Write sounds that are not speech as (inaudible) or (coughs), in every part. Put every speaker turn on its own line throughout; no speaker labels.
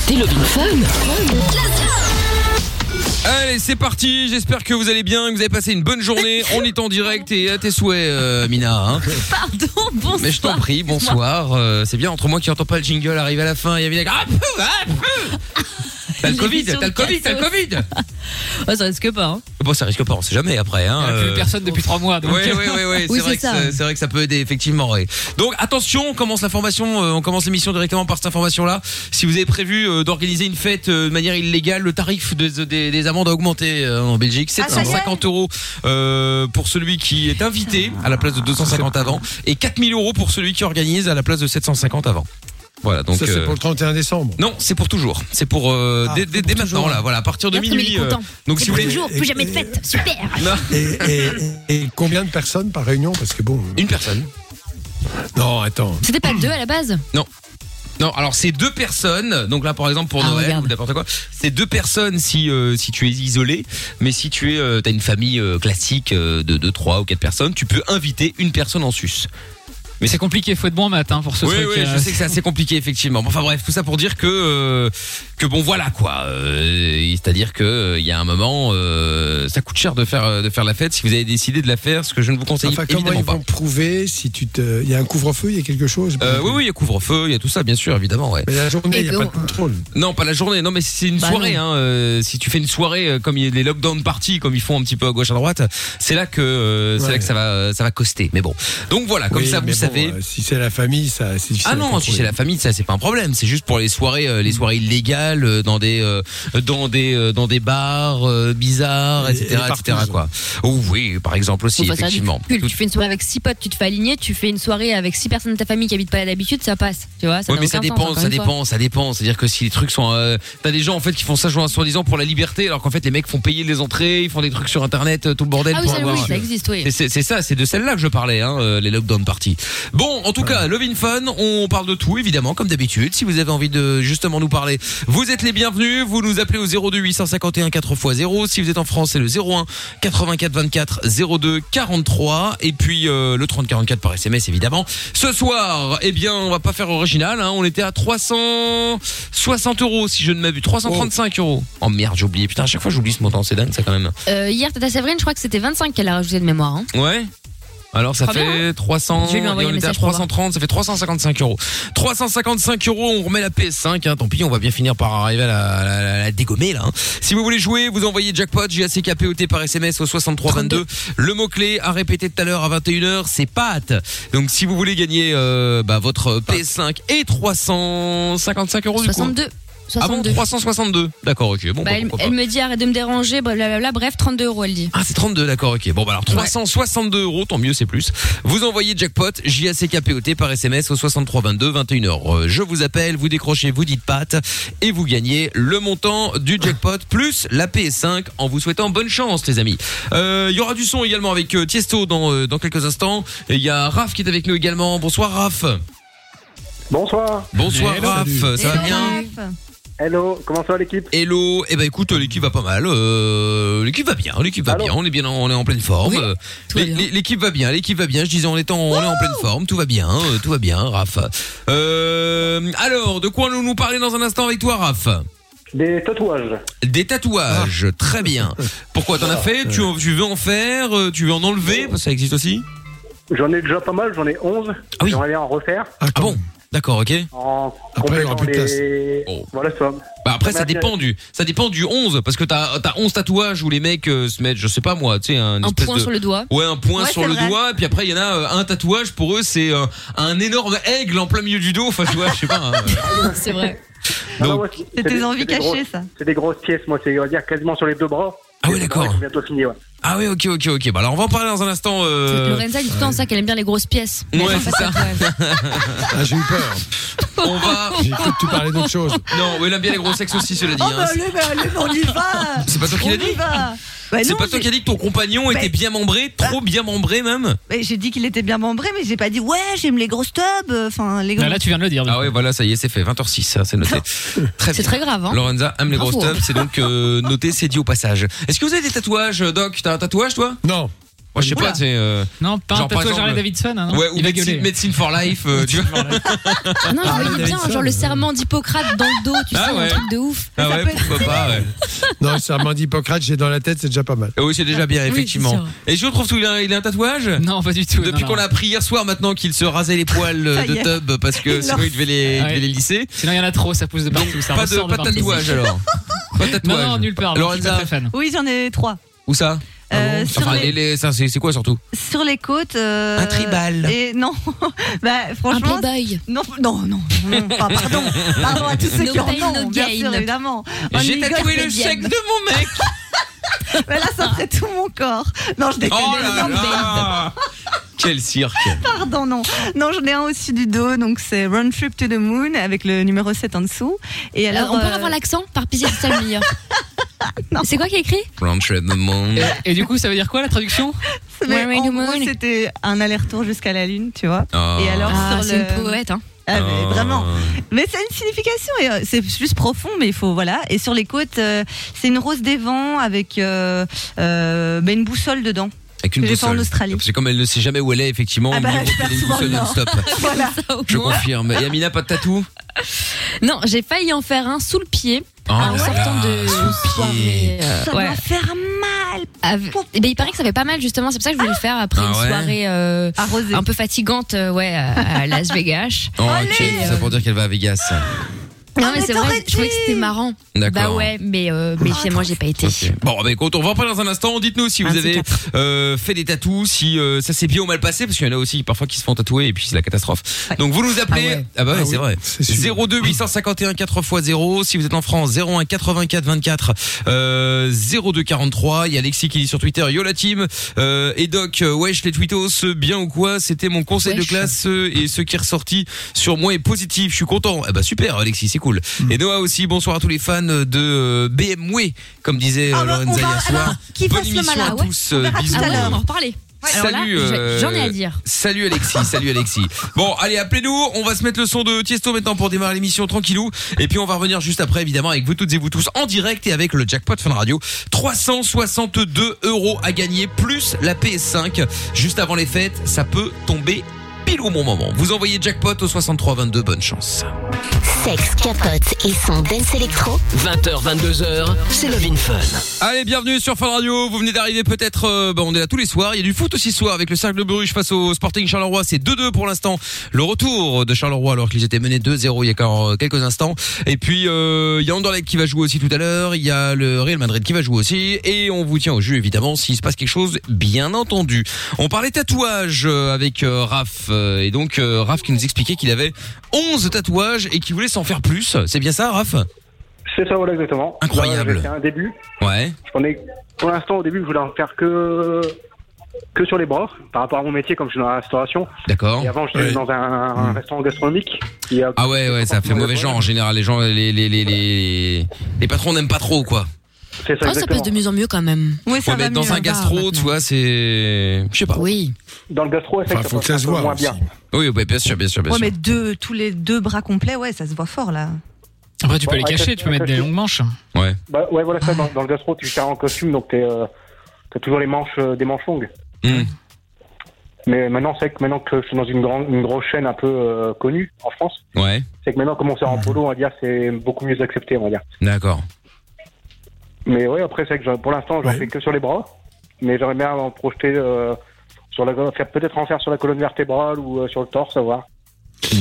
C'est Love in Fun.
Allez, c'est parti. J'espère que vous allez bien, que vous avez passé une bonne journée. On est en direct et à tes souhaits, euh, Mina. hein.
Pardon, bonsoir.
Mais je t'en prie, bonsoir. Euh, c'est bien, entre moi qui n'entends pas le jingle arrive à la fin, il y a Mina. Ah, pff, ah, pff. T'as le Covid, t'as le Covid, t'as le Covid.
Ouais, ça risque pas. hein.
Bon, ça risque pas, on sait jamais après. Hein,
Il y a plus personne
depuis trois mois.
donc.
Oui, oui, oui, oui,
Oui,
c'est vrai,
c'est
que
ça.
ça- c'est vrai que ça peut aider, effectivement. ouais. Donc, attention, on commence la formation, euh, on commence l'émission directement par cette information-là. Si vous avez prévu euh, d'organiser une fête euh, de manière illégale, le tarif des, des- des amendes a augmenté euh, en Belgique. C'est
Ah, ça y est
50 euros euh, pour celui qui est invité à la place de 250 avant et 4000 euros pour celui qui organise à la place de 750 avant. Voilà, donc.
ça, c'est
euh,
pour le 31 décembre. Ah,
non, c'est pour toujours. C'est pour euh, dès, dès- dès maintenant là, voilà, à partir de
Regarde comme il est
minuit. euh,
content.
donc si vous voulez
Toujours, plus jamais de fête. Super.
Et, et- et combien de personnes par réunion Parce que bon. euh,
Une personne.
Non, Oh, attends.
C'était pas deux à la base
Non. Non, alors c'est deux personnes. Donc là, par exemple, pour Noël ou n'importe quoi, c'est deux personnes si euh, si tu es isolé, mais si tu es euh, t'as une famille euh, classique euh, de deux, trois ou quatre personnes, tu peux inviter une personne en sus. Mais c'est compliqué, faut être bon en maths hein, pour
ce
oui,
truc,
Oui,
euh,
je sais que c'est assez compliqué effectivement. Bon, Enfin bref, tout ça pour dire que euh, que bon voilà quoi. Euh, C'est-à-dire que euh, il y a un moment, euh, ça coûte cher de faire euh, de faire la fête. Si vous avez décidé de la faire, ce que je ne vous conseille
Enfin, comment
évidemment
ils
pas.
vont prouver si tu te. Il y a un couvre-feu, il y a quelque chose
Euh, oui, oui, il y a couvre-feu, il y a tout ça, bien sûr, évidemment. Ouais.
Mais la journée, il n'y a pas de contrôle.
Non, pas la journée. Non, mais c'est une
Bah
soirée.
non.
Hein, euh, si tu fais une soirée euh, comme il y a les lockdown parties, comme ils font un petit peu à gauche à droite, c'est là que euh, c'est
Ouais.
là que ça va ça va coster. Mais bon, donc voilà, comme
Oui,
ça vous
mais bon,
savez.
euh, si c'est la famille, ça, c'est difficile.
Ah
à
non, si
contrôler.
c'est la famille, ça c'est pas un problème. C'est juste pour les soirées, euh, les soirées illégales, euh, dans des, euh, dans des, euh, dans des bars euh, bizarres,
Et-
etc.,
et
etc. Quoi. Oh oui, par exemple aussi,
Faut pas faire du
effectivement.
cul. Tu fais une soirée avec six potes, tu te fais aligner, tu fais une soirée avec six personnes de ta famille qui habitent pas là d'habitude, ça passe. Tu vois, ça
Ouais,
n'a
mais ça
aucun sens,
dépend,
encore
ça
une fois.
dépend, ça dépend. C'est-à-dire que si les trucs sont, euh, t'as des gens en fait qui font ça joint- soi-disant pour la liberté, alors qu'en fait les mecs font payer les entrées, ils font des trucs sur internet, euh, tout le bordel
Ah oui,
pour
ça,
avoir.
oui, ça existe, oui.
C'est- C'est c'est ça, c'est de celle-là que je parlais, hein, euh, les lockdown parties. Bon, en tout cas, Love in Fun, on parle de tout, évidemment, comme d'habitude. Si vous avez envie de justement nous parler, vous êtes les bienvenus. Vous nous appelez au 02 851 4x0. Si vous êtes en France, c'est le 01 84 24 02 43. Et puis euh, le 30 44 par SMS, évidemment. Ce soir, eh bien, on va pas faire original. hein, on était à 360 euros, si je ne m'abuse. 335 euros. Oh merde, j'ai oublié. Putain, à chaque fois, j'oublie ce montant. C'est dingue, ça, quand même.
Euh, hier, Tata Séverine, je crois que c'était 25 qu'elle a rajouté de mémoire. hein.
Ouais. Alors ça
Très bien,
fait 300,
Je vais lui envoyer
et on
un
était à
message pour voir.
330, ça fait 355 euros. 355 euros, on remet la PS5, hein, tant pis, on va bien finir par arriver à la, la- la- la dégommer là. hein. Si vous voulez jouer, vous envoyez jackpot, JACKPOT par SMS au 6322. Le mot-clé à répéter tout à l'heure à 21h, c'est pâte. Donc si vous voulez gagner euh, bah, votre PS5 et 355 euros du
62.
coup. Ah bon, 362. D'accord, ok. Bon,
Bah,
bah,
elle,
pourquoi
elle
pas.
me dit arrête de me déranger, bah, blablabla. Bref, 32 euros, elle dit.
Ah, c'est 32, d'accord, ok. Bon, bah alors 362 euros, tant mieux, c'est plus. Vous envoyez jackpot, JACKPOT par SMS au 6322, 21h. Euh, Je vous appelle, vous décrochez, vous dites pâte et vous gagnez le montant du jackpot plus la PS5 en vous souhaitant bonne chance, les amis. Euh, Il y aura du son également avec euh, Tiesto dans, euh, dans quelques instants. Et Il y a Raph qui est avec nous également. Bonsoir, Raph.
Bonsoir.
Bonsoir,
Hello.
Raph.
Salut.
Euh, Ça va bien?
Hello, comment ça va l'équipe
Hello, eh ben écoute, l'équipe va pas mal, euh, l'équipe va bien, l'équipe va bien, on est bien, en- on est en pleine forme, Euh, l'é- l'é- l'équipe va bien, l'équipe va bien. Je disais, on est en, on est en pleine forme, tout va bien, euh, tout va bien, Raph. Euh, alors, de quoi allons-nous parler dans un instant avec toi, Raph
Des tatouages.
Des tatouages, très bien. Pourquoi t'en as fait tu, en- tu veux en faire euh, Tu veux en enlever Parce que ça existe aussi.
J'en ai déjà pas mal, j'en ai 11. J'aimerais bien en refaire.
Ah, bon D'accord, ok.
En
Après, il y aura
complétant
plus de place.
les... Voilà, ça.
Bah après ça
Merci.
dépend du ça dépend du 11 parce que t'as t'as 11 tatouages où les mecs euh, se mettent je sais pas moi tu sais un,
Un
espèce
point
de-
sur le doigt.
ouais un point
Ouais,
sur
c'est
le
vrai.
doigt et puis après il y en a euh, un tatouage pour eux c'est euh, un énorme aigle en plein milieu du dos enfin tu vois je sais pas
(laughs)
hein,
c'est vrai.
Donc-
Ah ouais,
C'est tes envies
des
cachées,
grosses-
ça.
C'est des grosses pièces, moi, c'est on va dire quasiment sur les deux bras.
ah oui d'accord
C'est bientôt fini, ouais.
ah oui ok ok ok bah alors on va en parler dans un instant euh,
Lorenza dit tout le temps ça qu'elle aime bien les grosses pièces. Mais
Ouais,
elle en fait
c'est ça.
pas tatouage.
Ah, j'ai eu peur.
(laughs) on va
J'ai cru que tu parlais d'autre chose.
non mais il aime bien les gros sexes aussi cela dit
Oh,
hein.
bah, allez, bah, allez, bah, on y va
(laughs) C'est pas toi qui l'as
On
dit
y va Bah,
c'est
non,
pas toi
j'ai-
qui a dit que ton compagnon
Bah-
était bien membré trop bien membré même
bah, J'ai dit qu'il était bien membré, mais j'ai pas dit ouais, j'aime les grosses tubs. Enfin, les
Bah,
grosses.
Là, tu viens de le dire. Ah ouais, voilà, ça y est, c'est fait. 20h06, ça, c'est noté. Très
C'est
bien.
très grave, hein.
Lorenza aime les
Bravo. hein.
grosses
hein.
euh, tubs, c'est donc euh, noté, c'est dit au passage. Est-ce que vous avez des tatouages, Doc T'as un tatouage, toi
Non.
Moi, je sais
Oula.
pas, c'est. euh,
Non, pas un
Genre, par
tatouage
exemple,
Harley
euh,
Davidson. hein, non
ouais, ou
il a
médecine,
gueulé.
médecine for life, euh, tu vois.
Ah (laughs) non, je voyais bien, genre le serment d'Hippocrate dans le dos, tu
Ah
sais,
ouais.
un truc de ouf.
Ah ouais, pourquoi pas, ouais.
Non, le serment d'Hippocrate, j'ai dans la tête, c'est déjà pas mal.
Euh, Oui, c'est (laughs) déjà bien,
Oui, c'est
effectivement.
sûr.
Et je trouve qu'il a, il a un tatouage
Non, pas du tout. non,
Depuis
non.
qu'on l'a appris hier soir, maintenant qu'il se rasait les poils euh,
Ça y
de
est.
tub parce que
Il
sinon
leur
il devait les, il
Ah ouais.
devait les lisser.
Sinon, il y en a trop, ça pousse de partout. ça
pas de,
ressort
pas de
partout. (laughs)
tatouage alors. Pas
Non,
de tatouage.
non, nulle part. Alors, je suis
Lorenza,
pas très fan.
Oui, j'en ai trois.
où ça
Euh,
Ah bon
sur,
Enfin,
les,
les- les- ça, c'est c'est quoi surtout
sur les côtes. euh,
Un tribal.
Et non, (laughs) bah,
Un
franchement,
playboy.
Non, non,
(laughs)
non,
Hmm,
non, pas- pardon, pardon à tous ceux
No
qui en
pain,
ont,
no
bien
gain.
sûr, évidemment. On
J'ai
rigole,
tatoué le
mais
chèque de mon mec
(laughs) Mais là, ça serait tout mon corps. Non, je déconne.
Oh là
non,
là (laughs) Quel cirque
(laughs) Pardon, non. Non, j'en ai un au-dessus du dos, donc c'est Run Trip to the Moon avec le numéro 7 en dessous. Et
Alors,
alors,
on peut
euh,
avoir l'accent par pitié c'est ça
(laughs)
le meilleur. C'est quoi qui est écrit
Round trip the moon.
Et, et du coup, ça veut dire quoi la traduction
mais
Where are
en gros,
the moon
c'était un aller-retour jusqu'à la Lune, tu vois.
Ah.
Et alors
Ah,
sur
c'est
le...
une poète, hein.
Ah, mais
Ah.
vraiment. Mais c'est une signification et euh, c'est juste profond, mais il faut voilà. Et sur les côtes, euh, c'est une rose des vents avec euh, euh, bah, une boussole dedans.
Avec une
que j'ai fait en
boussole.
Australie.
C'est comme elle ne sait jamais où elle est, effectivement.
Ah bah,
il lui
je
refile
perds
une
souvent
boussole
le
non-stop.
(laughs) Voilà.
Ça, au
Je
moins.
confirme. Et Amina, pas de tatou
Non, j'ai failli en faire un sous le pied
Ah
en
là
sortant
là,
de
sous le pied.
soirée. euh,
Ça
ouais.
va faire mal.
Avec- Eh ben, il paraît que ça fait pas mal justement, c'est pour ça que je voulais le faire après
Ah ouais
une soirée euh,
Arrosé.
un peu fatigante euh, ouais, à
(laughs)
à Las Vegas.
Oh,
Allez
ok, c'est ça pour dire qu'elle va à Vegas.
Non
Ah,
mais
mais
c'est vrai,
t'aurais Ah,
je trouvais que
dû.
c'était marrant. Bah
D'accord.
ouais, mais, euh, mais finalement j'ai pas été.
Ok. Bon, bah écoute, on va en parler dans un instant. Dites-nous si vous
Un,
avez
c'est
euh, fait des tatous, si euh, ça s'est bien ou mal passé, parce qu'il y en a aussi parfois qui se font tatouer et puis c'est la catastrophe. Donc vous nous appelez. Ah,
Ah ouais.
bah ouais,
Ah
c'est
oui,
vrai.
c'est sûr.
02 851 4 x 0. Si vous êtes en France, 01 84 24 euh, 02 43. Il y a Alexis qui dit sur Twitter, yo la team. Euh, et Doc, euh, wesh les tweetos, bien ou quoi C'était mon conseil de
Wesh.
classe euh, et ce qui est ressorti sur moi est positif. Je suis content. Ah bah super, Alexis, c'est cool.
Hmm.
Et Noah aussi, bonsoir à tous les fans de euh, BMW, comme disait euh,
Ah bah,
Lorenza
on va-
hier soir.
alors, qui
Bonne
fasse le
émission
malin,
à
ouais.
tous. euh,
verra tout
bisous.
à
Ah ouais,
l'heure.
on va en reparler. Alors là,
Salut, euh,
j'ai- j'en ai à dire.
Salut Alexis, salut
(laughs)
Alexis. Bon, allez, appelez-nous, on va se mettre le son de Tiesto maintenant pour démarrer l'émission tranquillou. Et puis on va revenir juste après, évidemment, avec vous toutes et vous tous en direct et avec le jackpot Fun Radio. 362 euros à gagner, plus la PS5. Juste avant les fêtes, ça peut tomber pile au bon moment. Vous envoyez jackpot au 6322, bonne chance.
Sexe, capote et son dance électro.
20h, 22h, c'est Love in Fun.
Allez, bienvenue sur Fun Radio. Vous venez d'arriver peut-être. euh, bah, on est là tous les soirs. Il y a du foot aussi ce soir avec le Cercle de Bruges face au Sporting Charleroi. C'est 2-2 pour l'instant. Le retour de Charleroi alors qu'ils étaient menés 2-0 il y a quand- euh, quelques instants. Et puis euh, il y a Anderlecht qui va jouer aussi tout à l'heure. Il y a le Real Madrid qui va jouer aussi. Et on vous tient au jeu évidemment s'il se passe quelque chose. Bien entendu. On parlait tatouage euh, avec euh, Raph euh, et donc euh, Raph qui nous expliquait qu'il avait 11 tatouages et qu'il voulait s'en faire plus. C'est bien ça, Raph
C'est ça, voilà, exactement.
Incroyable.
C'est un début.
Ouais.
J'en ai- pour l'instant, au début, je voulais en faire que, que sur les bras, par rapport à mon métier, comme je suis dans la restauration.
D'accord.
Et avant, j'étais
Ouais.
dans un, un restaurant gastronomique. qui a-
Ah ouais, ouais, ça fait mauvais genre en général. Les gens, les, les, les, les, les patrons n'aiment pas trop, quoi.
C'est ça,
Oh, ça
exactement.
passe de mieux en mieux quand même.
Oui, ça
Ouais, mais
va
dans
mieux.
un gastro, tu vois, c'est. Je sais pas. Oui,
hein. Oui.
Dans le gastro, c'est
Enfin, faut que ça se voit
moins
aussi.
bien.
ouais, bien sûr, bien sûr, Ah, bien
Ouais,
sûr.
mais deux, tous les deux bras complets, ouais, ça se voit fort là.
Après, tu peux
Bon,
les
ouais,
cacher,
cacher,
tu peux mettre des
cacher.
longues manches.
Ouais.
Bah, ouais, voilà, ça, dans, dans le gastro, tu fais en costume, donc t'es, euh, t'as toujours les manches, euh, des manches longues.
Hmm.
Mais maintenant, c'est vrai que maintenant que je suis dans une, grande, une grosse chaîne un peu euh, connue en France,
Ouais.
c'est que maintenant, comme on sort en polo, on va dire, c'est beaucoup mieux accepté, on va dire. (laughs)
D'accord.
Mais ouais, après, c'est vrai que j'en- pour l'instant, j'en
Ouais.
fais que sur les bras. Mais j'aimerais bien en projeter, euh, sur la, faire peut-être en faire sur la colonne vertébrale ou euh, sur le torse, à voir.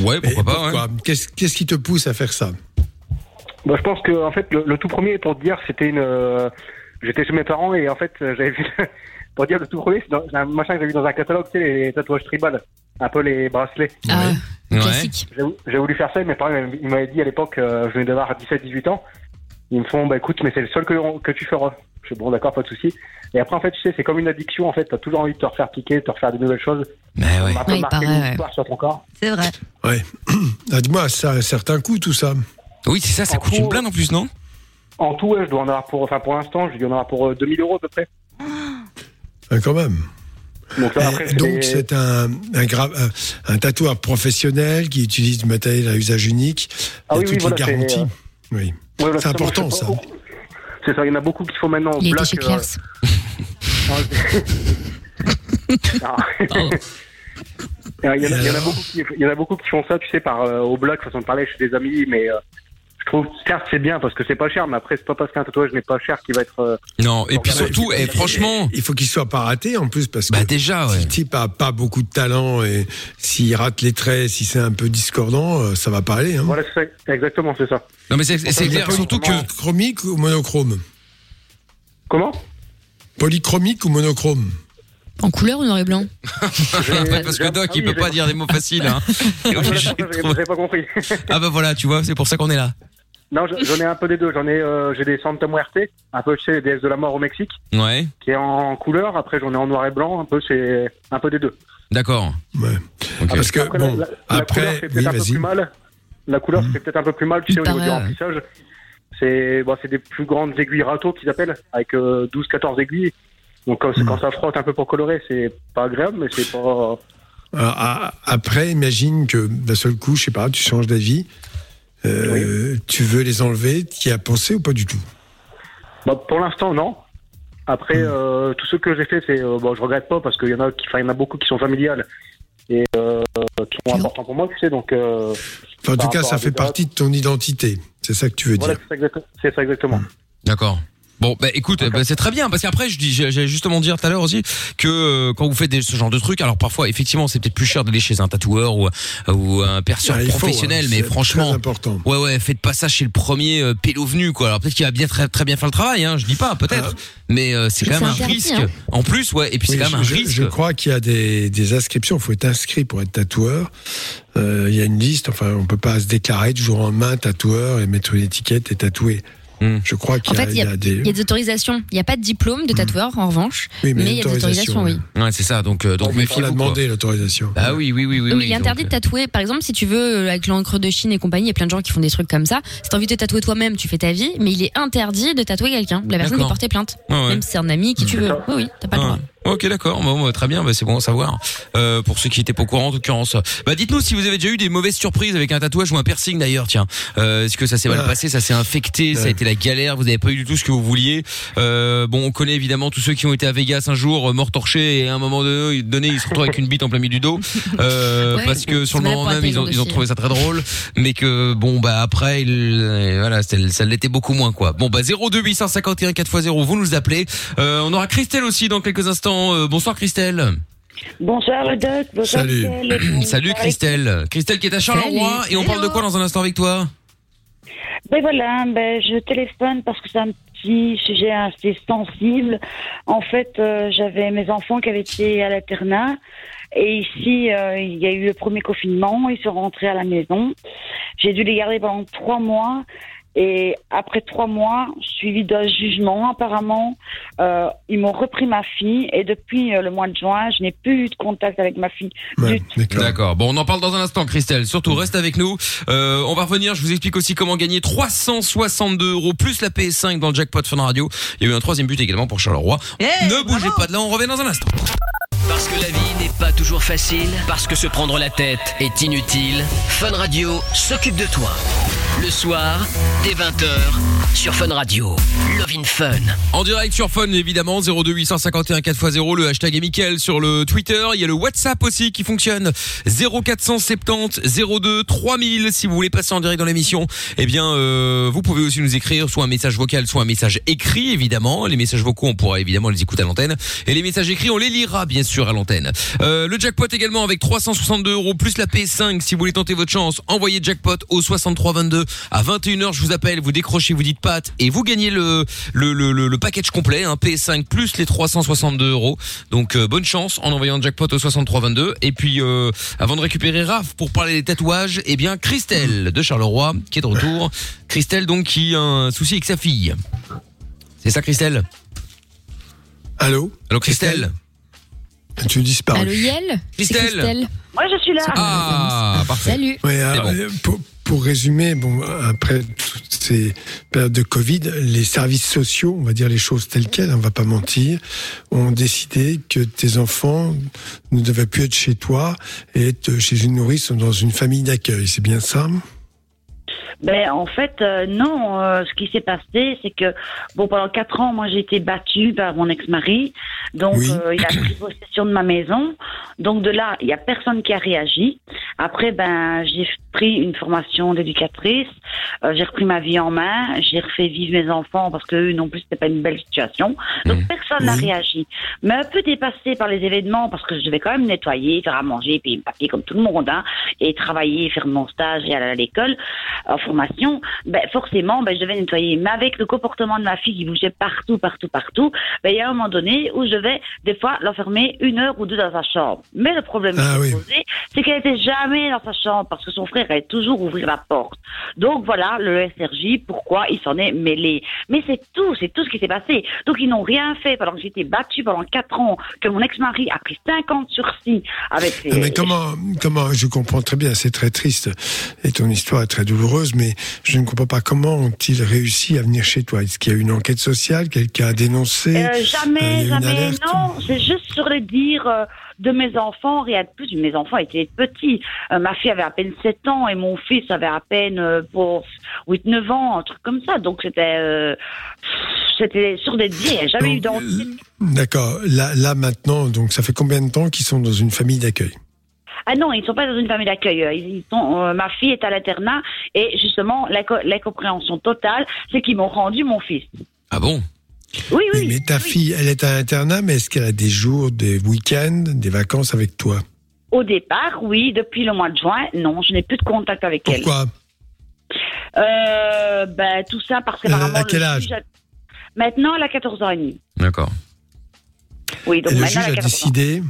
Ouais,
Mais
pourquoi pas, ouais.
pourquoi Qu'est-ce qu'est-ce qui te pousse à faire ça
Bah, je pense que, en fait, le, le tout premier, pour te dire, c'était une. euh, J'étais chez mes parents et en fait, euh, j'avais vu. (laughs) pour dire, le tout premier, c'est dans- c'est un machin que j'ai vu dans un catalogue, tu sais, les tatouages tribal. Un peu les bracelets.
Ah,
Ouais.
classique.
J'ai j'ai voulu faire ça, mais parents ils m'avaient dit à l'époque, euh, je venais d'avoir 17-18 ans. Ils me font, bah écoute, mais c'est le seul que, que tu feras. Je suis bon, d'accord, pas de souci. Et après, en fait, tu sais, c'est comme une addiction, en fait, t'as toujours envie de te refaire piquer, de te refaire de nouvelles choses.
Mais Bah, ouais.
On un peu
Ouais, il
marqué
paraît,
une
ouais.
histoire sur ton corps.
C'est vrai.
Ouais. (clears throat) Ah, Dis-moi, ça a un certain coût tout ça.
Oui, c'est ça, ça coûte une blinde en plus, non
euh, En tout, ouais, je dois en avoir pour, enfin, pour l'instant, je dois en avoir pour euh, 2000 euros à peu près.
Hein, quand même.
Donc
Eh,
là, après,
Et
c'est des-
Euh, donc c'est un, un, gra- un, un tatoueur professionnel qui utilise du matériel à usage unique
Ah
et
oui, oui,
toutes
voilà,
les
c'est- euh,
garanties.
ouais,
Oui.
voilà,
c'est
justement,
important,
je
ça.
sais pas. euh, (laughs) C'est ça, il y en a beaucoup qui font maintenant au
Il était
black,
chez
euh,
Pierre.
ouais.
(laughs)
Alors, Alors, Ah. Il y, en a- il y en a beaucoup qui- il y en a beaucoup qui font ça, tu sais, par euh, au bloc, façon de parler, chez des amis, mais euh, je trouve, certes, c'est bien parce que c'est pas cher, mais après, c'est pas parce qu'un tatouage n'est pas cher qu'il va être. euh,
Non, et puis
Voilà,
surtout, eh, franchement,
Il faut qu'il soit pas raté en plus parce que
bah déjà,
si
ouais.
le type a pas beaucoup de talent et s'il rate les traits, si c'est un peu discordant, euh, ça va pas aller. Hein.
Voilà, c'est ça, exactement, c'est ça.
Non mais c'est c'est clair,
Exactement.
surtout que
Chromique ou monochrome
Comment
Polychromique ou monochrome
En couleur ou noir et blanc
(laughs) Ouais, parce que Doc, il peut pas dire
(laughs)
des mots faciles. Hein. Il est obligé de trouver-
J'ai pas compris.
Ah bah voilà, tu vois, c'est pour ça qu'on est là.
non, je- j'en ai un peu des deux. J'en ai, euh, j'ai des Santa Muerte, un peu chez les déesses de la mort au Mexique,
Ouais,
qui est en couleur. Après, j'en ai en noir et blanc, un peu c'est un peu des deux.
d'accord.
Ouais. Parce que
Après,
bon,
la, la- la couleur,
après,
c'est peut-être
oui,
un peu
vas-y. Mhm.
plus mal. La couleur, c'est peut-être un peu plus mal, tu
Il
sais, au niveau
paraît,
du
ouais.
remplissage. C'est bon, c'est des plus grandes aiguilles râteaux qu'ils appellent, avec euh, 12-14 aiguilles. Donc quand,
Mhm.
quand ça frotte un peu pour colorer, c'est pas agréable, mais c'est pas...
Alors, à- après, imagine que d'un seul coup, je sais pas, tu changes d'avis, euh, tu veux les enlever, tu y as pensé ou pas du tout
Bah, pour l'instant, non. Après, euh, tout ce que j'ai fait, c'est euh, bon, je regrette pas parce qu'il y en a qui, enfin, il y en a beaucoup qui sont familiales et euh, qui sont importants pour moi, tu sais. Donc euh,
Enfin, En
Par
tout cas,
rapport
ça
à
fait
des
partie de ton identité. C'est ça que tu veux
voilà,
dire.
c'est ça, exact- c'est ça exactement.
D'accord. Bon, bah écoute,
D'accord.
bah, c'est très bien parce qu'après, je dis, j'ai- j'allais justement dire tout à l'heure aussi que euh, quand vous faites des- ce genre de trucs, alors parfois, effectivement, c'est peut-être plus cher d'aller chez un tatoueur ou, ou un perceur
Ah, il faut,
professionnel,
hein,
mais
c'est
franchement,
Très important.
ouais, ouais, faites pas ça chez le premier euh, pélo venu, quoi. Alors peut-être qu'il va bien très, très bien faire le travail, hein, je dis pas, peut-être, mais euh, c'est quand
c'est
même un
interdit,
risque.
hein.
En plus, ouais, et puis c'est
Ah. Oui,
quand même un
je, je-
risque.
je crois qu'il y a des, des inscriptions. Il faut être inscrit pour être tatoueur. Euh, il y a une liste. Enfin, on peut pas se déclarer du jour en main tatoueur et mettre une étiquette et tatouer.
Hmm.
Je crois qu'il y,
En
a-
fait,
il y a des.
Il y a des autorisations. Il n'y a pas de diplôme de tatoueur, en revanche.
Hmm. oui,
mais il y a des
l'autorisation,
autorisations, oui.
Ouais, c'est ça. Donc, euh, donc
Il faut la
méfiez-vous. quoi.
demander l'autorisation.
Ah oui, oui, oui, oui.
Non, mais
oui,
il est
donc,
interdit de tatouer. Par exemple, si tu veux, euh, avec l'encre de Chine et compagnie, il y a plein de gens qui font des trucs comme ça. Si t'as envie de tatouer toi-même, tu fais ta vie, mais il est interdit de tatouer quelqu'un. La personne peut
D'accord.
porter plainte.
euh, ouais, ouais.
Même si c'est un ami, qui tu veux. Oui, oui, t'as pas le droit.
Ah, Ok, d'accord. Bon, bah, très bien. Bah, c'est bon à savoir. Euh, pour ceux qui étaient pas au courant, en l'occurrence. Bah, dites-nous si vous avez déjà eu des mauvaises surprises avec un tatouage ou un piercing d'ailleurs. Tiens, Euh, est-ce que ça s'est mal
Ah.
passé, ça s'est infecté, ça a
Ouais.
été la galère, vous n'avez pas eu du tout ce que vous vouliez. Euh, bon, on connaît évidemment tous ceux qui ont été à Vegas un jour, euh, morts torchés, et à un moment donné, donné, ils se retrouvent avec une bite en plein milieu du dos, euh,
Ouais,
parce que sur le
c'est
moment
mal pour
même, ils ont,
intelligent
ils ont
de
trouvé ça très drôle, mais que bon, bah après, il- euh, voilà, c'était- ça l'était beaucoup moins quoi. Bon, bah 02851 4x0, vous nous appelez. Euh, on aura Christelle aussi dans quelques instants. Euh, bonsoir Christelle.
Bonsoir le doc, bonsoir
Salut.
Michel.
Salut Christelle. Christelle qui est à Charleroi
Salut.
et on parle de
Hello.
quoi dans un instant avec toi
Ben voilà, ben je téléphone parce que c'est un petit sujet assez sensible. En fait, euh, j'avais mes enfants qui avaient été à l'internat et ici, euh, il y a eu le premier confinement, ils sont rentrés à la maison. J'ai dû les garder pendant trois mois. Et après trois mois, suivi d'un jugement, apparemment, euh, ils m'ont repris ma fille. Et depuis euh, le mois de juin, je n'ai plus eu de contact avec ma fille.
Ouais, d'accord.
D'accord. Bon, on en parle dans un instant, Christelle. Surtout, reste avec nous. Euh, on va revenir. Je vous explique aussi comment gagner 362 euros plus la PS5 dans le jackpot Fun Radio. Il y a eu un troisième but également pour Charleroi.
Eh,
ne bougez
bravo.
pas de là. On revient dans un instant.
Parce que la vie n'est pas toujours facile, parce que se prendre la tête est inutile, Fun Radio s'occupe de toi. Le soir, dès 20h, sur Fun Radio. Love in Fun.
En direct sur Fun, évidemment, 02851 4x0, le hashtag est Mickaël sur le Twitter. Il y a le WhatsApp aussi qui fonctionne. 0470 02 3000. Si vous voulez passer en direct dans l'émission, eh bien, euh, vous pouvez aussi nous écrire soit un message vocal, soit un message écrit, évidemment. Les messages vocaux, on pourra évidemment les écouter à l'antenne. Et les messages écrits, on les lira, bien sûr, à l'antenne. Euh, le jackpot également avec 362 euros plus la PS5. Si vous voulez tenter votre chance, envoyez jackpot au 6322 à 21h. Je vous appelle, vous décrochez, vous dites pâte et vous gagnez le le, le, le, le package complet, hein, un PS5 plus les 362 euros. Donc euh, bonne chance en envoyant jackpot au 6322. Et puis euh, avant de récupérer Raph pour parler des tatouages, eh bien Christelle de Charleroi qui est de retour. Christelle donc qui a un souci avec sa fille. C'est ça Christelle
Allô
Allô Christelle
Tu disparais.
Allô, Yel C'est
Christelle.
Moi, je suis là.
Ah parfait.
Salut.
Ouais, alors,
bon.
euh, pour, pour résumer, bon, après toutes ces périodes de Covid, les services sociaux, on va dire les choses telles quelles, on va pas mentir, ont décidé que tes enfants ne devaient plus être chez toi et être chez une nourrice ou dans une famille d'accueil. C'est bien ça
Ben, en fait, euh, non. euh, ce qui s'est passé, c'est que, bon, pendant quatre ans, moi, j'ai été battue par mon ex-mari. Donc, euh, il a pris possession de ma maison. Donc, de là, il n'y a personne qui a réagi. Après, ben, j'ai pris une formation d'éducatrice. Euh, j'ai repris ma vie en main. J'ai refait vivre mes enfants parce que eux non plus, c'était pas une belle situation. Donc, personne n'a réagi. Mais un peu dépassé par les événements parce que je devais quand même nettoyer, faire à manger, payer mes papiers comme tout le monde, hein, et travailler, faire mon stage et aller à l'école en formation. Ben, forcément, ben, je devais nettoyer. Mais avec le comportement de ma fille qui bougeait partout, partout, partout, ben, il y a un moment donné où je vais, des fois, l'enfermer une heure ou deux dans sa chambre. Mais le problème
Ah
qui
oui.
s'est posé, c'est qu'elle était jamais dans sa chambre parce que son frère allait toujours ouvrir la porte. Donc voilà, le SRJ, pourquoi il s'en est mêlé. Mais c'est tout, c'est tout ce qui s'est passé. Donc ils n'ont rien fait pendant que j'étais battue pendant quatre ans, que mon ex-mari a pris 50 sursis avec ses...
Non, Ah, mais comment, comment, je comprends très bien, c'est très triste et ton histoire est très douloureuse, mais je ne comprends pas comment ont-ils réussi à venir chez toi Est-ce qu'il y a une enquête sociale Quelqu'un a dénoncé
Euh,
Euh, il y a
jamais,
eu une
jamais,
alerte
non. C'est juste sur le dire euh, de mes enfants, rien de plus. Mes enfants étaient petits. Euh, ma fille avait à peine 7 ans et mon fils avait à peine euh, pour 8-9 ans, un truc comme ça. Donc c'était euh, pff, c'était sur des dires. Il n'y a jamais eu d'enquête.
euh, D'accord. Là, là, maintenant, donc, ça fait combien de temps qu'ils sont dans une famille d'accueil
Ah non, ils ne sont pas dans une famille d'accueil. Euh, Ils, ils sont, euh, ma fille est à l'internat et justement, la co- la compréhension totale, c'est qu'ils m'ont rendu mon fils.
Ah bon
Oui,
oui. Mais ta fille, elle est à l'internat, mais est-ce qu'elle a des jours, des week-ends, des vacances avec toi
Au départ, oui. Depuis le mois de juin, non, je n'ai plus de contact avec elle.
Pourquoi
Euh, ben, tout ça parce que
Euh,
apparemment,
à quel
le
âge
juge a- Maintenant, elle a 14 ans et demi.
D'accord.
Oui, donc
Et le
maintenant,
juge a
elle a 14 ans.
décidé.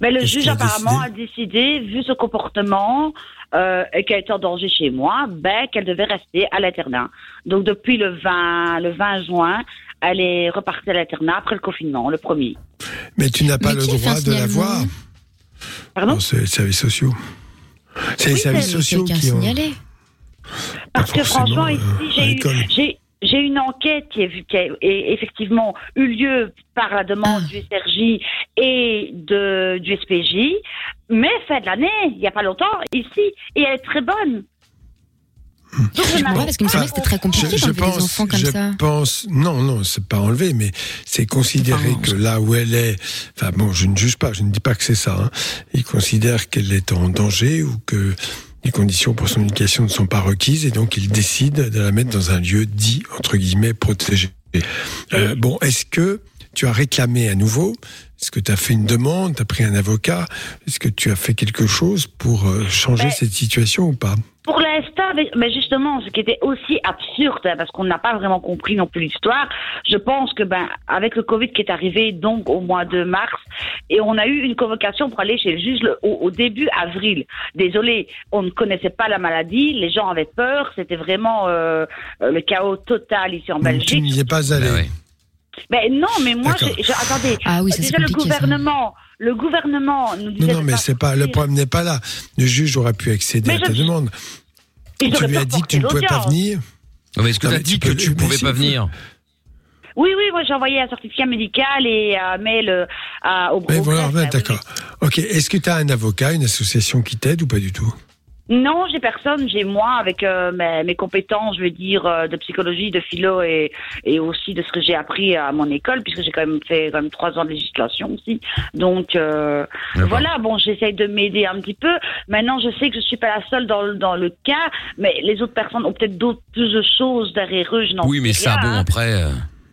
Mais le
Qu'est-ce
juge,
qu'il a
apparemment, a décidé, vu ce comportement, euh, et qu'elle était en danger chez moi, ben, qu'elle devait rester à l'internat. Donc, depuis le 20, le 20 juin, elle est repartie à l'internat après le confinement, le premier.
Mais tu n'as pas
Mais
le
qui a fait un
droit de la
signalement
voir.
Pardon
Non, c'est les services sociaux. C'est les services sociaux
Quelqu'un
qui ont.
signalé.
Parce que
forcément,
franchement,
euh,
ici,
à
j'ai eu-
l'école.
j'ai j'ai une enquête qui, est, vu- qui a et- effectivement eu lieu par la
Ah.
demande du SRJ et de, du SPJ, mais fin de l'année, il n'y a pas longtemps, ici, et elle est très
Hmm.
bonne. Donc, je
Ouais,
n'arrive
parce qu'il me semblait que c'était très compliqué d'enlever des enfants comme
je
ça.
pense, non, non, c'est pas enlevé, mais c'est considéré que là où elle est, enfin bon, je ne juge pas, je ne dis pas que c'est ça. Hein. Ils considèrent qu'elle est en danger ou que les conditions pour son éducation ne sont pas requises et donc ils décident de la mettre dans un lieu dit entre guillemets protégé. Euh, bon, est-ce que tu as réclamé à nouveau Est-ce que tu as fait une demande Tu as pris un avocat Est-ce que tu as fait quelque chose pour euh, changer
Ben,
cette situation ou pas
Pour l'instant, mais- mais justement, ce qui était aussi absurde, hein, parce qu'on n'a pas vraiment compris non plus l'histoire, je pense que ben avec le Covid qui est arrivé donc au mois de mars, et on a eu une convocation pour aller chez le juge le- au, au début avril. Désolé, on ne connaissait pas la maladie, les gens avaient peur, c'était vraiment euh, euh, le chaos total ici en
Donc, Tu
Belgique.
n'y es pas allé.
Bah ouais.
Mais non, mais moi,
D'accord.
je, je- attendez,
Ah oui, ça, c'est
déjà le
compliqué, ça.
gouvernement, le gouvernement nous disait
Non, non,
de
mais c'est pas le
sortir.
problème n'est pas là. Le juge aurait pu accéder
Mais
à ta
je-
demande.
Ils
tu
auraient
lui
pu
as dit que tu ne
reporter
pouvais pas
l'audience.
venir.
Non, mais est-ce que
Non,
t'as
Ah, mais tu
dit que
peux-
tu
mais
pouvais
si,
pas
faut-
venir
Oui, oui, moi j'ai envoyé un certificat médical et un mail euh, à, au
Mais
au
voilà,
greffe,
ouais,
là, oui,
d'accord. Ok. Est-ce que tu as un avocat, une association qui t'aide ou pas du tout
oui. Non, j'ai personne, j'ai moi avec euh, mes, mes compétences, je veux dire, euh, de psychologie, de philo et, et aussi de ce que j'ai appris à mon école, puisque j'ai quand même fait quand même trois ans de législation aussi. Donc euh,
D'accord.
voilà, bon, j'essaye de m'aider un petit peu. Maintenant, je sais que je suis pas la seule dans le, dans le cas, mais les autres personnes ont peut-être d'autres plus de choses derrière eux. Je n'en
Oui, mais
sais
ça,
rien,
bon,
hein.
après. euh,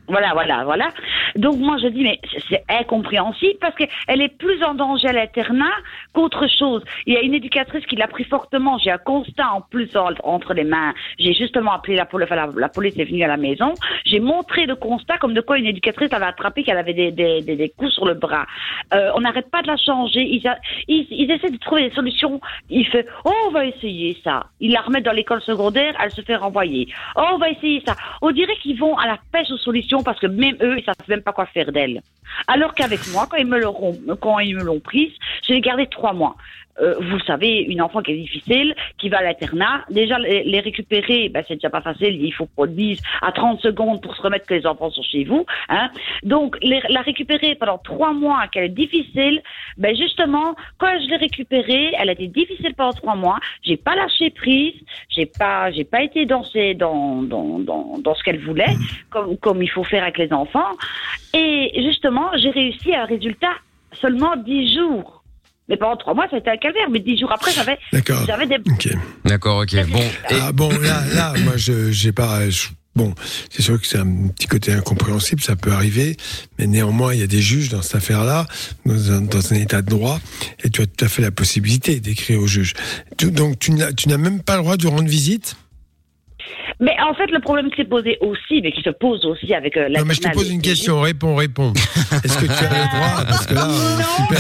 Voilà, voilà, voilà. Donc moi je dis mais c'est- c'est incompréhensible parce qu'elle est plus en danger à l'internat qu'autre chose. Il y a une éducatrice qui l'a pris fortement. J'ai un constat en plus en- entre les mains. J'ai justement appelé la police. la, la police est venue à la maison. J'ai montré le constat comme de quoi une éducatrice avait attrapé qu'elle avait des, des, des, des coups sur le bras. Euh, on n'arrête pas de la changer. Ils, a- ils, ils essaient de trouver des solutions. Il fait oh on va essayer ça. Ils la remettent dans l'école secondaire. Elle se fait renvoyer. Oh, on va essayer ça. On dirait qu'ils vont à la pêche aux solutions parce que même eux, ils savent même pas quoi faire d'elle. Alors qu'avec moi, quand ils me l'auront, quand ils me l'ont prise, je l'ai gardée trois mois. euh, vous savez, une enfant qui est difficile, qui va à l'internat, déjà les, les récupérer, ben, c'est déjà pas facile, il faut qu'on 10 à 30 secondes pour se remettre que les enfants sont chez vous. Hein. Donc les- la récupérer pendant trois mois, qu'elle est difficile, ben justement, quand je l'ai récupérée, elle a été difficile pendant trois mois, j'ai pas lâché prise, j'ai pas, j'ai pas été dans, ses- dans, dans, dans, dans ce qu'elle voulait, comme, comme il faut faire avec les enfants. Et justement, j'ai réussi à un résultat seulement 10 jours. Mais pendant trois mois, ça a été un calvaire. Mais 10 jours après, j'avais
D'accord.
j'avais des,
D'accord, ok. Bon, et-
Ah bon, là, là, moi, je, j'ai pas. je- bon, c'est sûr que c'est un petit côté incompréhensible, ça peut arriver, mais néanmoins, il y a des juges dans cette affaire-là, dans un, dans un état de droit, et tu as tout à fait la possibilité d'écrire au juge. Tu- donc, tu n'as, tu n'as même pas le droit de rendre visite
Mais en fait, le problème qui s'est posé aussi, mais qui se pose aussi avec euh,
Non,
la.
Bah, mais je te pose une question, réponds, réponds. (laughs) Est-ce que tu as le droit Parce que là, euh, super.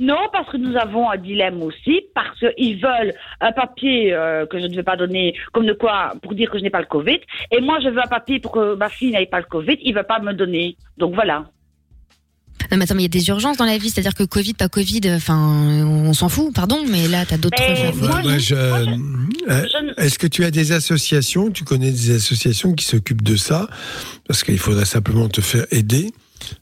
Non, parce que nous avons un dilemme aussi, parce qu'ils veulent un papier euh, que je ne vais pas donner, comme de quoi, pour dire que je n'ai pas le Covid. Et moi, je veux un papier pour que ma fille n'aille pas le Covid. Il ne veut pas me donner. Donc voilà.
Non, mais attends, mais il y a des urgences dans la vie, c'est-à-dire que Covid, pas Covid, enfin, on s'en fout, pardon, mais là, t'as d'autres
Mais
urgences.
moi,
Faudrait- je- euh,
je ne-
Est-ce que tu as des associations Tu connais des associations qui s'occupent de ça Parce qu'il faudrait simplement te faire aider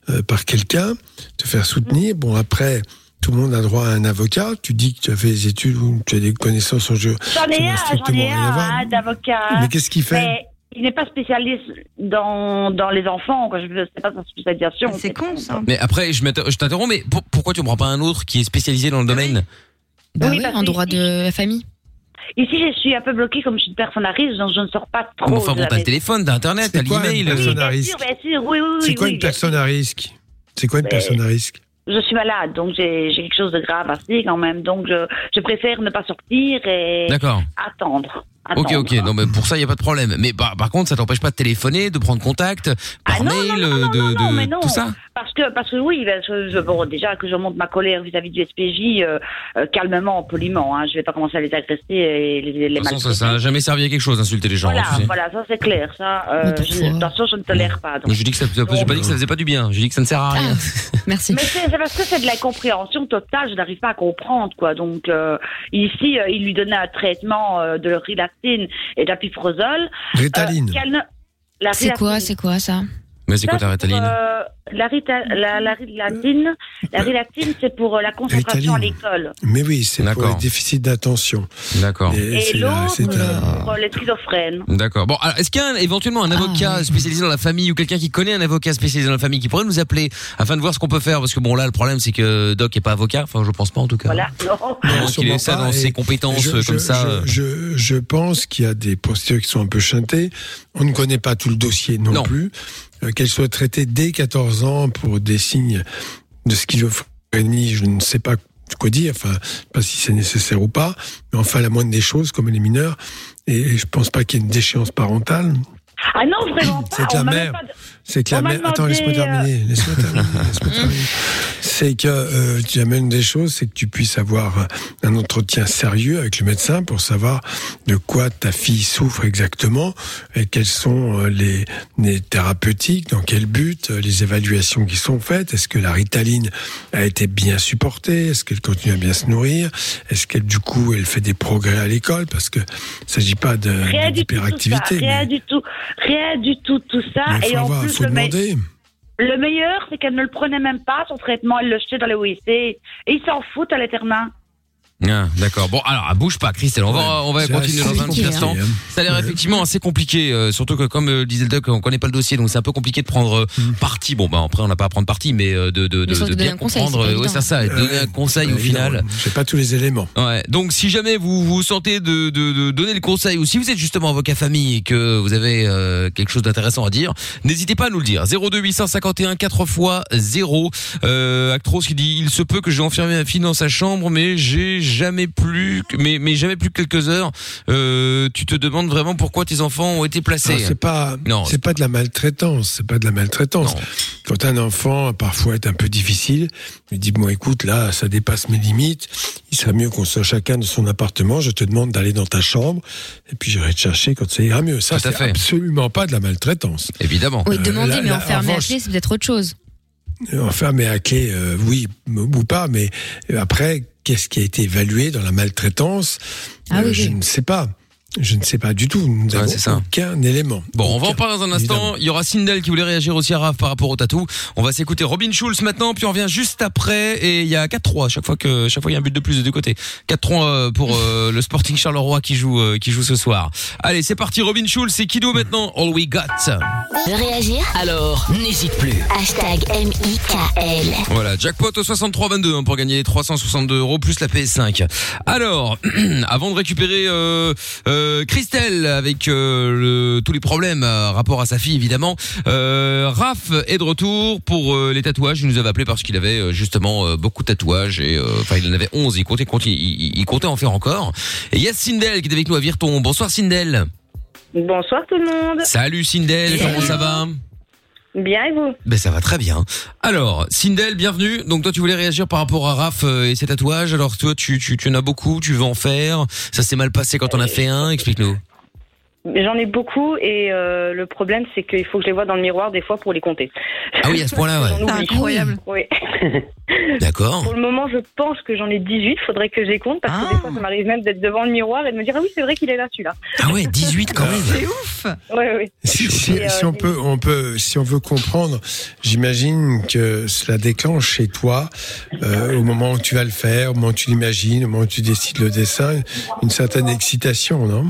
euh, par quelqu'un, te faire soutenir. Bon, après, tout le monde a droit à un avocat. Tu dis que tu as fait des études ou tu as des connaissances en jeu.
J'en
Ça
ai
n'a
un, j'en
strictement
ai
rien à
un
voir.
hein, d'avocat.
Mais qu'est-ce qu'il fait
Mais il n'est pas spécialiste dans, dans les enfants. Quoi. Je ne sais pas sa spécialisation.
Ah, C'est con, ça.
mais après, je m'inter- je t'interromps, mais pour- pourquoi tu ne prends pas un autre qui est spécialisé dans le domaine
Bah
Oui,
oui,
parce
en
que
droit
ici-
de la famille.
Ici, je suis un peu bloquée comme je suis une personne à risque, donc je ne sors pas trop.
Bon, Ah, Enfin,
de
bon,
la
t'as le
maison.
téléphone, t'as internet, t'as
C'est quoi,
l'email.
une
euh,
personne à
Bien
risque
sûr, bien sûr, oui, oui,
C'est
oui,
quoi
oui,
une
bien
personne à risque C'est quoi une personne à risque
Je suis malade, donc j'ai j'ai quelque chose de grave à faire quand même. Donc je, je préfère ne pas sortir et
D'accord.
attendre.
Ok,
attendre.
ok. Non, mais pour ça, il n'y a pas de problème. Mais par- par contre, ça t'empêche pas de téléphoner, de prendre contact, par
Ah non,
mail,
non, non, non,
euh, de,
non, non,
de-
mais non.
tout ça.
Parce que, parce que oui, ben, je, je- bon, déjà que je monte ma colère vis-à-vis du SPJ euh, euh, calmement, poliment. Hein, je vais pas commencer à les agresser et les, les
De toute façon,
maltraiter.
ça, ça n'a jamais servi à quelque chose d'insulter les gens.
voilà,
hein, tu sais.
voilà, ça c'est clair. Ça,
Mais
euh,
parfois-
je, de toute façon, je ne tolère pas. donc.
Mais je dis que ça, j'ai pas dit que ça faisait pas du bien. J'ai dit que ça ne sert à rien.
Ah.
Merci.
Mais c'est c'est parce que c'est de l'incompréhension totale, je n'arrive pas à comprendre, quoi. Donc, euh, ici, euh, il lui donnait un traitement euh, de rilactine et d'apiprozole. Euh,
Rétaline.
qu'elle ne- la
C'est quoi,
Ritalactine.
c'est quoi ça
Mais c'est quoi
Ça,
ta rétaline
euh, la, Rita- la, la Ritalactine, la Ritalactine, c'est pour euh, la concentration
Rétaline.
à l'école.
Mais oui, c'est pour
D'accord.
le déficit d'attention.
D'accord.
Et
Et
c'est- euh,
l'autre,
c'est un-
euh, pour les schizophrènes.
D'accord. Bon, alors, est-ce qu'il y a un- éventuellement
Ah.
un avocat
ouais.
spécialisé dans la famille ou quelqu'un qui connaît un avocat spécialisé dans la famille qui pourrait nous appeler afin de voir ce qu'on peut faire Parce que bon, là, le problème, c'est que Doc est pas avocat. Enfin, je pense pas en tout cas.
Voilà. Non.
À moins qu'il
Sûrement
ait ça
pas,
dans
et
ses compétences
je,
euh,
je-
comme ça. euh,
Je, je- je pense qu'il y a des procédures qui sont un peu chantées. On ne connaît pas tout le dossier non,
Non.
plus. Euh, Qu'elle soit traitée dès 14 ans pour des signes de schizophrénie, je ne sais pas quoi dire, enfin, je sais pas si c'est nécessaire ou pas, mais enfin, la moindre des choses, comme elle est mineure, et, et je pense pas qu'il y ait une déchéance parentale,
Ah non, vraiment pas.
C'est de la
on m'a même
merde.
pas de-
c'est que
On
la
m'a
mère... Attends,
demandé, euh,
laisse-moi terminer. Laisse-moi terminer.
(laughs)
laisse-moi terminer. C'est que euh, tu amènes des choses, c'est que tu puisses avoir un entretien sérieux avec le médecin pour savoir de quoi ta fille souffre exactement et quelles sont euh, les, les thérapeutiques, dans quel but, euh, les évaluations qui sont faites. Est-ce que la ritaline a été bien supportée Est-ce qu'elle continue à bien se nourrir Est-ce qu'elle, du coup, elle fait des progrès à l'école Parce que il s'agit pas de-
Rien du tout, tout ça,
d'hyperactivité.
rien
mais-
du tout, rien du tout, tout ça.
mais
et
faut,
en
avoir-
plus,
faut
le, mec-
demander.
Le meilleur, c'est qu'elle ne le prenait même pas, son traitement, elle le jetait dans les WC. Et ils s'en foutent à l'éternat.
Ah, D'accord. Bon, alors bouge pas, Christelle. On va, on va
C'est
continuer
assez
dans un petit
compliqué,
instant.
hein.
Ça a l'air
Ouais.
effectivement assez compliqué, euh, surtout que comme euh, disait le doc, on connaît pas le dossier, donc c'est un peu compliqué de prendre euh,
Mm.
parti. Bon, bah après on n'a pas à prendre parti, mais euh, de de de,
Mais surtout
de
donner
bien
un conseil,
comprendre.
c'est
euh,
pas
ouais,
évident.
c'est ça. et Donner un conseil au
Euh,
final.
évidemment, J'ai pas tous les éléments.
Ouais. Donc si jamais vous vous sentez de, de, de donner le conseil ou si vous êtes justement avocat famille et que vous avez euh, quelque chose d'intéressant à dire, n'hésitez pas à nous le dire. 02851 4 x 0. Euh, Actros qui dit il se peut que j'ai enfermé ma fille dans sa chambre mais j'ai jamais plus que- mais mais jamais plus que quelques heures. Euh, tu te demandes vraiment pourquoi tes enfants ont été placés.
Alors, Ah, C'est pas,
Non, c'est
c'est pas de la maltraitance, c'est pas de la maltraitance.
Non.
Quand un enfant parfois est un peu difficile, il dit bon écoute là ça dépasse mes limites, il serait mieux qu'on soit chacun de son appartement. Je te demande d'aller dans ta chambre et puis j'irai te chercher quand ça ira mieux. Ça
Tout à
c'est
fait.
absolument pas de la maltraitance.
Évidemment.
Oui,
Euh,
demander,
là-
mais
là, en
enfermer à
revanche-
clé, c'est peut-être autre chose.
Enfin, mais à clé, euh, oui m- ou pas, mais après, qu'est-ce qui a été évalué dans la maltraitance euh,
Ah oui,
Je
oui.
ne sais pas. Je ne sais pas du tout. Nous
Ouais,
n'avons
c'est ça.
aucun élément.
Bon, on va en parler dans un instant. Il y aura Sindel qui voulait réagir aussi à Raph par rapport au tatou. On va s'écouter Robin Schulz maintenant, puis on revient juste après. Et il y a 4-3 à chaque fois que chaque fois il y a un but de plus des deux côtés. 4-3 euh, pour euh, le Sporting Charleroi qui joue euh, qui joue ce soir. Allez, c'est parti. Robin Schulz, c'est Kido maintenant. All we got.
Réagir
Alors, n'hésite plus.
Hashtag M-I-K-L.
Voilà, jackpot au 63-22 hein, pour gagner 362 euros plus la PS5. Alors, (clears throat) avant de récupérer euh, euh, Christelle avec euh, le- tous les problèmes euh, rapport à sa fille évidemment, euh, Raph est de retour pour euh, les tatouages. Il nous avait appelé parce qu'il avait euh, justement euh, beaucoup de tatouages et euh, enfin il en avait 11. Il comptait, comptait- il, il- il comptait en faire encore. Et il y a Sindel qui est avec nous à Virton. Bonsoir Sindel.
Bonsoir tout le monde.
Salut Sindel, comment ça va
Bien et vous
ben ça va très bien. Alors, Sindel, bienvenue. Donc toi tu voulais réagir par rapport à Raph euh, et ses tatouages. Alors toi tu, tu, tu en as beaucoup, tu veux en faire. Ça s'est mal passé quand on a fait un, explique-nous.
J'en ai beaucoup et euh, le problème c'est qu'il faut que je les vois dans le miroir des fois pour les compter.
Ah oui, à ce point-là, ouais.
(laughs) J'en oublie.
incroyable.
Oui.
(laughs) D'accord.
Pour le moment, je pense que j'en ai 18, faudrait que je les compte parce que
Ah.
des fois ça m'arrive même d'être devant le miroir et de me dire ah oui, c'est vrai qu'il est là celui-là.
Ah ouais, 18 quand même.
C'est
ouf.
Ouais, ouais.
Si, si-
Et, euh,
si on
et-
peut, on peut, si on veut comprendre, j'imagine que cela déclenche chez toi, euh, au moment où tu vas le faire, au moment où tu l'imagines, au moment où tu décides le dessin, une certaine excitation, non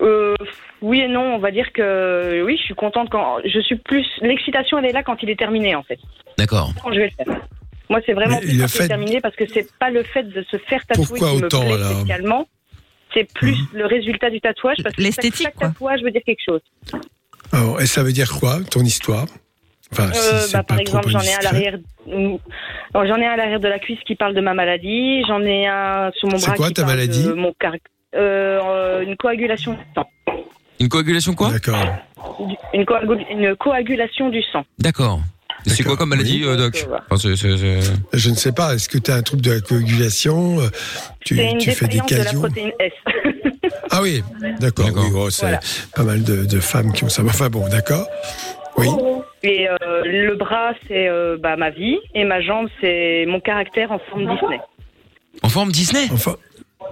Euh, oui et non, on va dire que oui, je suis contente quand je suis plus l'excitation elle est là quand il est terminé en fait.
D'accord.
Quand je vais le faire. Moi, c'est vraiment
Mais
plus
le
quand c'est
fait-
terminé parce que c'est pas le fait de se faire tatouer
Pourquoi
qui me
autant, Mhm.
plaît
alors
spécialement. C'est plus le résultat du tatouage parce que chaque,
L'esthétique,
chaque tatouage veut dire quelque chose.
Alors, et ça veut dire quoi, ton histoire Enfin, Ah, si
Euh,
c'est
bah,
pas
par
trop
exemple, j'en ai un
indiscret.
à l'arrière, Mm. Alors, j'en ai un à l'arrière de la cuisse qui parle de ma maladie. J'en ai un sur mon
C'est
bras
quoi
qui
ta
parle
maladie
de mon car... euh, euh, une coagulation du sang.
Une coagulation quoi
D'accord.
Du- Une, coagul- une coagulation du sang.
D'accord. Et C'est quoi comme maladie, euh, Doc Enfin, c'est- c'est- c'est-
Je ne sais pas, est-ce que tu as un trouble de la coagulation euh, Tu,
C'est une
tu fais des
défaillance de la
casios
protéine S.
Ah oui, d'accord. Oui, oh, c'est pas mal de, de femmes qui ont ça. Enfin bon, d'accord. Oui.
Et euh, le bras, c'est euh, bah, ma vie. Et ma jambe, c'est mon caractère en forme Disney.
En forme Disney
Enfin.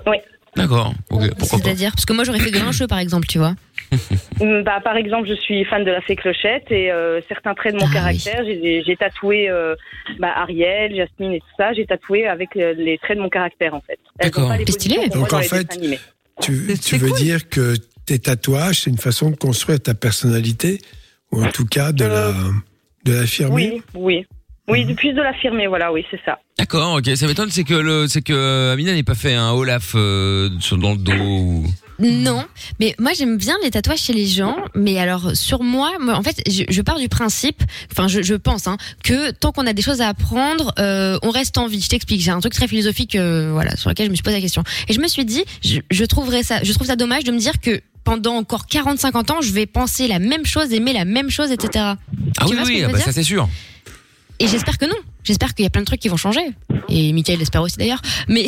Oui.
D'accord. Ok, pourquoi pas.
C'est-à-dire Parce que moi, j'aurais fait grincheux, par exemple, tu vois.
Mm, Bah, par exemple, je suis fan de la fée Clochette et euh, certains traits de
Ah
mon caractère, j'ai- j'ai tatoué euh, bah, Ariel, Jasmine et tout ça, j'ai tatoué avec euh, les traits de mon caractère en fait. Elles
D'accord.
ont pas les
C'est
positions
stylé.
qu'on voit
Donc,
dans
en
les
fait,
dessins animés.
Tu, tu veux dire que tes tatouages, c'est une façon de construire ta personnalité Ou en tout cas de la de l'affirmer
Euh, Oui, oui.
Mhm.
Oui, de plus de l'affirmer, voilà, oui, c'est ça.
D'accord, ok. Ça m'étonne, c'est que le, c'est que Amina n'ait pas fait un Olaf euh, sur- dans le dos. ou-
Non, mais moi j'aime bien les tatouages chez les gens, mais alors sur moi, moi, en fait, je, je pars du principe, enfin je, je pense, hein, que tant qu'on a des choses à apprendre, euh, on reste en vie. Je t'explique, j'ai un truc très philosophique, euh, voilà, sur lequel je me suis posé la question. Et je me suis dit, je, je trouverais ça, je trouve ça dommage de me dire que pendant encore 40-50 ans, je vais penser la même chose, aimer la même chose, etc.
Ah oui,
vois ce que
oui,
je
ah
veux
bah
dire
ça c'est sûr.
Et j'espère que non. J'espère qu'il y a plein de trucs qui vont changer. Et Michael l'espère aussi d'ailleurs. Mais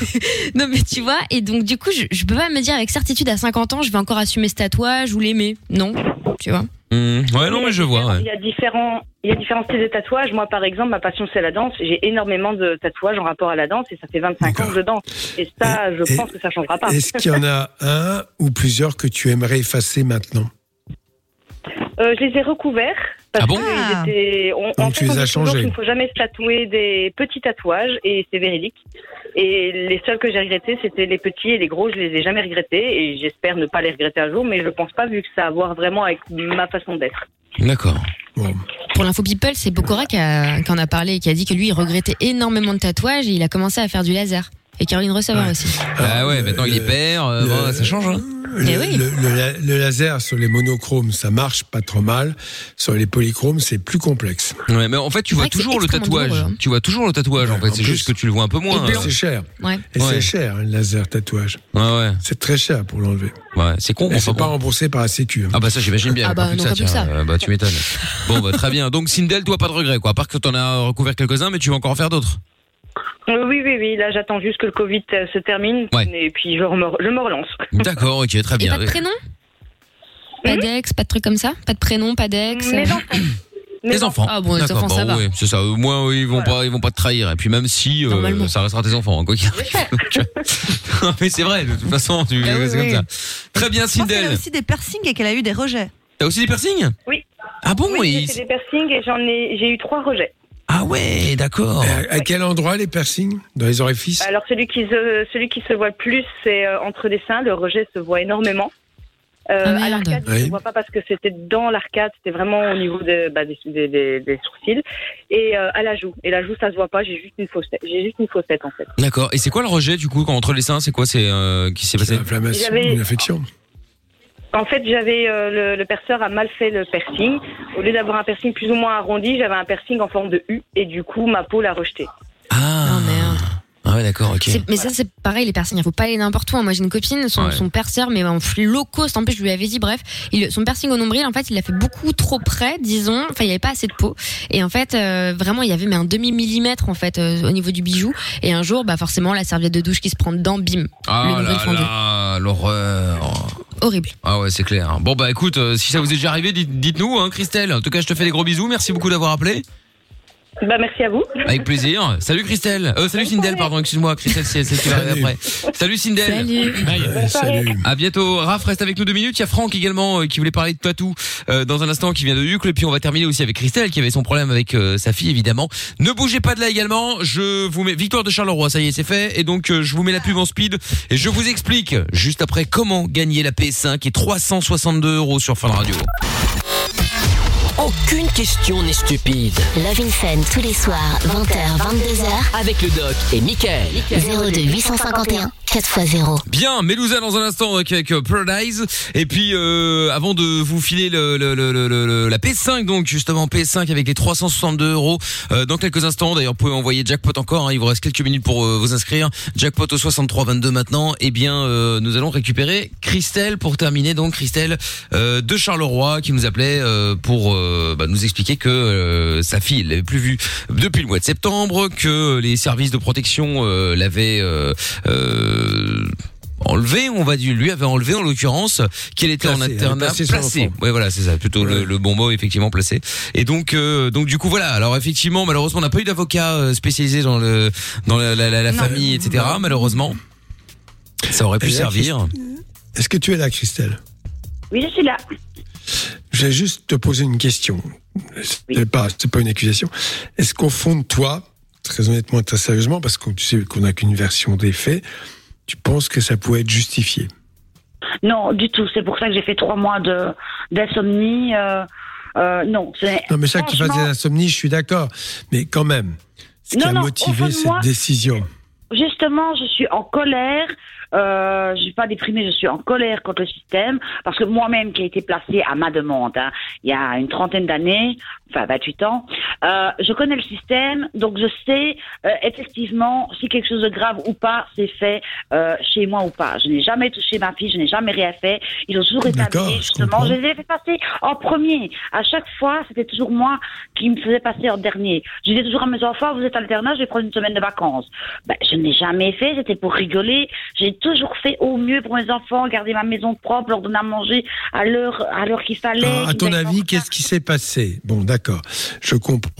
(laughs) non, mais tu vois. Et donc du coup, je, je peux pas me dire avec certitude à 50 ans, je vais encore assumer ce tatouage ou l'aimer. Non, tu vois.
Hmm, Ouais, non, mais je
Il
vois. ouais.
y a différents, il y a différents styles de tatouages. Moi, par exemple, ma passion c'est la danse. J'ai énormément de tatouages en rapport à la danse et ça fait 25 ans que je danse. Et ça, je
et-
pense que ça changera pas.
Est-ce qu'il y en a un ou plusieurs que tu aimerais effacer maintenant
(laughs) Euh, je les ai recouverts. Parce
Ah bon
que ils étaient- on, en
Donc
fait,
tu les
on
as
dit toujours
changés.
qu'il ne faut jamais se tatouer des petits tatouages et c'est véridique. Et les seuls que j'ai regrettés, c'était les petits et les gros, je les ai jamais regrettés et j'espère ne pas les regretter un jour, mais je ne pense pas vu que ça a à voir vraiment avec ma façon d'être.
D'accord.
Pour l'info people, c'est Bokora qui, a- qui en a parlé et qui a dit que lui, il regrettait énormément de tatouages et il a commencé à faire du laser. Et Caroline Receveur aussi.
Ah ouais, maintenant il est père, euh, bon, ça change. Hein.
le, le- le la- le laser sur les monochromes, ça marche pas trop mal. Sur les polychromes, c'est plus complexe.
Ouais, mais en fait, tu vois
que c'est
toujours le
extrêmement
tatouage.
douloureux, hein.
Tu vois toujours le tatouage. en fait, c'est juste que tu le vois un peu moins. hein.
Et c'est cher.
Ouais.
Et
Ouais.
c'est cher, hein, le laser tatouage. C'est très cher pour l'enlever.
Ouais, c'est con.
Et
enfin
c'est pas
bon.
remboursé par la Sécu. hein.
Ah bah ça j'imagine bien.
Ah
pas
bah, non,
plus que ça,
pas plus que
tiens.
ça.
Euh, bah tu (laughs) m'étonnes. bon bah très bien. Donc Sindel, toi pas de regret quoi. À part que t'en as recouvert quelques uns, mais tu vas encore en faire d'autres.
Euh, oui, oui, oui, là j'attends juste que le Covid euh, se termine
Ouais.
et puis je me, je me relance.
D'accord, ok, très
Et
bien.
pas de prénom Pas d'ex, pas de truc comme ça Pas de prénom, pas d'ex (clears throat)
Mais
euh,
non.
Les enfants.
Ah bon, les
D'accord, bah
enfants, ça
bon,
va.
oui, c'est ça. Au moins, oui, ils vont pas, ils vont pas te trahir. Et puis même si, euh, ça restera tes enfants, hein, quoi qu'il arrive. (laughs) Tu vois. Mais c'est vrai, de toute façon, tu,
Ah oui,
c'est
oui.
comme ça. Très bien,
Je pense qu'elle a
Sindel.
aussi des piercings et qu'elle a eu des rejets.
T'as aussi des piercings
Oui.
Ah bon
Oui,
il-
j'ai fait des piercings et j'en ai, j'ai eu trois rejets.
Ah ouais, d'accord.
Euh, À, à quel endroit les piercings Dans les orifices
Alors celui qui se, celui qui se voit le plus, c'est euh, entre les seins. Le rejet se voit énormément. Euh, à l'arcade, je
Oui.
ne vois pas parce que c'était dans l'arcade, c'était vraiment au niveau de, bah, des, des- des- des sourcils et euh, à la joue. Et la joue, ça se voit pas. J'ai juste une fausse tête. J'ai juste une fausse tête en fait.
D'accord. Et c'est quoi le rejet du coup quand- entre les seins C'est quoi C'est euh, qui s'est passé Une
inflammation, J'avais- une
infection.
En fait, j'avais euh, le, le perceur a mal fait le piercing. Au lieu d'avoir un piercing plus ou moins arrondi, j'avais un piercing en forme de U et du coup, ma peau l'a rejeté.
Oh,
Ah ouais, d'accord, ok.
C'est- Mais ça, c'est pareil, les piercings, il faut pas aller n'importe où. hein. Moi, j'ai une copine, son,
Ouais.
son piercing, mais en flux low cost, en plus, je lui avais dit, bref, il, son piercing au nombril, en fait, il l'a fait beaucoup trop près, disons. Enfin, il n'y avait pas assez de peau. Et en fait, euh, vraiment, il y avait mais un demi-millimètre, en fait, euh, au niveau du bijou. Et un jour, bah, forcément, la serviette de douche qui se prend dedans, bim.
Ah
le nombril
là
fendu.
là, l'horreur.
Horrible.
Ah ouais, c'est clair. Bon bah écoute, euh, si ça vous est déjà arrivé, dites- dites-nous, hein, Christelle. En tout cas, je te fais des gros bisous. Merci beaucoup d'avoir appelé.
Bah merci à vous.
Avec plaisir. Salut Christelle. Euh, salut Sindel, pardon, excuse-moi. Christelle, c'est c'est ce qui va arriver après. Salut Sindel.
Salut.
Bye.
Salut.
À bientôt. Raph, reste avec nous deux minutes. Il y a Franck également euh, qui voulait parler de tatou euh, dans un instant, qui vient de Hucle. Et puis on va terminer aussi avec Christelle qui avait son problème avec euh, sa fille évidemment. Ne bougez pas de là également. Je vous mets victoire de Charleroi. Ça y est, c'est fait. Et donc euh, je vous mets la pub en speed et je vous explique juste après comment gagner la PS5 et 362 euros sur Fun Radio.
Aucune question n'est stupide.
Love in Fun tous les soirs, 20h, 22h.
Avec le doc et Michael.
02 851 4x0.
Bien, Melouza dans un instant avec, avec, euh, Paradise. Et puis, euh, avant de vous filer le, le- le- le- le- le- la PS5, donc justement PS5 avec les 362 euros euh, dans quelques instants. D'ailleurs, vous pouvez envoyer jackpot encore. hein. il vous reste quelques minutes pour euh, vous inscrire. Jackpot au 63 22 maintenant. Eh bien, euh, nous allons récupérer Christelle pour terminer. Donc Christelle euh, de Charleroi qui nous appelait euh, pour euh, bah, nous expliquer que euh, sa fille l'avait plus vue depuis le mois de septembre, que les services de protection euh, l'avaient euh, euh, enlevé, on va dire, lui avait enlevé en l'occurrence qu'elle était en
Placé,
internat
placé son enfant.
Ouais, voilà, c'est ça, plutôt le, le bon mot effectivement placé. Et donc, euh, donc du coup voilà. Alors effectivement, malheureusement, on n'a pas eu d'avocat euh, spécialisé dans le dans la, la- la- la famille, etc. Malheureusement, ça aurait pu
Elle a
servir.
Est-ce que tu es là, Christelle
Oui, je suis là.
Je vais juste te poser une question. C'est pas, c'est pas une accusation. Est-ce qu'au fond de toi, très honnêtement et très sérieusement, parce que tu sais qu'on n'a qu'une version des faits, tu penses que ça pouvait être justifié
Non, du tout. C'est pour ça que j'ai fait trois mois de d'insomnie. euh, euh, non, c'est.
Non, mais ça, qu'il fasse des
franchement,
insomnies, je suis d'accord. Mais quand même, ce qui
Non,
a
non, au fond
motivé
de
cette
moi-
décision.
Justement, je suis en colère. Euh, je suis pas déprimée, je suis en colère contre le système parce que moi-même qui ai été placée à ma demande, hein, il y a une trentaine d'années, enfin 28 ans, euh, je connais le système, donc je sais euh, effectivement si quelque chose de grave ou pas s'est fait euh, chez moi ou pas. Je n'ai jamais touché ma fille, je n'ai jamais rien fait. Ils ont toujours
D'accord,
établi
je
justement.
comprends.
Je les ai fait passer en premier. À chaque fois, c'était toujours moi qui me faisais passer en dernier. Je disais toujours à mes enfants, vous êtes alternat, je vais prendre une semaine de vacances. Ben, je ne l'ai jamais fait, c'était pour rigoler. J'ai toujours fait au mieux pour mes enfants, garder ma maison propre, leur donner à manger à l'heure, à l'heure qu'il fallait. Ben,
Alors, Ah, à
qu'ils
ton
aient-
avis, qu'est-ce qui s'est passé Bon, d'accord, je comprends.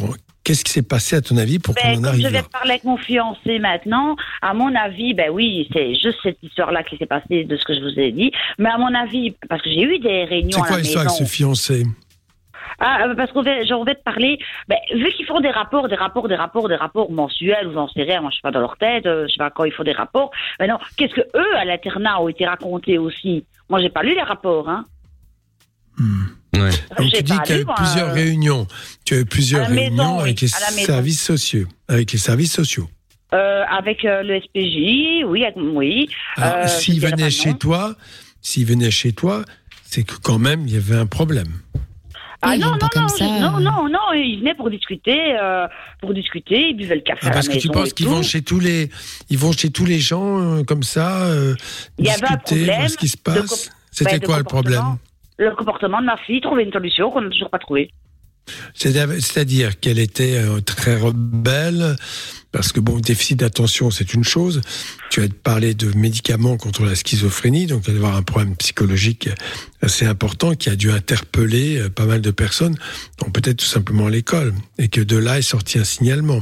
Qu'est-ce qui s'est passé, à ton avis, pour
Ben,
qu'on en
comme je
arrive
vais
là
parler avec mon fiancé maintenant, à mon avis, ben oui, c'est juste cette histoire-là qui s'est passée de ce que je vous ai dit. Mais à mon avis, parce que j'ai eu des réunions
C'est
à
quoi
la
l'histoire avec
maison.
ce fiancé
Ah, euh, parce qu'on va, j'en vais te parler. Ben, vu qu'ils font des rapports, des rapports, des rapports, des rapports mensuels, ou j'en sais rien, moi je suis pas dans leur tête, euh, je sais pas quand ils font des rapports. Mais non, qu'est-ce que eux à l'internat ont été racontés aussi Moi j'ai pas lu les rapports, hein.
Donc,
Ah, J'ai
tu dis
pas
que tu as
lu,
eu
moi,
plusieurs
euh,
réunions. Tu as eu plusieurs
à la maison,
réunions avec,
oui,
les
à la maison.
services sociaux, avec les services sociaux.
Euh, avec euh, le SPJ, oui, avec- oui.
Alors,
Euh, je
s'il
dirais pas
venait chez
non.
toi, s'il venait chez toi, c'est que quand même, il y avait un problème.
Ah
ils
non,
viennent
non,
pas
non,
comme ça,
je- non,
euh.
non, non, ils venaient pour discuter, euh, pour discuter, ils buvaient le café
Ah,
à la
parce que
maison
tu penses
et
qu'ils
tout.
vont chez tous les, ils vont chez tous les gens euh, comme ça, euh,
Il y avait un
discuter,
problème
voir ce qui se
de com-
passe. C'était
ben, de
quoi le problème
comportement. Le comportement de ma fille, trouver une solution qu'on n'a toujours pas trouvée.
C'est-à- C'est-à-dire qu'elle était euh, très rebelle, parce que bon, déficit d'attention, c'est une chose. Tu as parlé de médicaments contre la schizophrénie, donc elle va avoir un problème psychologique assez important qui a dû interpeller euh, pas mal de personnes, donc peut-être tout simplement à l'école, et que de là est sorti un signalement.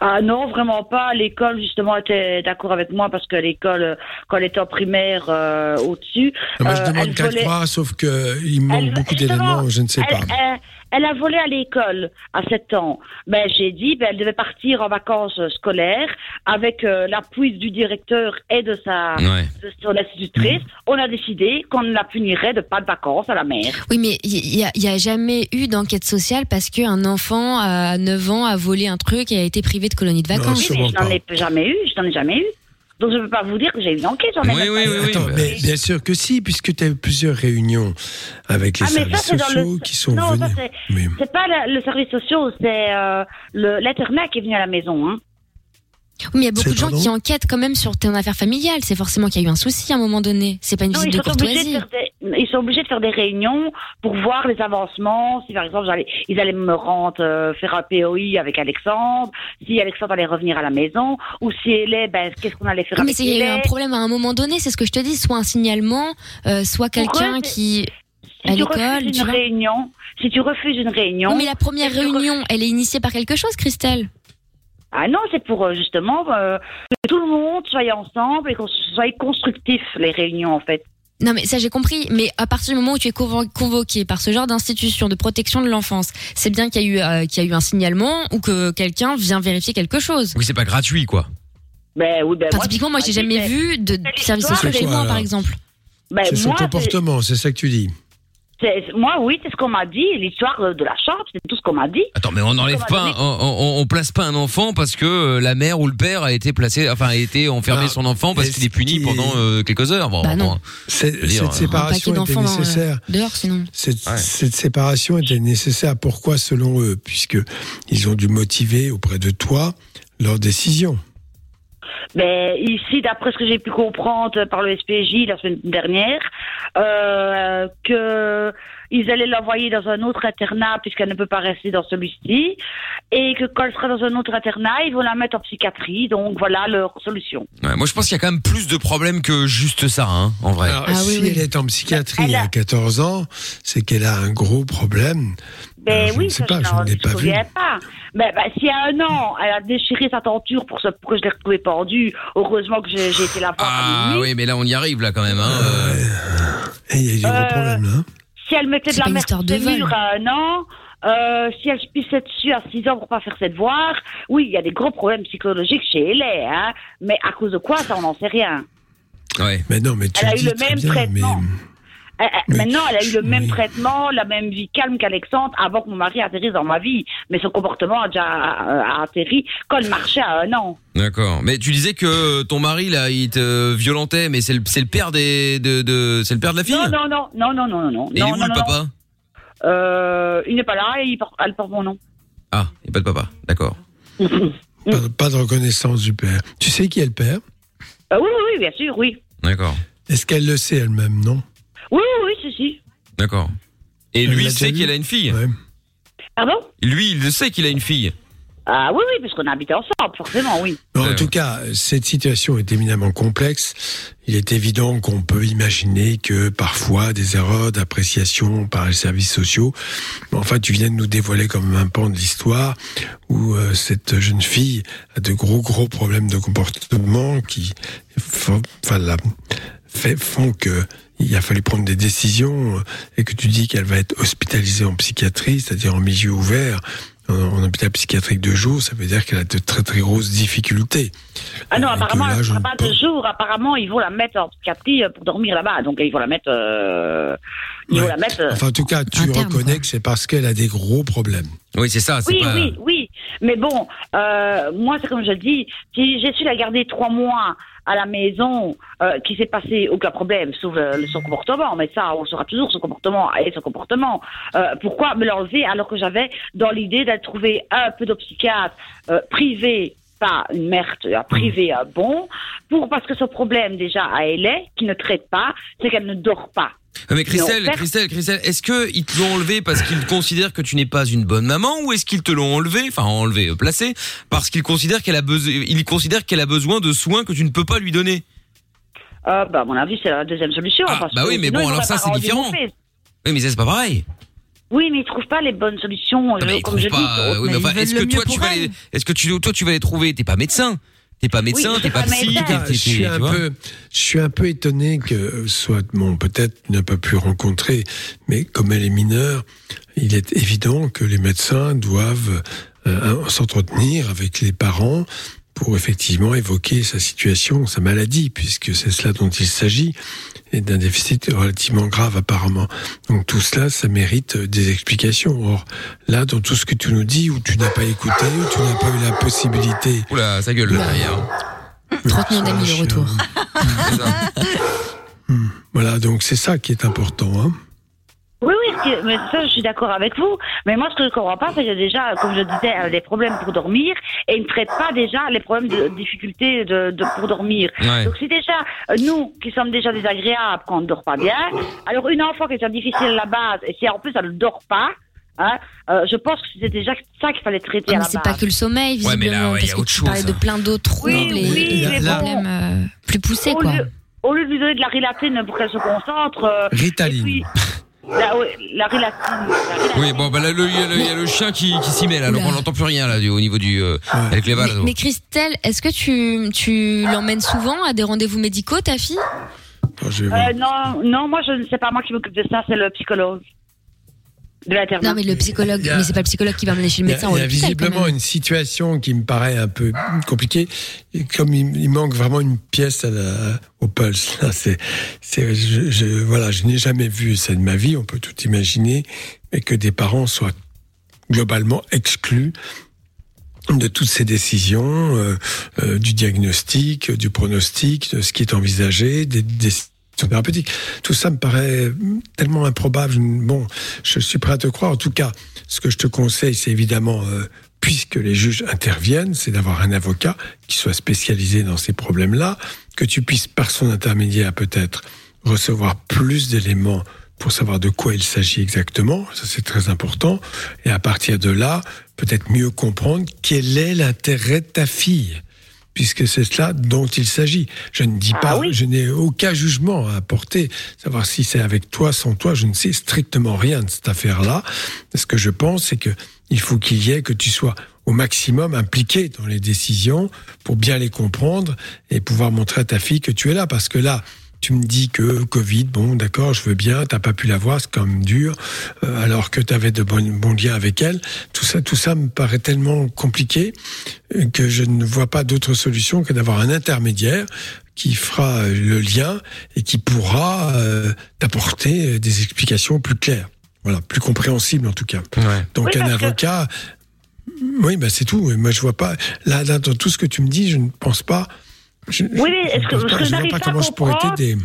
Ah non, vraiment pas. L'école, justement, était d'accord avec moi parce que l'école, euh, quand elle était en primaire euh, au-dessus.
Non, Ah, moi, je
euh,
demande
elle
qu'à le
volait-
croire, sauf qu'il manque beaucoup d'éléments, je ne sais
elle,
pas.
elle- elle a volé à l'école à 7 ans. Ben, j'ai dit, ben, elle devait partir en vacances euh, scolaires avec euh, l'appui du directeur et de sa de son institutrice.
Mmh.
On a décidé qu'on la punirait de pas de vacances à la mère.
Oui, mais il n'y a, y a jamais eu d'enquête sociale parce qu'un enfant à 9 ans a volé un truc et a été privé de colonie de
Oui,
vacances.
mais je n'en ai jamais eu, je n'en ai jamais eu. Donc je ne peux pas vous dire que j'ai eu une enquête. j'en ai même pas eu.
Attends, mais bien sûr que si, puisque tu as eu plusieurs réunions avec les
Ah, mais ça,
services
c'est dans
sociaux
le-
qui sont
non, ça,
venus.
c'est- C'est pas la- le service social, c'est euh, le- l'internat qui est venu à la maison. Hein.
Oui, mais il y a beaucoup
C'est-
de gens
pardon
qui enquêtent quand même sur ton affaire familiale. C'est forcément qu'il y a eu un souci à un moment donné. C'est pas une
Non,
visite
ils
de
sont, obligés de
courtoisie.
faire des, ils sont obligés de faire des réunions pour voir les avancements. Si par exemple j'allais, ils allaient me rendre euh, faire un POI avec Alexandre, si Alexandre allait revenir à la maison, ou si elle est, ben, qu'est-ce qu'on allait faire
Oui, Ah, mais
avec
c'est- il y a eu
Hélène
un problème à un moment donné, c'est ce que je te dis. Soit un signalement, euh, soit
Pour eux,
quelqu'un
c'est-
qui.
Si
à
tu
l'école.
refuses
tu
une
vois.
réunion, si tu refuses une réunion,
Oui, mais la première réunion, elle est initiée par quelque chose, Christelle
ah non, c'est pour euh, justement euh, que tout le monde soit ensemble et qu'on soit constructif les réunions en fait.
Non, mais ça j'ai compris. Mais à partir du moment où tu es convo- convoqué par ce genre d'institution de protection de l'enfance, c'est bien qu'il y, a eu, euh, qu'il y a eu un signalement ou que quelqu'un vient vérifier quelque chose.
Oui, c'est pas gratuit, quoi.
Ben oui, ben
Enfin, typiquement, moi j'ai jamais vu de service social
C'est
chez
quoi,
moi,
alors
par exemple.
Ben,
Ah. c'est son
moi, c'est-
comportement, c'est ça que tu dis.
C'est- Moi, oui, c'est ce qu'on m'a dit. L'histoire euh, de la chambre, c'est tout ce qu'on m'a dit.
Attends, mais on n'enlève pas, un- on, on- on place pas un enfant parce que euh, la mère ou le père a été placé, enfin a été enfermé son enfant parce Ah. qu'il est puni pendant euh, quelques heures. Bon,
Bah non.
bon. Je veux
Cette,
dire,
cette
euh,
séparation était
euh,
nécessaire.
dehors, sinon.
Cette, cette séparation était nécessaire. Pourquoi, selon eux Puisque ils ont dû motiver auprès de toi leur décision.
Mais Ben, ici, d'après ce que j'ai pu comprendre euh, par le SPJ la semaine dernière, euh, que ils allaient l'envoyer dans un autre internat puisqu'elle ne peut pas rester dans celui-ci, et que quand elle sera dans un autre internat, ils vont la mettre en psychiatrie. Donc voilà leur solution.
Ouais, moi, je pense qu'il y a quand même plus de problèmes que juste ça, hein, en vrai.
Alors,
Ah
si elle est en
Ben,
psychiatrie à 14 ans, c'est qu'elle a un gros problème.
Ben
Alors, Ah, je
oui,
ne sais
ça,
pas,
je
je
n'en-
ne l'ai
je
pas
me
vu.
souviens pas. Ben, ben, si à un an, elle a déchiré sa tenture pour, ça- pour que je l'ai retrouvée pendue, heureusement que j'ai j'ai été la voir.
Ah oui, mais là, on y arrive là quand même. Hein,
Il y a eu des
Euh,
gros problèmes hein. là.
Si elle mettait de
C'est pas
la
une
merde
histoire
sur
de
ses
vol.
murs à un an, euh, si elle se pissait dessus à 6 ans pour pas faire ses devoirs, oui, il y a des gros problèmes psychologiques chez elle, hein, mais à cause de quoi, ça, on n'en sait rien.
Mais non, mais tu
elle a
le
eu
dis
le
très
même
bien,
traitement.
mais-
Euh, euh, Maintenant, elle a eu le même traitement, la même vie calme qu'Alexandre avant que mon mari atterrisse dans ma vie. Mais son comportement a déjà euh, a atterri quand elle marchait à un an.
D'accord. Mais tu disais que ton mari là, il te violentait, mais c'est le, c'est le père des, de, de- c'est le père de la fille.
Non, non, non, non, non, non, non, non.
Et il est
non,
où
non,
le
non.
papa
Euh, Il n'est pas là et il porte- elle porte mon nom.
Ah, il n'y a pas de papa. D'accord.
Pas, pas de reconnaissance du père. Tu sais qui est le père
Euh, oui, oui, oui, bien sûr, oui.
D'accord.
Est-ce qu'elle le sait elle-même, non
Oui, oui, oui, si, si.
D'accord. Et lui sait qu'il a une fille.
Pardon
Lui, il sait qu'il a une fille.
Ah oui, oui, parce qu'on habite ensemble, forcément, oui.
Non, en tout cas, cette situation est éminemment complexe. Il est évident qu'on peut imaginer que parfois des erreurs d'appréciation par les services sociaux. Mais enfin, tu viens de nous dévoiler comme un pan de l'histoire où euh, cette jeune fille a de gros gros problèmes de comportement qui font, enfin, la- fait- font que il a fallu prendre des décisions euh, et que tu dis qu'elle va être hospitalisée en psychiatrie, c'est-à-dire en milieu ouvert, en, en hôpital psychiatrique de jour, ça veut dire qu'elle a de très très grosses difficultés.
Ah non, apparemment,
là,
elle ne
je
sera
ne
pas de jour. Apparemment, ils vont la mettre en psychiatrie euh, pour dormir là-bas. Donc, ils vont la mettre. euh, Ils vont la mettre. euh,
Enfin, en tout cas, tu reconnais que c'est parce qu'elle a des gros problèmes.
Oui, Ah, c'est ça.
Oui, oui, oui. Mais bon, euh, moi, c'est comme je le dis, si j'ai su la garder trois mois à la maison, euh, qui s'est passé aucun problème, sauf euh, le- le- son comportement, mais ça, on saura toujours son comportement et son comportement. Euh, pourquoi me l'enlever alors que j'avais dans l'idée d'aller trouver un peu de psychiatre euh, privé pas une euh, merde, un privé, un bon, pour, parce que ce problème déjà à elle est, qui ne traite pas, c'est qu'elle ne dort pas.
Ah, Mais Christelle,
Non, per-
Christelle, Christelle, est-ce que ils te l'ont enlevé parce qu'ils considèrent que tu n'es pas une bonne maman ou est-ce qu'ils te l'ont enlevé, enfin enlevé, euh, placé parce qu'ils considèrent qu'elle a besoin, ils considèrent qu'elle a besoin de soins que tu ne peux pas lui donner.
Ah, bah, à mon avis, c'est la deuxième solution.
Ah,
parce
bah
que
oui, mais
sinon,
bon,
ils
alors
l'auraient
ça,
pas
c'est
rendu
différent.
mauvais.
Oui, mais ça c'est pas pareil.
Oui, mais ils trouvent pas les bonnes solutions. euh, comme je
Pas,
dis.
euh, oui, mais enfin, est-ce que toi tu vas les, est-ce que tu, toi tu vas les trouver T'es pas médecin, t'es pas médecin,
je suis
t'es pas,
pas
psy,
médecin.
t'es, t'es-
Je suis
t'es-
un
tu vois.
peu, je suis un peu étonné que euh, soit bon, peut-être tu n'as pas pu rencontrer, mais comme elle est mineure, il est évident que les médecins doivent euh, un- s'entretenir avec les parents pour effectivement évoquer sa situation, sa maladie, puisque c'est cela dont il s'agit, et d'un déficit relativement grave apparemment. Donc tout cela, ça mérite euh, des explications. Or, là, dans tout ce que tu nous dis, où tu n'as pas écouté, où tu n'as pas eu la possibilité...
Oula, sa gueule là, derrière.
30 millions d'amis de retour. Voilà, donc c'est ça qui est important. Hein.
Oui, oui, ce qui- mais ça, je suis d'accord avec vous. Mais moi, ce que je comprends pas, c'est que déjà, comme je disais, euh, des problèmes pour dormir et ils ne traitent pas déjà les problèmes de difficulté de, de- pour dormir.
Ouais.
Donc, c'est déjà euh, nous qui sommes déjà désagréables quand on ne dort pas bien. Alors, une enfant qui est déjà difficile à la base et si en plus elle ne dort pas, hein, euh, je pense que c'est déjà ça qu'il fallait traiter à
Ah, Mais
la
c'est
base.
pas que le sommeil,
Ouais, mais
visiblement,
là, ouais, y
parce
a
que
autre
tu
chose,
parlais de
hein.
plein d'autres
Oui,
troubles et-
oui,
et
mais
de
bon.
problèmes euh, plus poussés,
au
quoi.
Lieu, au lieu de lui donner de la rilatine pour qu'elle se concentre. euh,
Ritaline.
et puis- la, ouais, la rilatine.
Oui, bon, bah là, le- il y a le- il y, a le chien qui, qui s'y met là, donc on n'entend plus rien là du- au niveau du euh,
Ah.
avec les balles.
Mais Christelle, est-ce que tu, tu l'emmènes souvent à des rendez-vous médicaux, ta fille
Ah,
Euh, non, non, moi je ne sais pas moi qui m'occupe de ça, c'est le psychologue de l'internat.
Non, mais le psychologue, mais c'est pas le psychologue qui va mener chez le
Il y a,
médecin.
il y a
on l'hôpital, quand
visiblement
même.
une situation qui me paraît un peu compliquée. Et comme il, il manque vraiment une pièce à la- au pulse, là, c'est, c'est- je, je- voilà, je n'ai jamais vu ça de ma vie. On peut tout imaginer, mais que des parents soient globalement exclus de toutes ces décisions, euh, euh, du diagnostic, euh, du pronostic, de ce qui est envisagé, des décisions thérapeutiques. Tout ça me paraît hum, tellement improbable. Bon, je suis prêt à te croire. En tout cas, ce que je te conseille, c'est évidemment, euh, puisque les juges interviennent, c'est d'avoir un avocat qui soit spécialisé dans ces problèmes-là, que tu puisses, par son intermédiaire peut-être, recevoir plus d'éléments pour savoir de quoi il s'agit exactement, ça c'est très important, et à partir de là, peut-être mieux comprendre quel est l'intérêt de ta fille, puisque c'est cela dont il s'agit. Je ne dis pas, je n'ai aucun jugement à apporter, savoir si c'est avec toi, sans toi, je ne sais strictement rien de cette affaire-là. Ce que je pense, c'est que il faut qu'il y ait que tu sois au maximum impliqué dans les décisions pour bien les comprendre et pouvoir montrer à ta fille que tu es là, parce que là, tu me dis que Covid, bon, d'accord, je veux bien, t'as pas pu la voir, c'est quand même dur, euh, alors que t'avais de bons, bons liens avec elle. Tout ça, tout ça me paraît tellement compliqué euh, que je ne vois pas d'autre solution que d'avoir un intermédiaire qui fera euh, le lien et qui pourra euh, t'apporter euh, des explications plus claires. Voilà, plus compréhensibles en tout cas. Donc un avocat, oui, bah c'est tout. Et Moi, je vois pas. Là, là, dans tout ce que tu me dis, je ne pense pas. Je,
Oui, mais
je
est-ce que-
ne pense
parce
pas-
que
je vois
j'arrive
pas
pas à
comment je pourrais
comprendre.
t'aider.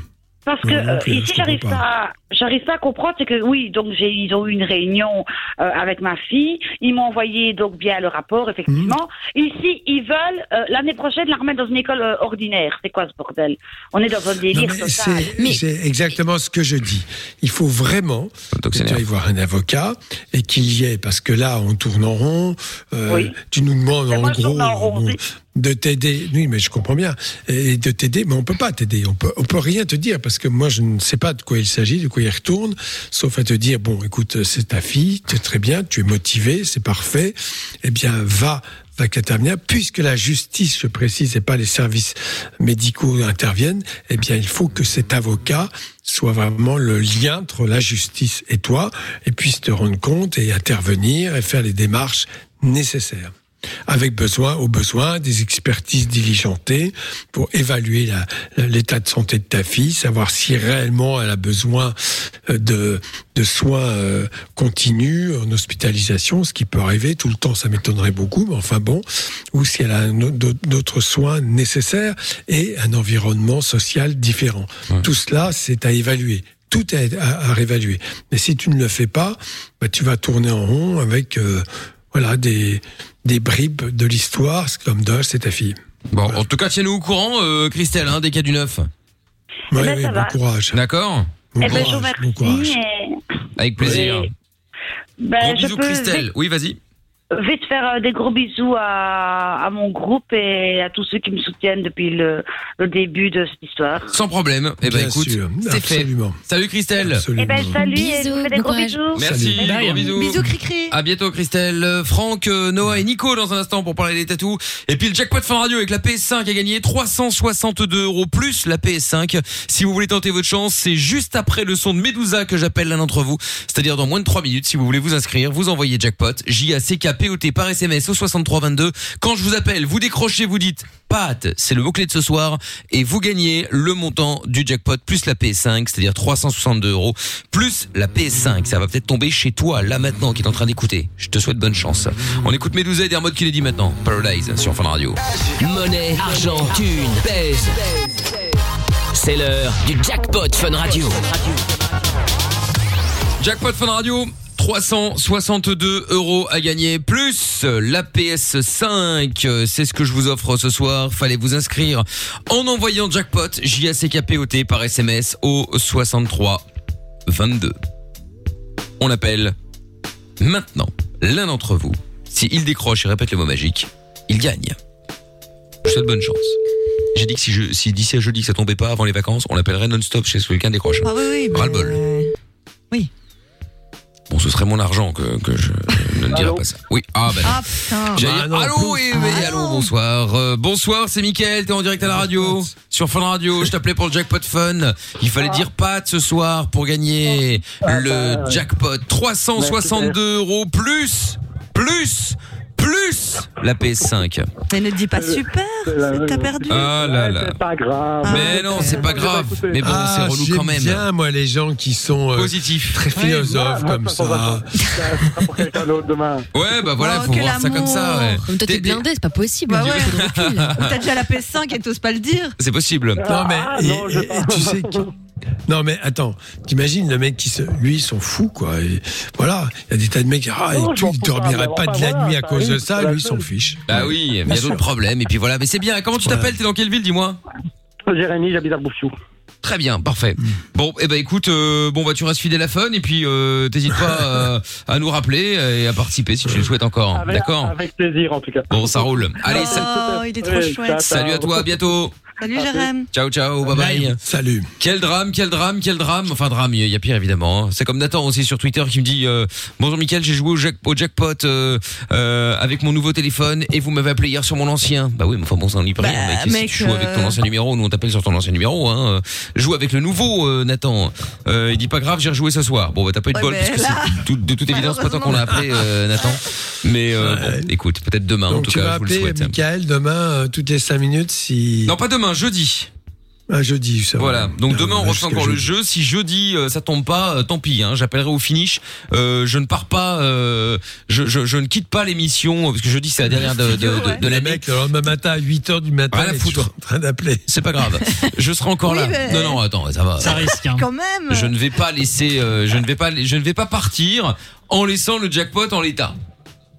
Parce que
Non, non
euh,
plus, je
ici, j'arrive
comprends
pas, j'arrive pas à comprendre, c'est que oui, donc j'ai, ils ont eu une réunion euh, avec ma fille, ils m'ont envoyé donc bien le rapport, effectivement.
Mm.
Ici, ils veulent euh, l'année prochaine la remettre dans une école euh, ordinaire. C'est quoi ce bordel On est dans un
Non,
délire
mais
total.
c'est c'est exactement ce que je dis. Il faut vraiment que tu ailles voir un avocat et qu'il y ait, parce que là, on tourne en rond, euh, tu nous demandes en gros bon, de t'aider. Oui, mais je comprends bien. Et de t'aider, mais on peut pas t'aider. On peut, on peut rien te dire parce que moi, je ne sais pas de quoi il s'agit, de quoi il retourne, sauf à te dire, bon, écoute, c'est ta fille, tu es très bien, tu es motivé, c'est parfait. Eh bien, va va intervenir, puisque la justice, je précise, et pas les services médicaux interviennent, eh bien, il faut que cet avocat soit vraiment le lien entre la justice et toi, et puisse te rendre compte et intervenir et faire les démarches nécessaires. Avec besoin, au besoin, des expertises diligentées pour évaluer la- la- l'état de santé de ta fille, savoir si réellement elle a besoin euh, de, de soins euh, continus en hospitalisation, ce qui peut arriver tout le temps, ça m'étonnerait beaucoup, mais enfin bon, ou si elle a un autre- d'autres d'autres soins nécessaires et un environnement social différent. Tout cela, c'est à évaluer. Tout est à, à réévaluer. Mais si tu ne le fais pas, bah, tu vas tourner en rond avec euh, voilà des, des bribes de l'histoire, c'est comme Doge, c'est ta fille.
Bon, en tout cas, tiens-nous au courant, euh, Christelle, hein, des cas du neuf.
Eh ben,
Oui, oui, bon courage.
D'accord.
Eh ben, je vous
courage, bon courage.
remercie. et,
Avec plaisir.
ben,
Gros
je
bisous,
peux
Christelle. Oui, vas-y.
Vite, vite faire euh, des gros bisous à, à mon groupe et à tous ceux qui me soutiennent depuis le, le début de cette histoire.
Sans problème. Eh ben,
Bien
écoute,
sûr,
c'est fait.
absolument.
Salut, Christelle.
Eh ben, salut et je vous fais des gros bisous.
Merci.
Salut.
Gros bisous.
Bisous, Cricri.
À bientôt Christelle, Euh, Franck, euh, Noah et Nico dans un instant pour parler des tatous. Et puis le jackpot fin radio avec la PS5 a gagné 362 euros plus la PS5. Si vous voulez tenter votre chance, c'est juste après le son de Medusa que j'appelle l'un d'entre vous. C'est-à-dire dans moins de 3 minutes, si vous voulez vous inscrire, vous envoyez jackpot, J-A-C-K-P-O-T par SMS au 6322. Quand je vous appelle, vous décrochez, vous dites pâte, c'est le mot-clé de ce soir, et vous gagnez le montant du jackpot plus la PS5, c'est-à-dire 362 euros, plus la PS5. Ça va peut-être tomber chez toi, là maintenant, qui est en train d'écouter. Je te souhaite bonne chance. On écoute Medusa et Dermot qui l'a dit maintenant, Paradise, sur Fun Radio.
Monnaie, argent, thune, pèse. C'est l'heure du jackpot Fun Radio.
Jackpot Fun Radio 362 euros à gagner plus la PS5 Euh, c'est ce que je vous offre ce soir fallait vous inscrire en envoyant jackpot J A C K P O T par SMS au 63 22 on appelle maintenant l'un d'entre vous si il décroche et répète le mot magique il gagne je vous souhaite bonne chance j'ai dit que si je si d'ici à jeudi que ça tombait pas avant les vacances on l'appellerait non stop chez ce quelqu'un décroche
Ah oui, oui. mais-
Ras-le-bol. Bon, ce serait mon argent que, que je je ne dirais pas ça. Oui, ah ben.
Ah putain.
J'allais
Bah,
dire, allô, et, et allô, bonsoir. Euh, bonsoir, c'est Mickaël, t'es en direct à la radio, sur Fun Radio. Je t'appelais pour le jackpot fun. Il fallait dire pat ce soir pour gagner le jackpot. 362 euros plus, plus, plus la
(laughs)
PS5.
Mais ne dis pas super, c'est- t'as perdu.
Ah là là.
Pas grave. Ah,
Mais non, c'est pas grave. Mais bon,
Ah,
c'est relou
j'aime
quand même.
bien, moi, les gens qui sont euh,
Positif.
très philosophes comme ça.
(laughs) pour quelqu'un d'autre demain.
Ouais, bah voilà,
Oh,
faut
que
voir ça comme ça.
l'amour.
ouais.
Comme toi, t'es
T'es- t'es-
blindé, c'est pas possible.
Bah ouais. T'as déjà la PS5 et t'oses pas le dire.
(laughs)
Oh,
C'est possible.
Non, mais
Ah,
et-
non, je
et-
parle.
tu sais que- Non mais attends, t'imagines le mec qui se, lui ils sont fous quoi. Et voilà, il y a des tas de mecs qui disent, ah
Non,
et
je
tout,
m'en
ils
fous pas,
dormiraient
mais
pas de
enfin,
la
voilà,
nuit à
ça
cause de
arrive,
ça,
c'est la
lui ils s'en
chose.
fichent.
Bah oui, mais il
Bien
y a d'autres
sûr.
problèmes. Et puis voilà, mais c'est bien. Comment tu
Voilà.
t'appelles T'es dans quelle ville, dis-moi
Jérémy, j'habite à Boussiou.
Très bien, parfait. Bon, eh ben écoute, euh, bon bah tu restes fidèle à Fun et puis euh, t'hésites
(laughs)
pas euh, à nous rappeler et à participer si tu le souhaites encore.
Avec-
D'accord
Avec plaisir, en tout cas.
Bon, ça roule. Allez, sa-
Oh, il est trop
Oui,
chouette.
ça-
salut à toi, à bientôt.
Salut Jérém.
Ciao, ciao, bye bye.
Salut.
Quel drame, quel drame, quel drame. Enfin, drame, il y a pire évidemment. hein. C'est comme Nathan aussi sur Twitter qui me dit euh, Bonjour Mickaël, j'ai joué au, jack- au jackpot euh, euh, avec mon nouveau téléphone et vous m'avez appelé hier sur mon ancien. Bah oui, mais enfin bon, ça on y peut rien,
Bah,
mec. Si
mec,
tu joues avec ton
euh,
ancien numéro, nous on t'appelle sur ton ancien numéro. Hein. Euh, Joue avec le nouveau, euh, Nathan. Euh, il dit pas grave, j'ai rejoué ce soir. Bon, bah t'as pas eu de
Ouais,
bol
mais
parce que
là,
c'est tout-
(laughs)
de toute évidence pas toi qu'on l'a appelé, euh, Nathan. Mais euh, bon, écoute, peut-être demain en
Donc
tout
tu
cas,
vas
je vous le
appeler
souhaite.
Michael demain euh, toutes les 5 minutes si
Non, pas demain, jeudi.
un jeudi ça. va.
Voilà. Donc
Non,
demain on
là,
refait
jusqu'à
encore le
jeudi.
jeu. Si jeudi euh, ça tombe pas, euh, tant pis. Hein, J'appellerai au finish. Euh, je ne pars pas. euh, je, je, je ne quitte pas l'émission euh, parce que jeudi c'est la dernière de, de, de, de
Le
l'année.
mec le lendemain matin à 8h du matin,
Rien à
il est toujours
foutre.
en train d'appeler.
C'est pas grave. Je serai encore
Oui,
là.
mais-
Non non attends ça va.
Ça risque, hein.
Quand même.
Je ne vais pas laisser. euh, je ne vais pas. Je ne vais pas partir en laissant le jackpot en l'état.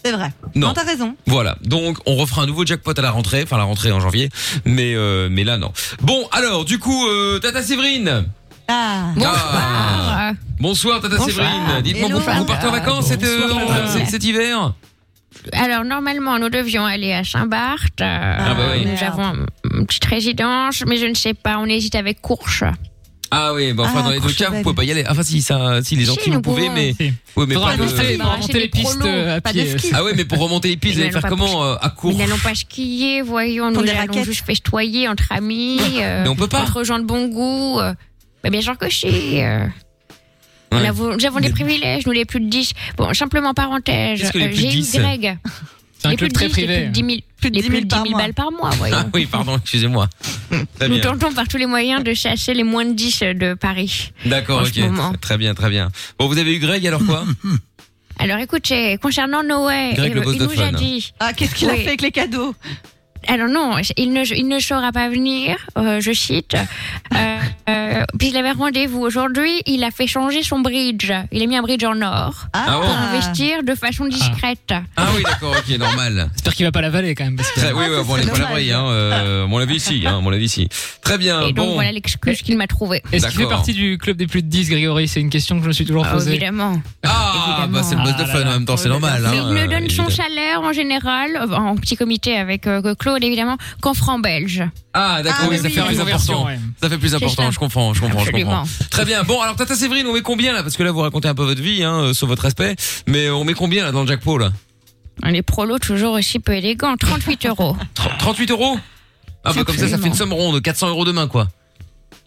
C'est vrai.
Non.
t'as raison.
Voilà. Donc on refera un nouveau jackpot à la rentrée. Enfin la rentrée en janvier. Mais euh, mais là non. Bon alors du coup euh, Tata Séverine.
Ah.
Ah. Bonsoir Tata
Bonsoir.
Séverine. Dites-moi,
Hello.
vous, vous partez en vacances cet, euh,
Bonsoir.
cet- cet hiver
Alors normalement, nous devions aller à Saint-Barth. euh,
Ah bah oui.
Nous
merde.
avons une petite résidence, mais je ne sais pas. On hésite avec Courche.
Ah oui, bah, enfin
Ah,
dans les deux cas,
Courchevel.
vous pouvez pas y aller. Enfin si, ça, si les
Si,
gentils, vous
nous
pouvez,
pouvons.
mais
Si.
ouais, mais
Faudra
pas de-
remonter
Faudra acheter
remonter les
des
pistes
prolos,
euh, à
pas de
pied.
ski.
ah ouais, mais pour remonter les pistes, vous
Mais
allez faire
n'allons pas
comment euh, à
Nous
court
n'allons pas skier, voyons.
Prendre
Nous
des
allons
raquettes.
juste festoyer entre amis. euh,
Mais on peut pas.
Entre gens de bon goût. euh. mais bien sûr que si. euh. Nous
Ouais.
avons- Nous avons des privilèges, nous les plus de 10. Bon, simplement parenthèse,
Qu'est-ce que les
euh,
plus de
j'ai eu
10?
Greg.
C'est un
les plus
club
de
très
10, Les plus
privé.
de 10 000, les plus de 10 000 balles par mois, voyons.
Ah (laughs) oui, pardon, excusez-moi. Très
(laughs)
Nous
bien.
tentons par tous les moyens de chasser les moins de 10
euh,
de Paris.
D'accord,
en ce moment.
ok. Très bien, très bien. Bon, vous avez eu Greg alors quoi
Alors écoutez, concernant Noé,
Greg,
il,
le boss
il
de
nous a
fun.
dit...
Ah, qu'est-ce qu'il a
Oui.
fait avec les cadeaux
Alors non, il ne, il ne saura pas venir, euh, je cite. Euh,
Euh, puis je l'avais rendez-vous. Aujourd'hui, il a fait changer son bridge. Il a mis un bridge en or
Ah
pour
bon
investir de façon discrète.
Ah oui, d'accord, ok, normal.
Ah,
J'espère qu'il va pas l'avaler quand même. Parce que...
Très- oui, oui, bon, elle est pas la vraie, hein, euh, à mon avis, si, hein, à mon avis, si. Très bien,
Et donc
Ah, bon.
voilà l'excuse qu'il m'a trouvée.
Est-ce qu'il fait partie du club des plus de 10, Grégory C'est une question que je me suis toujours
Ah,
posée.
évidemment.
Ah, bah c'est le boss de fun en même temps, c'est normal.
Il
hein,
ne
euh,
donne son
évidemment.
salaire en général, euh, en petit comité avec euh, Claude évidemment, qu'en francs belges.
Ah, d'accord,
Ah,
oui,
bah
ça
oui,
fait
oui.
plus
Conversion,
important.
ouais.
Ça fait plus
C'est
important,
ça.
je comprends, je comprends, je
Absolument.
comprends. Très bien. Bon, alors Tata Séverine, on met combien là Parce que là, vous racontez un peu votre vie, hein, euh, sur votre aspect. Mais on met combien là dans le jackpot là
Hein, Les prolos toujours aussi peu élégants, 38 euros.
38 euros Ah, bah comme ça, ça fait une somme ronde, 400 euros demain quoi.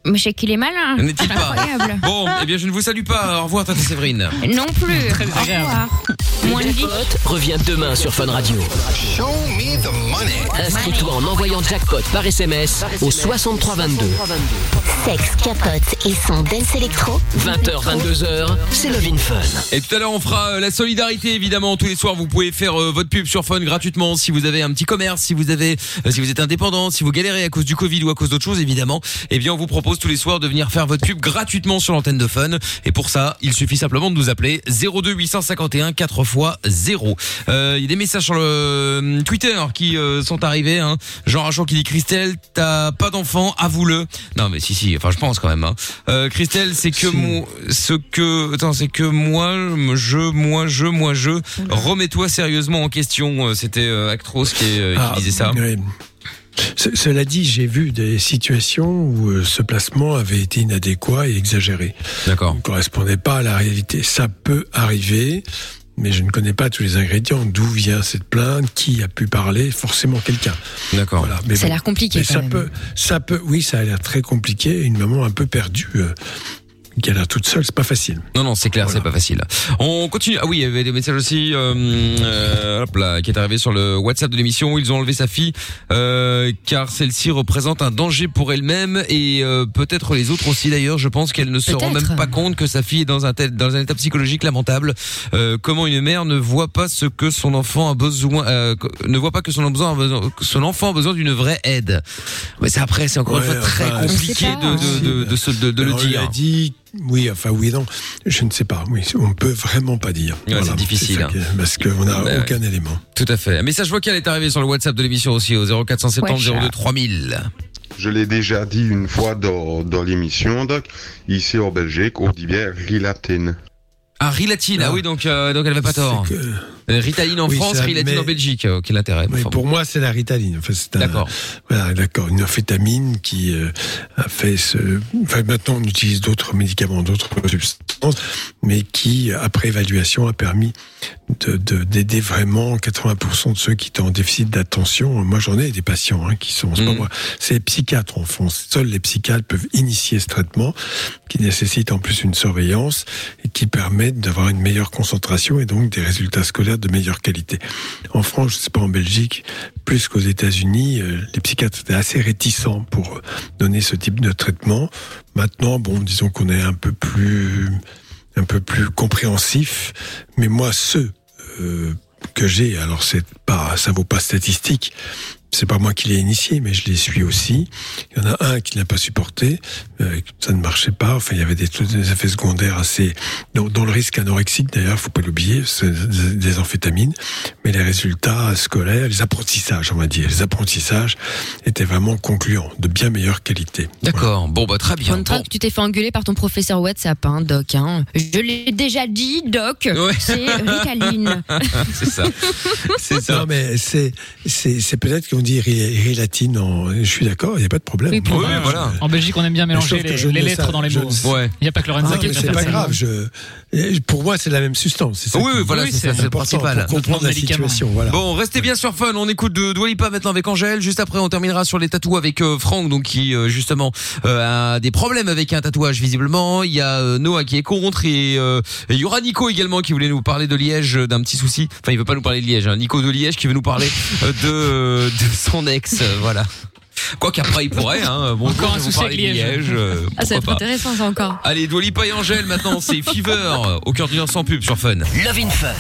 Mais c'est qu'il est malin.
N'est-il pas
Incroyable.
Bon, eh bien, je ne vous salue pas. Au revoir, Tata Séverine.
Non plus. Au revoir. Moins de dix.
Reviens demain sur Fun Radio. Inscris-toi en envoyant jackpot par SMS au 6322.
Sexe, capote et son dance électro.
20h, 22h, c'est Love in Fun.
Et tout à l'heure, on fera euh, la solidarité, évidemment. Tous les soirs, vous pouvez faire euh, votre pub sur Fun gratuitement si vous avez un petit commerce, si vous avez, euh, si vous êtes indépendant, si vous galérez à cause du Covid ou à cause d'autre chose, évidemment. Eh bien, on vous propose tous les soirs de venir faire votre pub gratuitement sur l'antenne de Fun. Et pour ça, il suffit simplement de nous appeler 02 851 4 x 0. Euh, Il y a des messages sur le euh, Twitter qui euh, sont arrivés. Hein. Jean Rachon qui dit Christelle, t'as pas d'enfant, avoue-le. Non, mais si, si. Enfin, je pense quand même. Hein. Euh, Christelle, c'est que mon, ce que, attends, c'est que moi, je, moi, je, moi, je. Remets-toi sérieusement en question. Euh, C'était euh, Actros qui, euh, qui
Ah,
disait ça.
oui. Ce- Cela dit, j'ai vu des situations où euh, ce placement avait été inadéquat et exagéré.
D'accord.
Ne correspondait pas à la réalité. Ça peut arriver, mais je ne connais pas tous les ingrédients. D'où vient cette plainte Qui a pu parler Forcément quelqu'un.
D'accord.
mais
Ça a
bon.
l'air compliqué,
Mais
quand
ça
même.
peut, ça peut. Oui, ça a l'air très compliqué. Une maman un peu perdue, euh, qui a l'air toute seule, c'est pas facile.
Non, non, c'est clair, c'est pas facile. On continue. Ah oui, il y avait des messages aussi euh, euh, hop là, qui est arrivé sur le WhatsApp de l'émission. Ils ont enlevé sa fille euh, car celle-ci représente un danger pour elle-même et euh, peut-être les autres aussi d'ailleurs. Je pense qu'elle ne se rend
Peut-être.
même pas compte que sa fille est dans un, tel, dans un état psychologique lamentable. Euh, comment une mère ne voit pas ce que son enfant a besoin, euh, que- ne voit pas que son, besoin a besoin, que son enfant a besoin d'une vraie aide. Mais c'est après, c'est encore une
Ouais,
fois très
enfin,
compliqué de, de, de, de se- de- de le
hein. Alors, on
dire.
l'a dit, oui, enfin oui, non, je ne sais pas. Oui, on peut vraiment pas dire.
Ouais, c'est difficile,
ça
hein.
qui est- parce qu'on n'a
Ouais, ouais.
aucun élément.
Tout à fait. Un message vocal est arrivé sur le WhatsApp de l'émission aussi au 0470
Wesh.
02 3000.
Je l'ai déjà dit une fois dans, dans l'émission, donc, ici en Belgique, on dit bien rilatine.
Ah, Rilatine. Ah oui, donc, euh, donc elle va pas tort. Euh, Ritaline en
Oui,
France,
ça,
Rilatine
mais-
en Belgique. Euh, Quel intérêt
Mais
enfin,
pour
bon.
moi, c'est la Ritaline. Enfin, c'est un- Voilà, d'accord. Une amphétamine qui euh, a fait ce. Enfin, maintenant, on utilise d'autres médicaments, d'autres substances, mais qui, après évaluation, a permis de- de- d'aider vraiment 80% de ceux qui étaient en déficit d'attention. Moi, j'en ai des patients hein, qui sont. C'est pas moi, c'est les psychiatres en France. Seuls les psychiatres peuvent initier ce traitement, qui nécessite en plus une surveillance et qui permet d'avoir une meilleure concentration et donc des résultats scolaires de meilleure qualité. En France, je ne sais pas en Belgique, plus qu'aux États-Unis, euh, les psychiatres étaient assez réticents pour euh, donner ce type de traitement. Maintenant, bon, disons qu'on est un peu plus, un peu plus compréhensif. Mais moi, ceux euh, que j'ai, alors c'est pas, ça vaut pas statistique. C'est pas moi qui l'ai initié, mais je les suis aussi. Il y en a un qui n'a pas supporté, euh, ça ne marchait pas. Enfin, il y avait des, des effets secondaires assez dans, dans le risque anorexique d'ailleurs, faut pas l'oublier, c'est des, des amphétamines. Mais les résultats scolaires, les apprentissages, on va dire, les apprentissages étaient vraiment concluants, de bien meilleure qualité.
D'accord. Bon, bah très
On
bien.
que tu t'es fait engueuler par ton professeur WhatsApp, hein, Doc. Hein. Je l'ai déjà dit, Doc. C'est Ricaline.
(laughs) c'est ça. C'est ça.
Non, mais c'est, c'est, c'est peut-être qu'on dit ri- rilatine en, je suis d'accord, il n'y a pas de problème.
Oui, pour- Oui, voilà. En Belgique, on aime bien mélanger
Sauf que
les-
je
les
ne
lettres
sais-
dans les
je
mots.
ne sais-
Ouais. Il y a pas que Lorenza
Ah,
qui
mais
aime
C'est
faire
pas
ça.
grave, je, et pour moi, c'est la même substance. c'est ça
Oui,
qui-
oui, voilà, c'est ça, c'est le
important
principal.
Pour comprendre la situation, voilà.
Bon, restez bien sur Fun. On écoute de Dwalipa maintenant avec Angèle. Juste après, on terminera sur les tatouages avec euh, Franck, donc qui euh, justement euh, a des problèmes avec un tatouage visiblement. Il y a euh, Noah qui est contre et euh, et il y aura Nico également qui voulait nous parler de Liège euh, d'un petit souci. Enfin, il veut pas nous parler de Liège. hein. Nico de Liège qui veut nous parler euh, de, de son ex. euh, voilà. Quoi qu'après, il pourrait. Hein. Bonjour,
Encore un
je vais vous
souci
parler
avec
de
Liège.
euh,
Ah, ça va
pourquoi
être
pas.
intéressant, ça encore.
Allez, Dwalipa et Angèle maintenant, c'est Fever au cœur du lien sans pub sur Fun.
Love in Fun,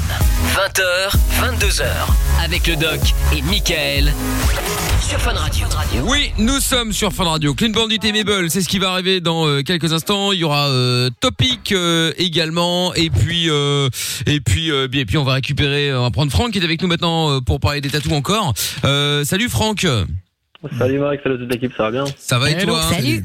20h, 22h, avec le doc et Michael sur Fun Radio.
Oui, nous sommes sur Fun Radio. Clean Bandit et Mabel, c'est ce qui va arriver dans euh, quelques instants. Il y aura euh, Topic euh, également, et puis euh, et puis euh, et puis on va récupérer, euh, on va prendre Franck qui est avec nous maintenant euh, pour parler des tatous encore. Euh, salut Franck.
Salut Marc, salut toute l'équipe, ça va bien
Ça va et Hello, toi salut.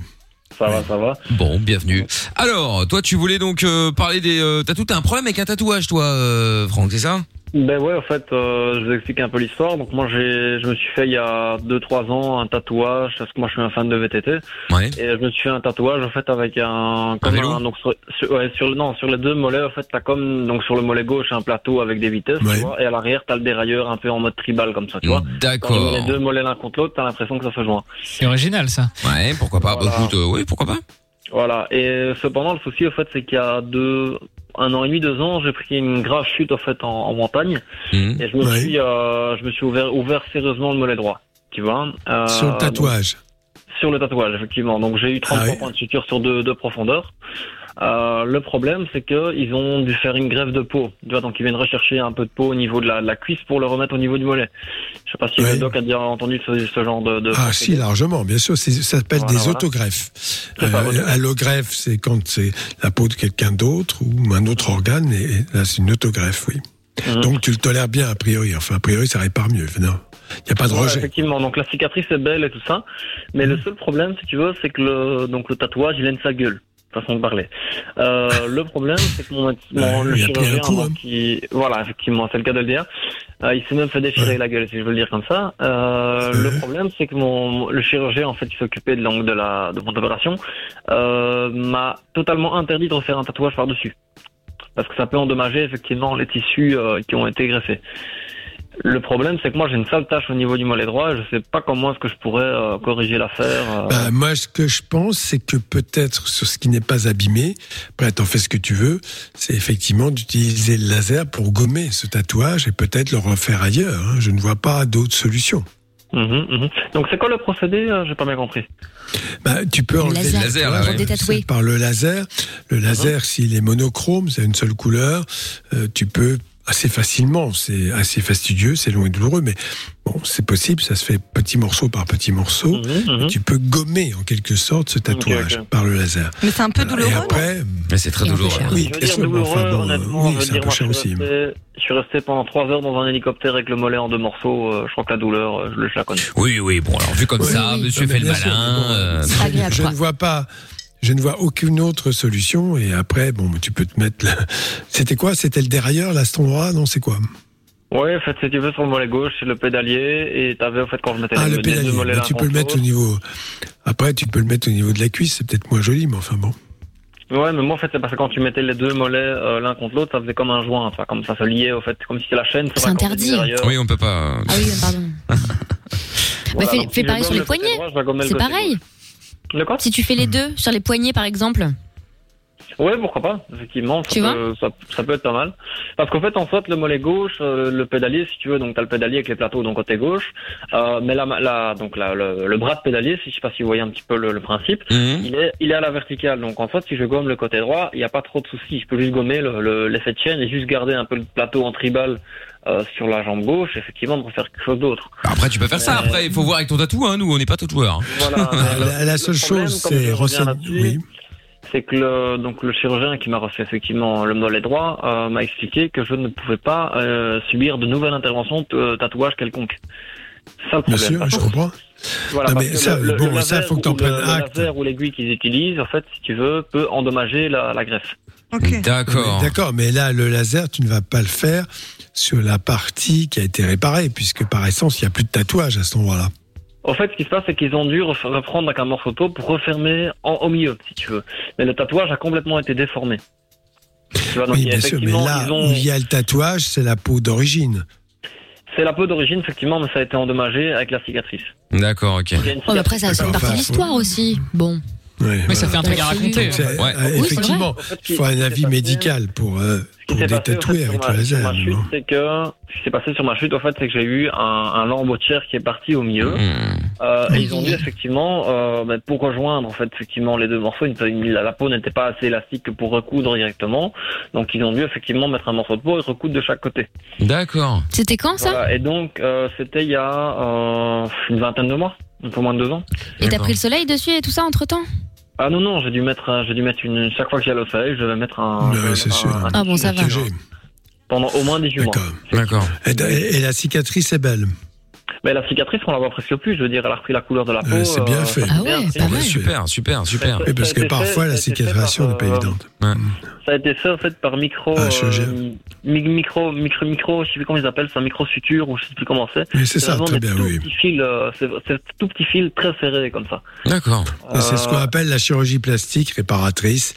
Ça va, ça va.
Bon, bienvenue. Alors, toi, tu voulais donc euh, parler des euh, tatous. T'as un problème avec un tatouage, toi, euh, Franck, c'est ça
Ben ouais, en fait, euh, je vous explique un peu l'histoire. Donc moi, j'ai, je me suis fait il y a 2-3 ans un tatouage, parce que moi je suis un fan de VTT. Et je me suis fait un tatouage, en fait, avec un... Comme un- donc sur, sur- ouais, sur, non, sur les deux mollets, en fait, t'as comme... Donc sur le mollet gauche, un plateau avec des vitesses, tu vois. Et à l'arrière, t'as le dérailleur un peu en mode tribal, comme ça, tu vois.
D'accord.
Quand tu mets les deux mollets l'un contre l'autre, t'as l'impression que ça se joint.
C'est original ça.
Ouais, pourquoi pas. Bah, écoute, euh, oui, pourquoi pas.
Voilà. Et euh, cependant, le souci, au fait, c'est qu'il y a deux, un an et demi, deux ans, j'ai pris une grave chute, en fait, en, en montagne.
Mhm.
Et je me suis, euh, je me suis ouvert, ouvert sérieusement le mollet droit. Tu vois? Euh,
Sur le tatouage. Ah
donc- sur le tatouage, effectivement. Donc, j'ai eu 33 points de suture sur deux, deux profondeurs. Euh, le problème, c'est que ils ont dû faire une grève de peau. Tu vois, donc ils viennent rechercher un peu de peau au niveau de la, la cuisse pour le remettre au niveau du mollet. Je sais pas si le doc a déjà entendu ce, ce genre de. de
Ah si, largement, bien sûr. c'est- Ça s'appelle
Voilà,
des
voilà.
autogreffes. Euh, allogreffe, c'est quand c'est la peau de quelqu'un d'autre ou un
Mmh.
autre organe, et et là, c'est une autogreffe, oui. Donc, tu le tolères bien, a priori. Enfin, a priori, ça répare mieux. Non. Il n'y a pas de
Ouais,
rejet. Mmh.
Effectivement, donc la cicatrice est belle et tout ça, mais le seul problème, si tu veux, c'est que le, donc le tatouage, il aime sa gueule, façon de parler. Euh, le problème, c'est que mon, méde- mon-
Ouais,
le
il a pris un
chirurgien,
coup,
moi,
hein.
qui, voilà, effectivement, c'est le cas de le dire, euh, il s'est même fait déchirer la gueule, si je veux le dire comme ça. Euh, Le problème, c'est que mon, le chirurgien, en fait, qui s'occupait de, donc, de, la, de mon opération, euh, m'a totalement interdit de refaire un tatouage par-dessus. Parce que ça peut endommager effectivement les tissus euh, qui ont été greffés. Le problème, c'est que moi, j'ai une sale tache au niveau du mollet droit. Je sais pas comment est-ce que je pourrais euh, corriger l'affaire. euh.
Bah, moi, ce que je pense, c'est que peut-être sur ce qui n'est pas abîmé, après, t'en fais ce que tu veux, c'est effectivement d'utiliser le laser pour gommer ce tatouage et peut-être le refaire ailleurs. hein. Je ne vois pas d'autre solution.
Mhm, mhm. Donc, c'est quoi le procédé euh, J'ai pas bien compris.
Bah, tu peux
Le
enlever
laser,
le
Laser, là, pour ouais. détatouer.
C'est par le laser.
Ah
Le laser, s'il est monochrome, c'est une seule couleur, euh, tu peux assez facilement. C'est assez fastidieux, c'est long et douloureux, mais bon, c'est possible. Ça se fait petit morceau par petit morceau. Et Tu peux gommer en quelque sorte ce tatouage
Mhm, ok.
par le laser.
Mais c'est un peu douloureux.
Et après,
mais c'est très douloureux.
Oui, bien
je veux dire,
sûr, mais
douloureux,
enfin, bon,
honnêtement,
oui,
je veux
c'est un
dire, euh,
peu
moi,
cher
je,
aussi,
suis resté, je suis resté pendant trois heures dans un hélicoptère avec le mollet en deux morceaux. euh, je crois que la douleur, euh, je, le- je la connais.
Oui, oui, bon, alors vu comme
Oui,
ça,
oui.
monsieur
Non,
fait
mais
le
bien sûr,
malin. euh,
Je- je ne vois pas. Je ne vois aucune autre solution. Et après, bon, tu peux te mettre. le- (laughs) C'était quoi C'était le dérailleur, là, cet endroit Non, c'est quoi
Ouais, en fait, si tu veux, sur le mollet gauche, c'est le pédalier. Et t'avais, en fait, quand je mettais
Ah,
les,
le
les
pédalier.
deux mollets
Mais
l'un
tu peux le
contre
mettre au
l'autre.
niveau. Après, tu peux le mettre au niveau de la cuisse. C'est peut-être moins joli, mais enfin bon.
Ouais, mais moi, en fait, c'est parce que quand tu mettais les deux mollets euh, l'un contre l'autre, ça faisait comme un joint. Enfin, comme ça se liait, au fait, comme si la chaîne. C'est
interdit.
Oui, on peut pas. euh,
Ah oui, pardon. Bah, fais- fais pareil sur les poignets. C'est pareil. Si tu fais les deux, sur les poignets par exemple.
Ouais, pourquoi pas, effectivement.
Tu
ça,
vois
peut, ça, ça peut être pas mal. Parce qu'en fait, en soit, le mollet gauche, euh, le pédalier, si tu veux, donc t'as le pédalier avec les plateaux, donc côté gauche. Euh, mais la, la, donc la, le, le bras de pédalier, si je sais pas si vous voyez un petit peu le, le principe,
Mhm.
il, est, il est à la verticale. Donc en fait, si je gomme le côté droit, il n'y a pas trop de soucis. Je peux juste gommer l'effet le, l'effet de chaîne et juste garder un peu le plateau en tribal euh, sur la jambe gauche, effectivement, pour faire quelque chose d'autre.
Après, tu peux faire ça. Après, il faut voir avec ton tatou. Hein. Nous, on n'est pas tatoueurs. hein. (laughs)
Voilà, mais
la, la seule
problème,
chose,
comme je
c'est
reviens
renseigner.
là-dessus,
Oui.
c'est que le, donc le chirurgien qui m'a refait effectivement le mollet droit euh, m'a expliqué que je ne pouvais pas euh, subir de nouvelles interventions de euh, tatouage quelconque. Ça, le
Bien
problème.
sûr,
Par
je
contre,
comprends.
Voilà,
Non,
parce
mais
que
ça,
le, le-
bon,
le
ça,
laser
faut que t'en
ou
prennes
le,
acte.
Le laser ou l'aiguille qu'ils utilisent, en fait, si tu veux, peut endommager la, la greffe.
D'accord. D'accord, mais là, le laser, tu ne vas pas le faire sur la partie qui a été réparée, puisque par essence, il n'y a plus de tatouage à cet endroit-là.
Ah, En fait, ce qui se passe, c'est qu'ils ont dû ref- reprendre avec un morceau de peau pour refermer en, au milieu, si tu veux. Mais le tatouage a complètement été déformé. Tu vois, donc,
oui, bien sûr, mais
effectivement,
là
ils ont-
où il y a le tatouage, c'est la peau d'origine.
C'est la peau d'origine, effectivement, mais ça a été endommagé avec la cicatrice.
D'accord, ok.
Il y a une
Oh, mais après, ça
cicatrice.
fait partie de l'histoire aussi. Bon.
Mais ça fait un truc à raconter.
Eh ben,
hein.
Donc, c'est-
Ouais.
euh,
Oui, c'est
effectivement,
vrai.
il faut un avis médical pour, euh,
Ce qui
pour des
s'est passé, en fait,
tatoués
sur
Ah,
avec
ma-
le
sur
laser.
ma chute, c'est que ce qui s'est passé sur ma chute, en fait, c'est que j'ai eu un, un lambeau-tiers qui est parti au milieu.
Hmm.
Euh, et ils ont dû effectivement, euh, ben, pour rejoindre en fait effectivement les deux morceaux, une- une- la, la peau n'était pas assez élastique pour recoudre directement. Donc ils ont dû effectivement mettre un morceau de peau et recoudre de chaque côté.
D'accord.
C'était quand ça
Voilà, et donc euh, c'était il y a euh, une vingtaine de mois, un peu moins de deux ans.
Et t'as pris le soleil dessus et tout ça entre temps
Ah non non, j'ai dû mettre, euh, j'ai dû mettre une chaque fois que j'allais au soleil, je devais mettre un. je devais mettre un- un
Ah bon, ça va.
pendant au moins 18 mois.
D'accord.
Et, et la cicatrice est belle.
Mais la cicatrice, on la voit presque plus. Je veux dire, elle a repris la couleur de la peau.
Ah Ouais, c'est bien
euh,
fait.
c'est bien, c'est-
Super, super, super.
Oui, parce que
Ça a été
parfois,
fait-
la
ça a été fait
cicatrisation
par,
n'est pas
euh,
évidente.
Ça a été fait en fait par micro,
Ah,
euh, mi- micro, micro, micro, je sais plus comment ils appellent ça, micro suture ou je sais plus comment c'est.
Oui, c'est ça,
vraiment
très
des
bien,
tout
oui.
petits fils, euh, C'est c'est des tout petit fil très serré comme ça.
D'accord.
Et C'est ce qu'on appelle la chirurgie plastique réparatrice,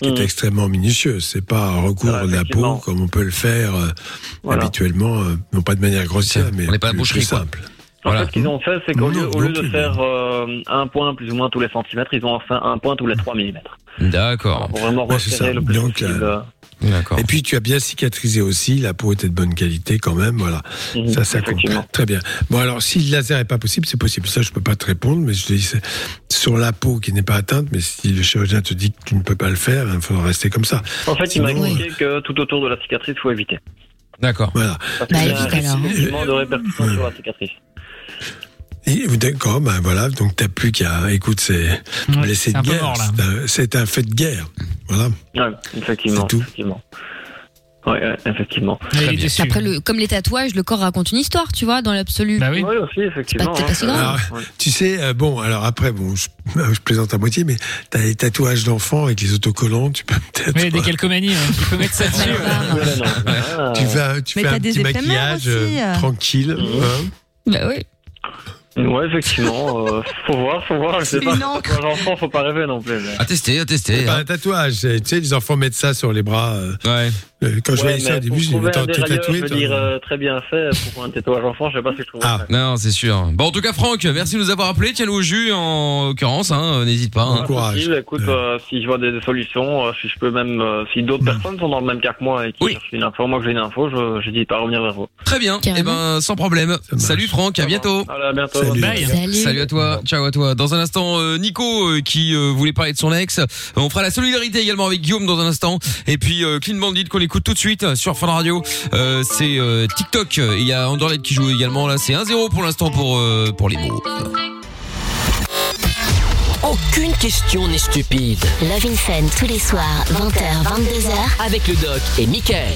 qui
Mm.
est extrêmement minutieuse. C'est pas un recours de la peau comme on peut le faire euh, habituellement, euh, non pas de manière grossière, mais
On n'est pas à la
plus-
boucherie,
plus
quoi.
simple.
En fait, ce qu'ils ont fait, c'est qu'au
Non,
lieu, au
non
lieu de
plus,
faire euh, un point plus ou moins tous les centimètres, ils ont enfin un point tous les 3 millimètres.
D'accord.
Pour vraiment
Ouais, c'est ça.
resserrer le plus
Donc,
possible. euh,
D'accord.
Et puis tu as bien cicatrisé aussi, la peau était de bonne qualité quand même, voilà.
Mhm,
ça, ça compte.
effectivement.
Très bien. Bon, alors si le laser n'est pas possible, c'est possible. Ça, je peux pas te répondre, mais je te dis, c'est sur la peau qui n'est pas atteinte, mais si le chirurgien te dit que tu ne peux pas le faire, il faudra rester comme ça.
En fait, il m'a
Sinon,
expliqué que tout autour de la cicatrice, faut éviter.
Euh, D'accord.
Voilà.
Parce qu'il y a un
hein.
risque effectivement de répercussion sur la cicatrice.
Et- D'accord, ben voilà, donc t'as plus qu'à. Écoute, c'est blessé
c'est
de
un peu
guerre.
mort, là.
c'est un- C'est un, fait de guerre. Voilà.
Ouais, effectivement.
C'est tout.
Effectivement. Ouais, ouais, effectivement.
Après, le, comme les tatouages, le corps raconte une histoire, tu vois, dans l'absolu.
Bah oui. aussi, effectivement. hein.
C'est pas, si grave.
Alors, tu sais, euh, bon, alors après, bon, je, euh, je plaisante à moitié, mais t'as les tatouages d'enfants avec les autocollants, tu peux peut-être.
Mais des calcomanies, hein, tu peux mettre ça dessus.
(laughs) Tu fais, tu
Mais
fais
t'as
un
des
petit
éphémères
maquillage
aussi,
euh,
euh.
tranquille. hein.
Bah oui.
Mhm. Ouais, effectivement. euh, faut voir, faut voir. Je sais
Une
pas.
encre.
Pour les enfants, faut pas rêver non plus. mais-
À tester, à tester. hein.
C'est pas un tatouage. c'est- Tu sais, les enfants mettent ça sur les bras. euh, euh, Quand je
Ouais,
voyais ça
mais
au début,
pour
j'ai dit, mais
trouver un
attends, t'es
dérailleur,
tatoué,
Je veux
toi
dire, euh, très bien fait. Pour un tatouage enfant, je sais pas si je trouve
Ah,
ça.
Non, c'est sûr. Bon, en tout cas, Franck, merci de nous avoir appelés. Tiens-nous au jus, en l'occurrence, hein, n'hésite pas. hein.
Possible. Écoute, euh, si je vois des, des solutions, euh, si je peux même, euh, si
Mm.
d'autres personnes sont dans le même cas que moi et qui cherchent une info, moi que j'ai une info, je, je dis pas à revenir vers vous.
Très bien. Eh ben, sans problème. Salut Franck, à bientôt.
Allez, à bientôt. Bye.
Salut à toi. Ciao à toi. Dans un instant, euh, Nico euh, qui euh, voulait parler de son ex. Euh, On fera la solidarité également avec Guillaume dans un instant. Et puis euh, Clean Bandit qu'on écoute tout de suite sur Fun Radio. Euh, c'est euh, TikTok. Il y a Underlet qui joue également là. C'est 1-0 pour l'instant pour euh, pour les mots.
Aucune question n'est stupide.
Love in Fun tous les soirs, 20h, 22h.
Avec le doc et Michael.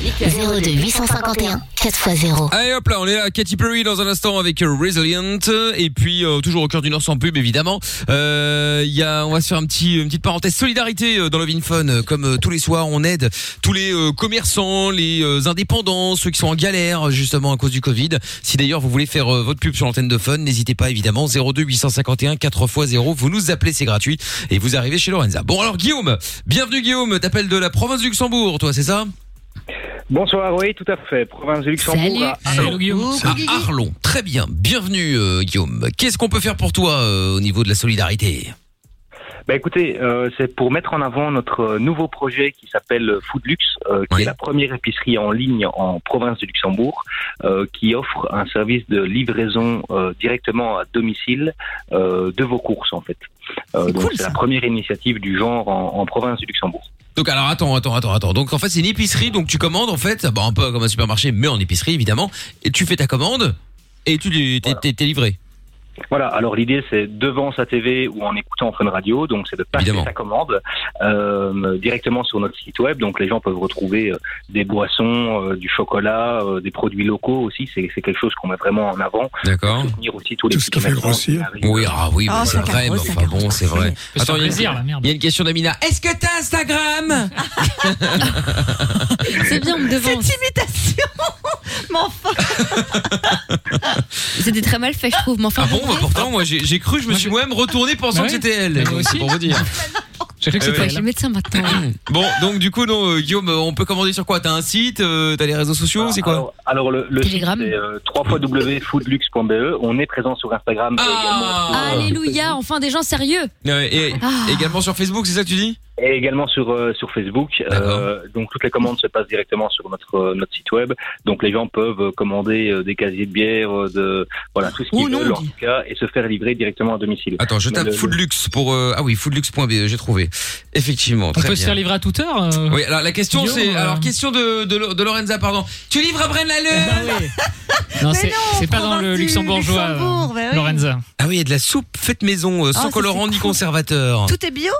02 851 4x0.
Allez hop là, on est là, Katy Perry dans un instant avec euh, Resilient et puis euh, toujours au cœur du Nord sans pub évidemment. Euh, il y a, on va se faire un petit, une petite parenthèse solidarité euh, dans Love in Fun. Euh, Comme euh, tous les soirs, on aide tous les euh, commerçants, les euh, indépendants, ceux qui sont en galère euh, justement à cause du Covid. Si d'ailleurs vous voulez faire euh, votre pub sur l'antenne de Fun, n'hésitez pas évidemment 02 851 4 x 0. Vous nous appelez, c'est gratuit et vous arrivez chez Lorenza. Bon alors Guillaume, bienvenue Guillaume, t'appelles de la province du Luxembourg, toi, c'est ça
Bonsoir, oui, tout à fait. Province du Luxembourg. à Arlon.
à Arlon. Très bien. Bienvenue, euh, Guillaume. Qu'est-ce qu'on peut faire pour toi euh, au niveau de la solidarité
Bah écoutez, euh, c'est pour mettre en avant notre euh, nouveau projet qui s'appelle Foodlux, euh, qui est la première épicerie en ligne en province du Luxembourg, euh, qui offre un service de livraison euh, directement à domicile euh, de vos courses en fait. Euh, donc c'est la première initiative du genre en, en province du Luxembourg.
Donc alors attends, attends, attends, attends. Donc en fait c'est une épicerie, donc tu commandes en fait, bon, un peu comme un supermarché, mais en épicerie évidemment, et tu fais ta commande et tu t'es t'es- t'es livré.
Voilà, alors l'idée c'est devant sa TV ou en écoutant Fun Radio, donc c'est de passer sa commande euh, directement sur notre site web. Donc les gens peuvent retrouver euh, des boissons, euh, du chocolat, euh, des produits locaux aussi. C'est c'est quelque chose qu'on met vraiment en avant.
D'accord.
Soutenir aussi tous les
Tout ce
petits
qui fait
commerçants
grossir.
arrivent.
Oui, ah oui,
Ah,
bah, c'est
ça
vrai, mais
carrosse, ça
enfin bon, c'est vrai.
Fais
Attends, il y, a une-
plaisir, la merde.
il y a une question d'Amina. Est-ce que t'as Instagram
(laughs) C'est bien, on me devance. Cette
(laughs)
imitation Mais enfin
(laughs) C'était très mal fait, je trouve. Mais enfin,
Ah bon, bah, pourtant, moi j'ai j'ai cru, je me suis moi-même retourné pensant
Bah
que
oui.
c'était elle.
Mais moi
Donc, c'est
aussi.
Pour vous dire.
J'ai cru que
Eh
c'était
ouais.
Chez le médecin maintenant.
Bon, donc du coup, non, euh, Guillaume, on peut commander sur quoi T'as un site euh, T'as les réseaux sociaux C'est quoi
Alors le, le site
Telegram.
c'est euh,
E.
www.foodlux.be. On est présent sur Instagram et
Ah.
euh,
également sur,
Ah, Alléluia, enfin des gens sérieux.
Euh, et,
Ah.
Également sur Facebook, c'est ça que tu dis
et également sur euh, sur Facebook. Euh, donc toutes les commandes se passent directement sur notre euh, notre site web. Donc les gens peuvent euh, commander euh, des casiers de bière, euh, de voilà tout ce qu'ils veulent en tout cas et se faire livrer directement à domicile.
Attends, je
Mais
tape
le-
Foodlux pour. euh, ah oui, foodlux.be, j'ai trouvé. Effectivement,
On
très
peut se
bien.
faire livrer à toute heure. euh,
Oui, alors la question
Guillaume,
c'est.
euh,
Alors, question de, de, Lo- de Lorenza, pardon. Tu livres à Braine l'Alleud
Non, c'est c'est pas dans le
province du
luxembourgeois,
Luxembourg, bah
euh,
oui.
Lorenza.
Ah oui, il y a de la soupe faite maison, euh,
Ah,
sans
ça,
colorant
c'est
ni
cool.
conservateur.
Tout est bio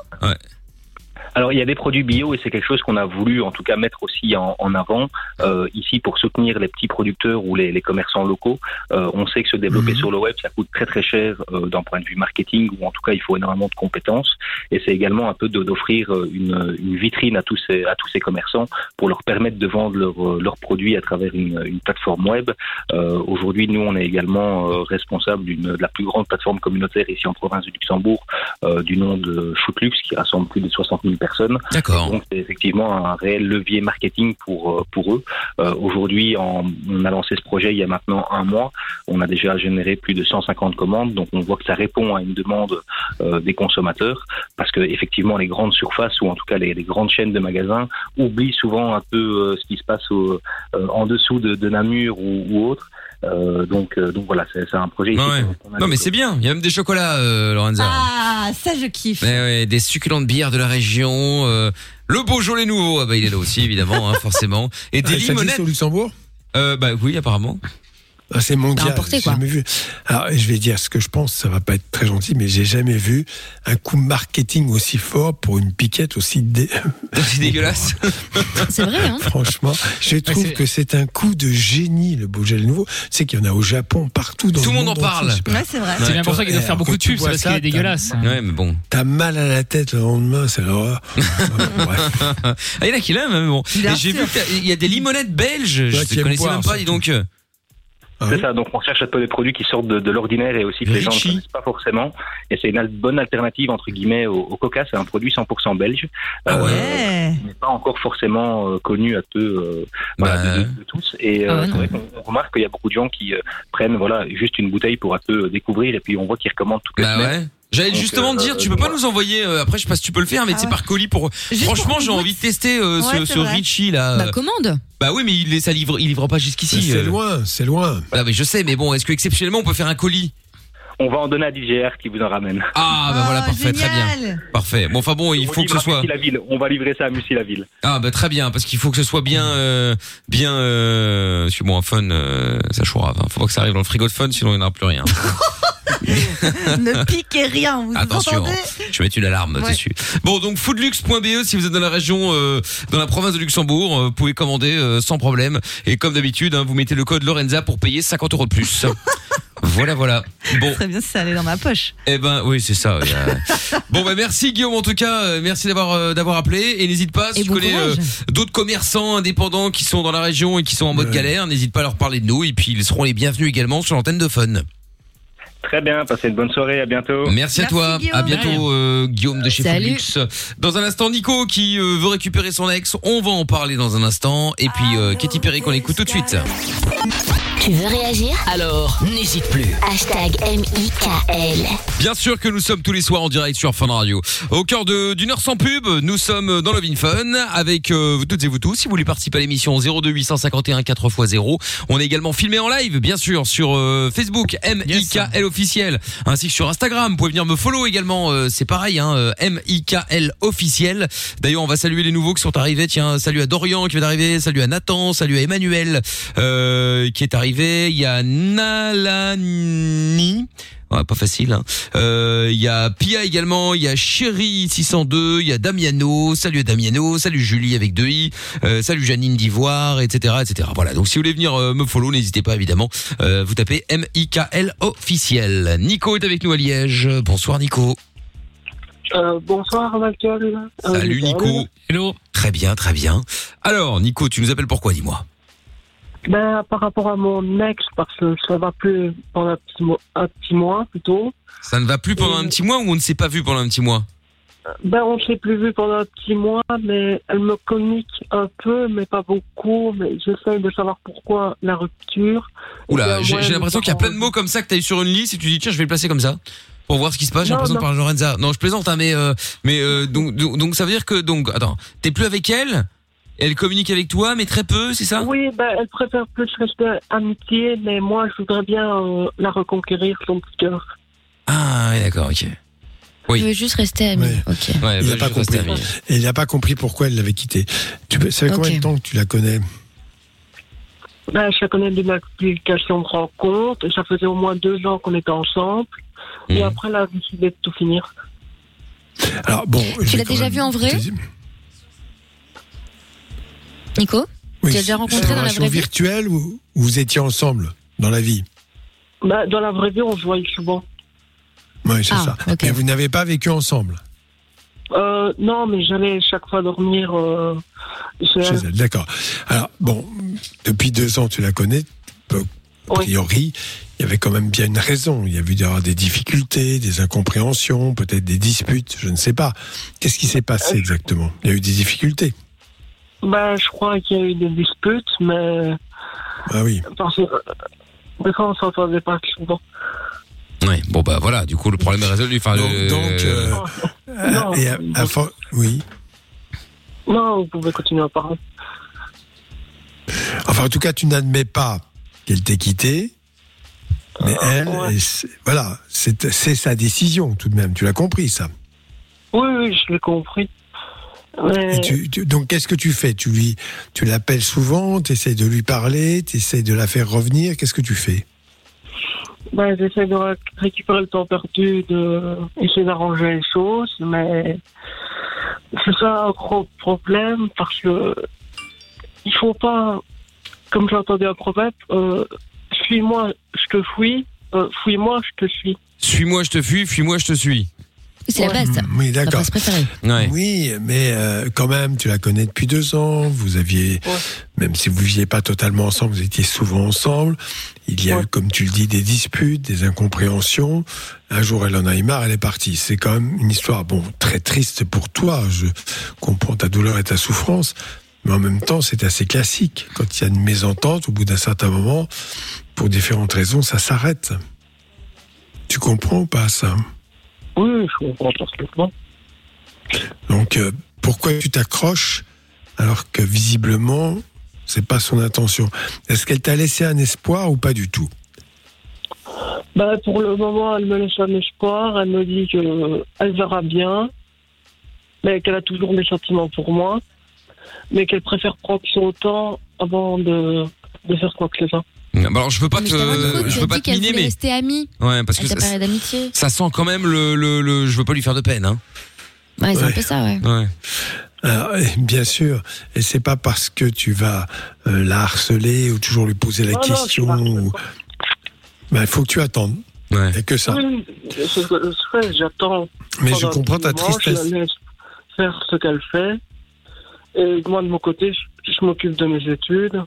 Alors il y a des produits bio et c'est quelque chose qu'on a voulu en tout cas mettre aussi en, en avant euh, ici pour soutenir les petits producteurs ou les, les commerçants locaux. Euh, on sait que se développer sur le web ça coûte très très cher euh, d'un point de vue marketing ou en tout cas il faut énormément de compétences et c'est également un peu de- d'offrir euh, une, une vitrine à tous ces à tous ces commerçants pour leur permettre de vendre leurs euh, leurs produits à travers une, une plateforme web. Euh, Aujourd'hui nous on est également euh, responsable d'une de la plus grande plateforme communautaire ici en province du Luxembourg euh, du nom de Shootlux qui rassemble plus de 60 000 personnes.
D'accord.
Donc c'est effectivement un réel levier marketing pour euh, pour eux. Euh, Aujourd'hui, en- on a lancé ce projet il y a maintenant un mois. On a déjà généré plus de 150 commandes, donc on voit que ça répond à une demande euh, des consommateurs parce que effectivement les grandes surfaces ou en tout cas les, les grandes chaînes de magasins oublient souvent un peu euh, ce qui se passe au- euh, en dessous de, de Namur ou, ou autre. Euh, donc euh, donc voilà, c'est c'est un projet.
Ouais, ouais.
qu'on a
Non, mais c'est bien. Il y a même des chocolats, euh, Lorenza.
Ah, ça je kiffe.
Ouais, ouais, des succulentes bières de la région. euh, le Beaujolais nouveau, ah bah, il est là aussi évidemment, hein, forcément. Et
Ouais,
des
ça existe
limonettes.
au Luxembourg
euh, Bah oui, apparemment. (laughs)
Ah, c'est mondial.
T'as importé,
j'ai
quoi.
jamais vu. Alors, je vais dire ce que je pense, ça va pas être très gentil, mais j'ai jamais vu un coup marketing aussi fort pour une piquette aussi dé-
C'est dégueulasse.
C'est vrai, hein
(laughs) Franchement, je trouve
c'est-
que c'est un coup de génie, le Beaujolais nouveau. C'est qu'il y en a au Japon, partout dans
Tout
le
le
monde.
monde en parle.
entier, je sais pas.
Ouais, c'est vrai.
C'est bien pour ça qu'ils doivent
Ouais,
faire beaucoup
quand
de
tu
tubes, c'est
vois
parce qu'il
ça,
est dégueulasse.
t'as-
Ouais, mais bon.
T'as mal à la tête le lendemain, c'est l'horreur.
ah, il y en a qui l'aiment, mais bon.
Bien
Et J'ai
sûr.
vu qu'il y a des limonettes belges.
Ouais,
je
qui
ne
aiment
connaissais
boire,
même pas, dis
surtout.
donc. euh.
C'est ça, donc on cherche un peu des produits qui sortent de, de l'ordinaire et aussi que les gens ne
Litchi.
connaissent pas forcément. Et c'est une al- bonne alternative, entre guillemets, au, au coca. C'est un produit 100% belge.
Ah
Euh, qui n'est pas encore forcément euh, connu à peu euh,
Bah,
voilà, de, de- de tous. Et euh,
Ah ouais,
c'est
non.
vrai qu'on on remarque qu'il y a beaucoup de gens qui euh, prennent voilà, juste une bouteille pour un peu euh, découvrir et puis on voit qu'ils recommandent toutes les
Bah
semaines.
ouais. J'allais
Donc,
justement te
euh,
dire, tu peux pas nous envoyer. euh, après, je sais pas si tu peux le faire, mais
Ah
c'est
ouais.
par colis pour.
Juste
Franchement,
pour
j'ai
qu'on
envie de tester euh,
Ouais,
ce,
c'est
ce
vrai.
Richie
euh.
là.
Bah
Oh,
commande.
Bah oui, mais il est, ça livre, il livre pas jusqu'ici.
C'est
euh.
loin, c'est loin.
Ah mais je sais, mais bon, est-ce que exceptionnellement on peut faire un colis
On va en donner à DJR qui vous en ramène.
Ah bah
Oh,
voilà, parfait, très bien. Parfait. Bon, enfin bon, il
On
faut que ce
livre à
soit.
Mussy-la-Ville. On va livrer ça à Mussy-la-Ville.
Ah bah très bien, parce qu'il faut que ce soit bien, euh, bien. Euh, parce que bon, un fun, euh, ça chourave. hein. Faut pas que ça arrive dans le frigo de fun, sinon il n'y en aura plus rien.
(laughs) ne piquez rien, vous
Attention, hein.
entendez
je vais mettre une alarme
Ouais.
dessus. Bon, donc foodlux.be E, si vous êtes dans la région, euh, dans la province de Luxembourg, euh, vous pouvez commander euh, sans problème. Et comme d'habitude, hein, vous mettez le code Lorenza pour payer 50 euros de
(laughs)
plus. voilà, voilà. Bon,
Très bien si ça allait dans ma poche.
eh ben oui, c'est ça. oui,
(laughs)
euh. bon ben merci Guillaume en tout cas, euh, merci d'avoir euh, d'avoir appelé et n'hésite pas si
Et
tu
bon
connais euh,
courage.
d'autres commerçants indépendants qui sont dans la région et qui sont en mode galère, n'hésite pas à leur parler de nous et puis ils seront les bienvenus également sur l'antenne de Fun.
Très bien, passez une bonne soirée, à bientôt.
Merci, à toi, à bientôt euh, Guillaume de chez
Salut.
Felix. Dans un instant Nico qui euh, veut récupérer son ex, on va en parler dans un instant et puis euh,
Ah
Katy Perry qu'on écoute tout de suite.
Tu veux réagir
Alors, n'hésite plus.
Hashtag M-I-K-L.
Bien sûr que nous sommes tous les soirs en direct sur Fun Radio. Au cœur de- d'une heure sans pub, nous sommes dans Love in Fun avec euh, vous toutes et vous tous. Si vous voulez participer à l'émission 02851 4x0, on est également filmé en live, bien sûr, sur euh, Facebook M-I-K-L officiel, ainsi que sur Instagram. Vous pouvez venir me follow également, euh, c'est pareil, hein, euh, M-I-K-L officiel. D'ailleurs, on va saluer les nouveaux qui sont arrivés. Tiens, salut à Dorian qui vient d'arriver, salut à Nathan, salut à Emmanuel euh, qui est arrivé. Il y a Nalani. Ouais, pas facile. hein. Euh, Il y a Pia également, il y a Chéri 602, il y a Damiano, salut à Damiano, salut Julie avec deux i, euh, salut Janine d'Ivoire, etc., etc. Voilà. Donc si vous voulez venir euh, me follow, n'hésitez pas évidemment. Euh, vous tapez M I K L officiel. Nico est avec nous à Liège. Bonsoir Nico.
Euh, bonsoir Michael. Euh,
Salut
Michael.
Nico. Hello. Très bien, très bien. Alors Nico, tu nous appelles pourquoi Dis-moi.
Ben, par rapport à mon ex, parce que ça va plus pendant un petit mois, un petit mois plutôt.
Ça ne va plus pendant un petit mois ou on ne s'est pas vu pendant un petit mois
Ben, on s'est plus vu pendant un petit mois, mais elle me communique un peu, mais pas beaucoup. Mais j'essaye de savoir pourquoi la rupture. ben,
Oula, j'ai
ouais,
j'ai
mais
l'impression qu'il y a plein de mots comme ça que t'as eu sur une liste et tu dis tiens je vais le placer comme ça pour voir ce qui se passe. J'ai
Non,
l'impression de
non.
parler à Lorenza. Non, je plaisante, hein, mais euh, mais euh, donc, donc donc ça veut dire que donc attends, t'es plus avec elle, elle communique avec toi mais très peu, c'est ça
Oui, ben, elle préfère plus rester amitié, mais moi, je voudrais bien euh, la reconquérir, son petit cœur.
Ah oui, d'accord, ok. Oui.
Je veux juste rester amie. Ok.
Ouais,
il
bah,
n'a pas
je reste
compris.
ami.
Et il n'a pas compris pourquoi elle l'avait quitté. Tu peux, ça fait combien
Ok.
de temps que tu la connais
Ben, je la connais d'une application de rencontre. et Ça faisait au moins deux ans qu'on était ensemble. Et après, elle a décidé de tout finir.
Alors bon,
Tu l'as déjà vue en vrai Nico Tu l'as déjà rencontré
c'est
dans
une
la
relation
vraie vie
virtuelle ou ou vous étiez ensemble dans la vie
Ben, dans la vraie vie, on se voyait souvent.
Oui, c'est
Ah,
ça. Mais vous n'avez pas vécu ensemble
Euh, non, mais j'allais chaque fois dormir euh, chez
chez
elle.
elle. D'accord. Alors bon, depuis deux ans, tu la connais. peu- A priori, il y avait quand même bien une raison. Il y a eu d'avoir des difficultés, des incompréhensions, peut-être des disputes. Je ne sais pas. Qu'est-ce qui s'est passé exactement Il y a eu des difficultés.
Ben, je crois qu'il y a eu des disputes, mais.
Ah oui.
Parce que. euh, Des fois, on s'entendait pas souvent.
Ouais, bon bah voilà, du coup le problème est résolu. Enfin, euh, donc,
Ah, euh, et à- à for- oui.
Non, vous pouvez continuer à parler.
Enfin, en tout cas, tu n'admets pas qu'elle t'ait quitté. Mais
Ah,
elle, et c'est- voilà, c'est c'est sa décision tout de même. Tu l'as compris, ça.
Oui, oui, je l'ai compris. Mais-
Et tu- tu- donc, qu'est-ce que tu fais Tu lui, tu l'appelles souvent, tu essaies de lui parler, tu essaies de la faire revenir. Qu'est-ce que tu fais
Ben, j'essaie de ré- récupérer le temps perdu, de essayer d'arranger les choses, mais c'est ça un gros problème parce que il faut pas, comme j'ai entendu un proverbe, euh, suis-moi, je te fuis, euh, fuis-moi, je te suis.
Suis-moi, je te fuis, fuis-moi, je te suis.
C'est la base. ça.
Mm, Oui, d'accord. Oui, mais euh, quand même, tu la connais depuis deux ans. Vous aviez, même si vous viviez pas totalement ensemble, vous étiez souvent ensemble. Il y a eu, comme tu le dis, des disputes, des incompréhensions. Un jour, elle en a eu marre, elle est partie. C'est quand même une histoire, bon, très triste pour toi. Je comprends ta douleur et ta souffrance. Mais en même temps, c'est assez classique. Quand il y a une mésentente, au bout d'un certain moment, pour différentes raisons, ça s'arrête. Tu comprends ou pas ça
Oui, je
Hmm.
comprends parfaitement.
Donc, euh, pourquoi tu t'accroches alors que visiblement, c'est pas son intention Est-ce qu'elle t'a laissé un espoir ou pas du tout
Ben, pour le moment, elle me laisse un espoir, elle me dit que elle verra bien, mais qu'elle a toujours des sentiments pour moi, mais qu'elle préfère prendre son temps avant de, de faire quoi que ce soit.
Bah, alors je peux pas te, je peux pas te
qu'elle
miner,
voulait
mais
rester amie.
ouais parce que
Elle t'a
ça,
parlé d'amitié.
ça sent quand même le, le, le- je veux pas lui faire de peine, hein.
Ouais, c'est un peu ça, ouais.
Ouais.
Alors, eh, Bien sûr, et c'est pas parce que tu vas euh, la harceler ou toujours lui poser la
Non, non, je
question. ou... Ben, il faut que tu attendes. Et que ça.
Oui, c'est ce que je fais, j'attends.
Mais je
pendant un
comprends
petit
ta
moment,
tristesse.
Je la laisse faire ce qu'elle fait. Et moi, de mon côté, je, je m'occupe de mes études.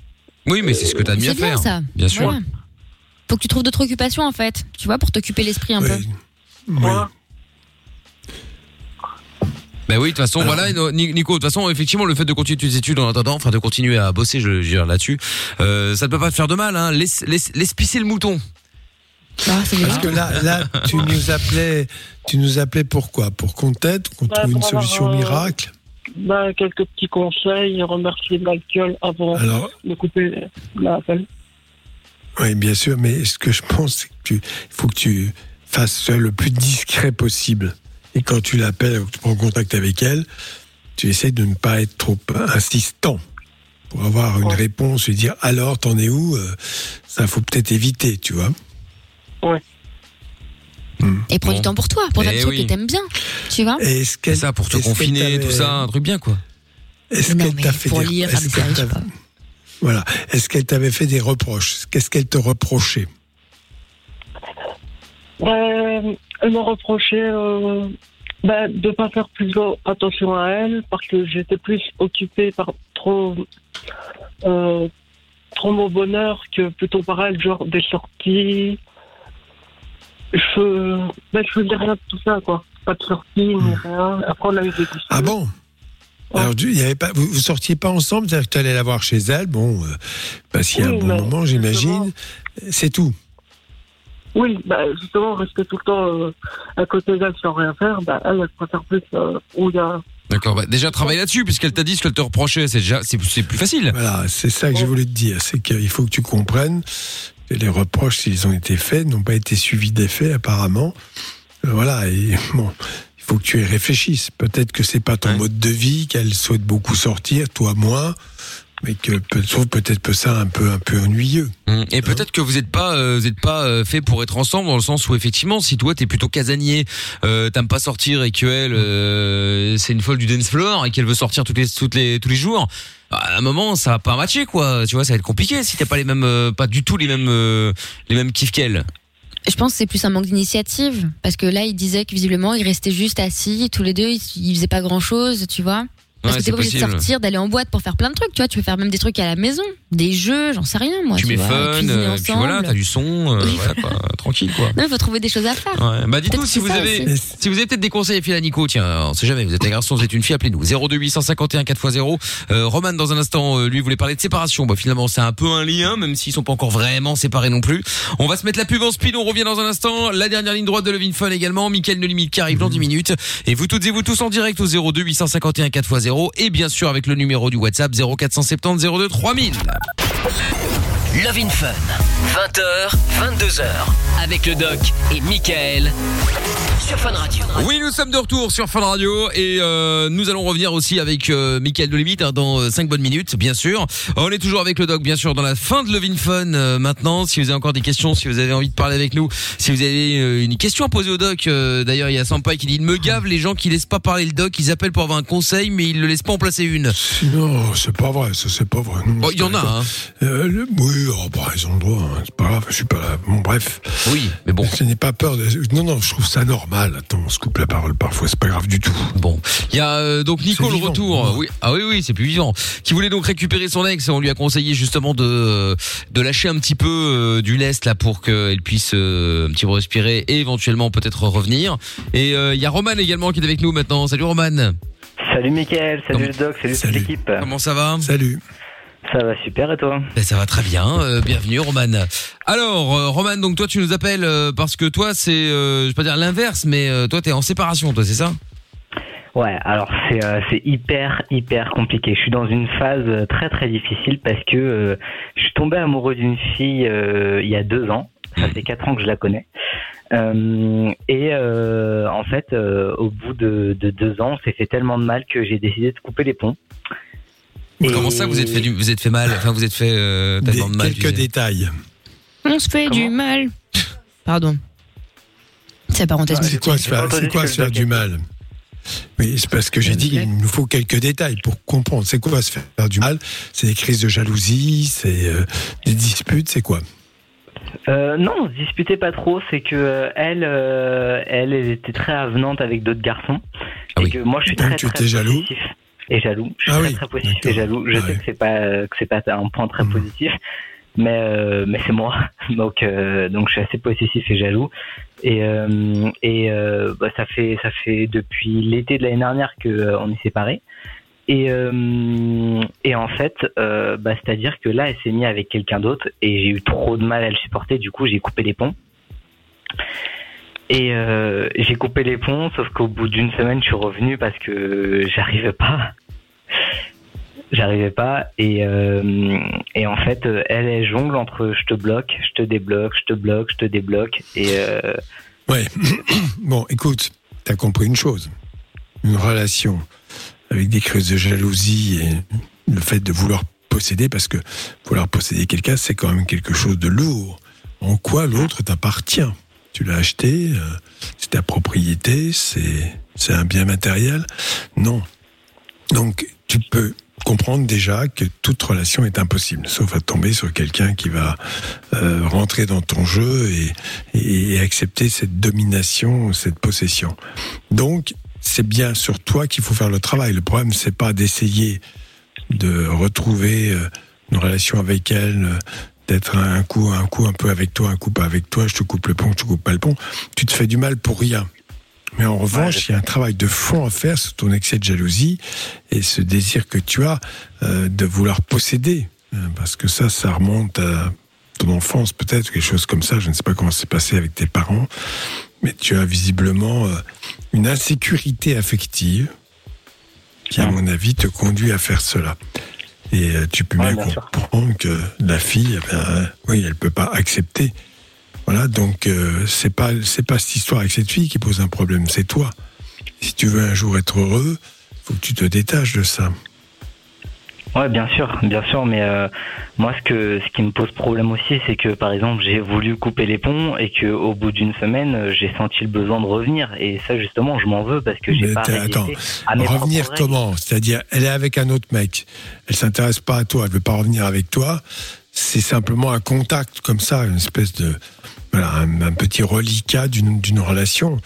Oui, mais c'est ce que t'as de mieux à
C'est bien
faire.
ça.
Bien sûr.
Voilà. Faut que tu trouves d'autres occupations en fait, tu vois, pour t'occuper l'esprit un peu.
Bah oui, de toute façon, voilà, et, Ni- Nico, de toute façon, effectivement, le fait de continuer tes études en attendant, enfin de continuer à bosser, je, je veux dire, là-dessus, euh, ça ne peut pas te faire de mal, hein. Laisse, laisse, laisse pisser le mouton.
Parce que là, là, tu nous appelais, tu nous appelais pourquoi Pour qu'on t'aide, qu'on
Ouais,
trouve une
pour avoir,
solution
euh,
miracle.
Ben, quelques petits conseils, remercier l'alcool avant
Alors-
de couper l'appel.
Oui, bien sûr, mais ce que je pense, c'est que tu, il faut que tu fasses le plus discret possible. Et quand tu l'appelles ou que tu prends contact avec elle, tu essaies de ne pas être trop insistant pour avoir une réponse et dire alors t'en es où Euh, Ça faut peut-être éviter, tu vois.
Et prends du temps pour toi, pour
Eh
faire des trucs
oui.
que t'aimes bien, tu vois.
Est-ce qu'elle ça pour
te confiner, tout ça, un truc bien quoi.
Est-ce qu'elle t'a fait
pour
des-
lire,
est-ce
faire des
qu'elle
séries,
t'a- Voilà. Est-ce qu'elle t'avait fait des reproches Qu'est-ce qu'elle te reprochait
Euh, elle m'a reproché euh, bah, de ne pas faire plus attention à elle parce que j'étais plus occupée par trop, euh, trop mon bonheur que plutôt par elle, genre des sorties. Je, bah, je faisais ben, rien de tout ça, quoi. pas de sortie ni rien. Après, on a eu des
Hmm. Ah bon Alors, du- il y avait pas, vous, vous sortiez pas ensemble, c'est-à-dire que tu allais la voir chez elle, bon, euh, passer
Oui,
un bon
mais
moment, j'imagine. C'est tout.
Oui, bah, justement, rester tout le temps euh, à côté d'elle sans rien faire, bah, elle, elle préfère plus euh, où il y a.
D'accord, bah, déjà travaille là-dessus, puisqu'elle t'a dit ce qu'elle te reprochait, c'est déjà c'est c'est plus facile.
Voilà, c'est ça que je voulais te dire, c'est qu'il faut que tu comprennes que les reproches, s'ils ont été faits, n'ont pas été suivis d'effets apparemment. Euh, Voilà, et (laughs) bon, il faut que tu y réfléchisses. Peut-être que c'est pas ton mode de vie, qu'elle souhaite beaucoup sortir, toi moins, mais que peut- je trouve peut-être que ça un peu un peu ennuyeux.
Mm. Et peut-être que vous n'êtes pas, euh, vous êtes pas euh, fait pour être ensemble dans le sens où effectivement, si toi t'es plutôt casanier, euh, t'aimes pas sortir et que elle, euh, c'est une folle du dance floor et qu'elle veut sortir toutes les, toutes les, tous les jours, bah, à un moment ça va pas matcher quoi. Tu vois, ça va être compliqué si t'as pas les mêmes, euh, pas du tout les mêmes, euh, les mêmes kiffs qu'elle.
Je pense que c'est plus un manque d'initiative. Parce que là, il disait que visiblement, ils restaient juste assis, tous les deux, ils, ils faisaient pas grand chose, tu vois. Parce
Ouais,
que
c'est
t'es pas obligé de
possible.
sortir, d'aller en boîte pour faire plein de trucs, tu vois. Tu peux faire même des trucs à la maison, des jeux, j'en sais rien, moi.
tu mets
vois,
fun,
cuisiner
euh, et puis voilà,
ensemble.
t'as du son, euh, voilà,
(laughs)
quoi, tranquille quoi.
Non, il faut trouver des choses à faire.
Ouais. Bah dites-nous
Peut-être
si
que
vous
c'est ça
avez
aussi.
si vous avez peut-être des conseils à filer à Nico. Tiens, on sait jamais. Vous êtes un garçon, vous êtes une fille, appelez-nous. 02851 4x0. Euh, Roman dans un instant, euh, lui voulait parler de séparation. Bah finalement, c'est un peu un lien, même s'ils sont pas encore vraiment séparés non plus. On va se mettre la pub en speed. On revient dans un instant. La dernière ligne droite de Levin Fun également. Michael Ne Limite qui arrive dans 10
Mm.
minutes. Et vous toutes et vous tous en direct au 02851 4x0 et bien sûr avec le numéro du WhatsApp 0470 02 3000.
Love in Fun, 20h, 22h, avec le doc et Michael sur Fun Radio.
Oui, nous sommes de retour sur Fun Radio et euh, nous allons revenir aussi avec euh, Michael Dolimite hein, dans 5 bonnes minutes, bien sûr. On est toujours avec le doc, bien sûr, dans la fin de Levin Fun euh, maintenant. Si vous avez encore des questions, si vous avez envie de parler avec nous, si vous avez euh, une question à poser au doc, euh, d'ailleurs, il y a Sampai qui dit, il me gave les gens qui laissent pas parler le doc, ils appellent pour avoir un conseil, mais ils le laissent pas en placer une.
Non, c'est pas vrai, ça c'est pas vrai.
Bon, il y en a, hein.
Euh, le- oui, oh, bah, ils ont le droit, hein, c'est pas grave, je suis pas là. Bon, bref.
Oui, mais bon.
Je n'ai pas peur de. Non, non, je trouve ça normal. Attends, on se coupe la parole parfois, c'est pas grave du tout.
Bon. Il y a euh, donc Nico
C'est
le
vivant.
retour. Oui. Ah oui oui, c'est plus vivant. Qui voulait donc récupérer son ex, on lui a conseillé justement de euh, de lâcher un petit peu euh, du lest là pour qu'elle puisse euh, un petit peu respirer et éventuellement peut-être revenir. Et euh, il y a Roman également qui est avec nous maintenant. Salut Roman.
Salut Mickaël, salut le doc, salut, toute l'équipe.
Comment ça va
Salut.
Ça va super et toi
Ben, ça va très bien. Euh, bienvenue Roman. Alors euh, Roman, donc toi tu nous appelles euh, parce que toi c'est euh, je vais pas dire l'inverse mais euh, toi t'es en séparation toi, c'est ça
Ouais, alors c'est euh, c'est hyper hyper compliqué. Je suis dans une phase euh, très très difficile parce que euh, je suis tombé amoureux d'une fille euh, il y a deux ans. Ça
Mmh.
fait quatre ans que je la connais. Euh, et euh, en fait, euh, au bout de, de deux ans, on s'est fait tellement de mal que j'ai décidé de couper les ponts.
Comment ça vous êtes fait du- vous êtes fait mal, enfin vous êtes fait euh, tellement de mal.
quelques détails.
On se fait du mal. Pardon. C'est la parenthèse.
Ah, C'est quoi se
musicale.
faire, c'est quoi se faire du mal Oui, c'est parce que j'ai dit qu'il nous faut quelques détails pour comprendre. C'est quoi se faire du mal C'est des crises de jalousie, c'est euh, des disputes, c'est quoi
Euh, non, on se disputait pas trop. C'est que euh, elle, euh, elle, elle était très avenante avec d'autres garçons. et que moi, je suis très,
tu
très
étais jaloux
possessif et jaloux. Je suis
Ah
très,
oui, Ah
très possessif et jaloux. Je sais que c'est pas euh, que c'est pas un point très
Mhm.
positif, mais euh, mais c'est moi. (laughs) Donc euh, donc je suis assez possessif et jaloux. Et euh, et euh, bah, ça fait ça fait depuis l'été de l'année dernière que euh, on est séparés. Et, euh, et en fait, euh, bah, c'est-à-dire que là, elle s'est mise avec quelqu'un d'autre et j'ai eu trop de mal à le supporter. Du coup, j'ai coupé les ponts. Et euh, j'ai coupé les ponts, sauf qu'au bout d'une semaine, je suis revenu parce que j'arrivais pas. J'arrivais pas. Et, euh, et en fait, euh, elle, elle jongle entre je te bloque, je te débloque, je te bloque, je te débloque. Et euh,
Ouais. (coughs) bon, écoute, t'as compris une chose. Une relation avec des crises de jalousie et le fait de vouloir posséder, parce que vouloir posséder quelqu'un, c'est quand même quelque chose de lourd. En quoi l'autre t'appartient Tu l'as acheté, euh, c'est ta propriété, c'est c'est un bien matériel Non. Donc, tu peux comprendre déjà que toute relation est impossible, sauf à tomber sur quelqu'un qui va euh, rentrer dans ton jeu et, et- et accepter cette domination, cette possession. Donc, c'est bien sur toi qu'il faut faire le travail. Le problème, c'est pas d'essayer de retrouver euh, une relation avec elle, euh, d'être un, un coup, un coup un peu avec toi, un coup pas avec toi, je te coupe le pont, je te coupe pas le pont. Tu te fais du mal pour rien. Mais en revanche, il y a un travail de fond à faire sur ton excès de jalousie et ce désir que tu as euh, de vouloir posséder. Euh, Parce que ça, ça remonte à ton enfance peut-être, quelque chose comme ça. Je ne sais pas comment c'est passé avec tes parents. Mais tu as visiblement euh, une insécurité affective qui, à mon avis, te conduit à faire cela. Et euh, tu peux bien comprendre que la fille, eh ben, euh, oui, elle peut pas accepter. Voilà, donc euh, c'est pas c'est pas cette histoire avec cette fille qui pose un problème, c'est toi. Si tu veux un jour être heureux, faut que tu te détaches de ça.
Ouais, bien sûr, bien sûr, mais euh, moi ce que ce qui me pose problème aussi, c'est que par exemple j'ai voulu couper les ponts et que au bout d'une semaine euh, j'ai senti le besoin de revenir et ça justement je m'en veux parce que j'ai
Mais
pas
t'es-
résisté
attends,
à mes
revenir
propres règles.
comment C'est-à-dire, elle est avec un autre mec, elle s'intéresse pas à toi, elle veut pas revenir avec toi. C'est simplement un contact comme ça, une espèce de voilà, un, un petit reliquat d'une d'une relation.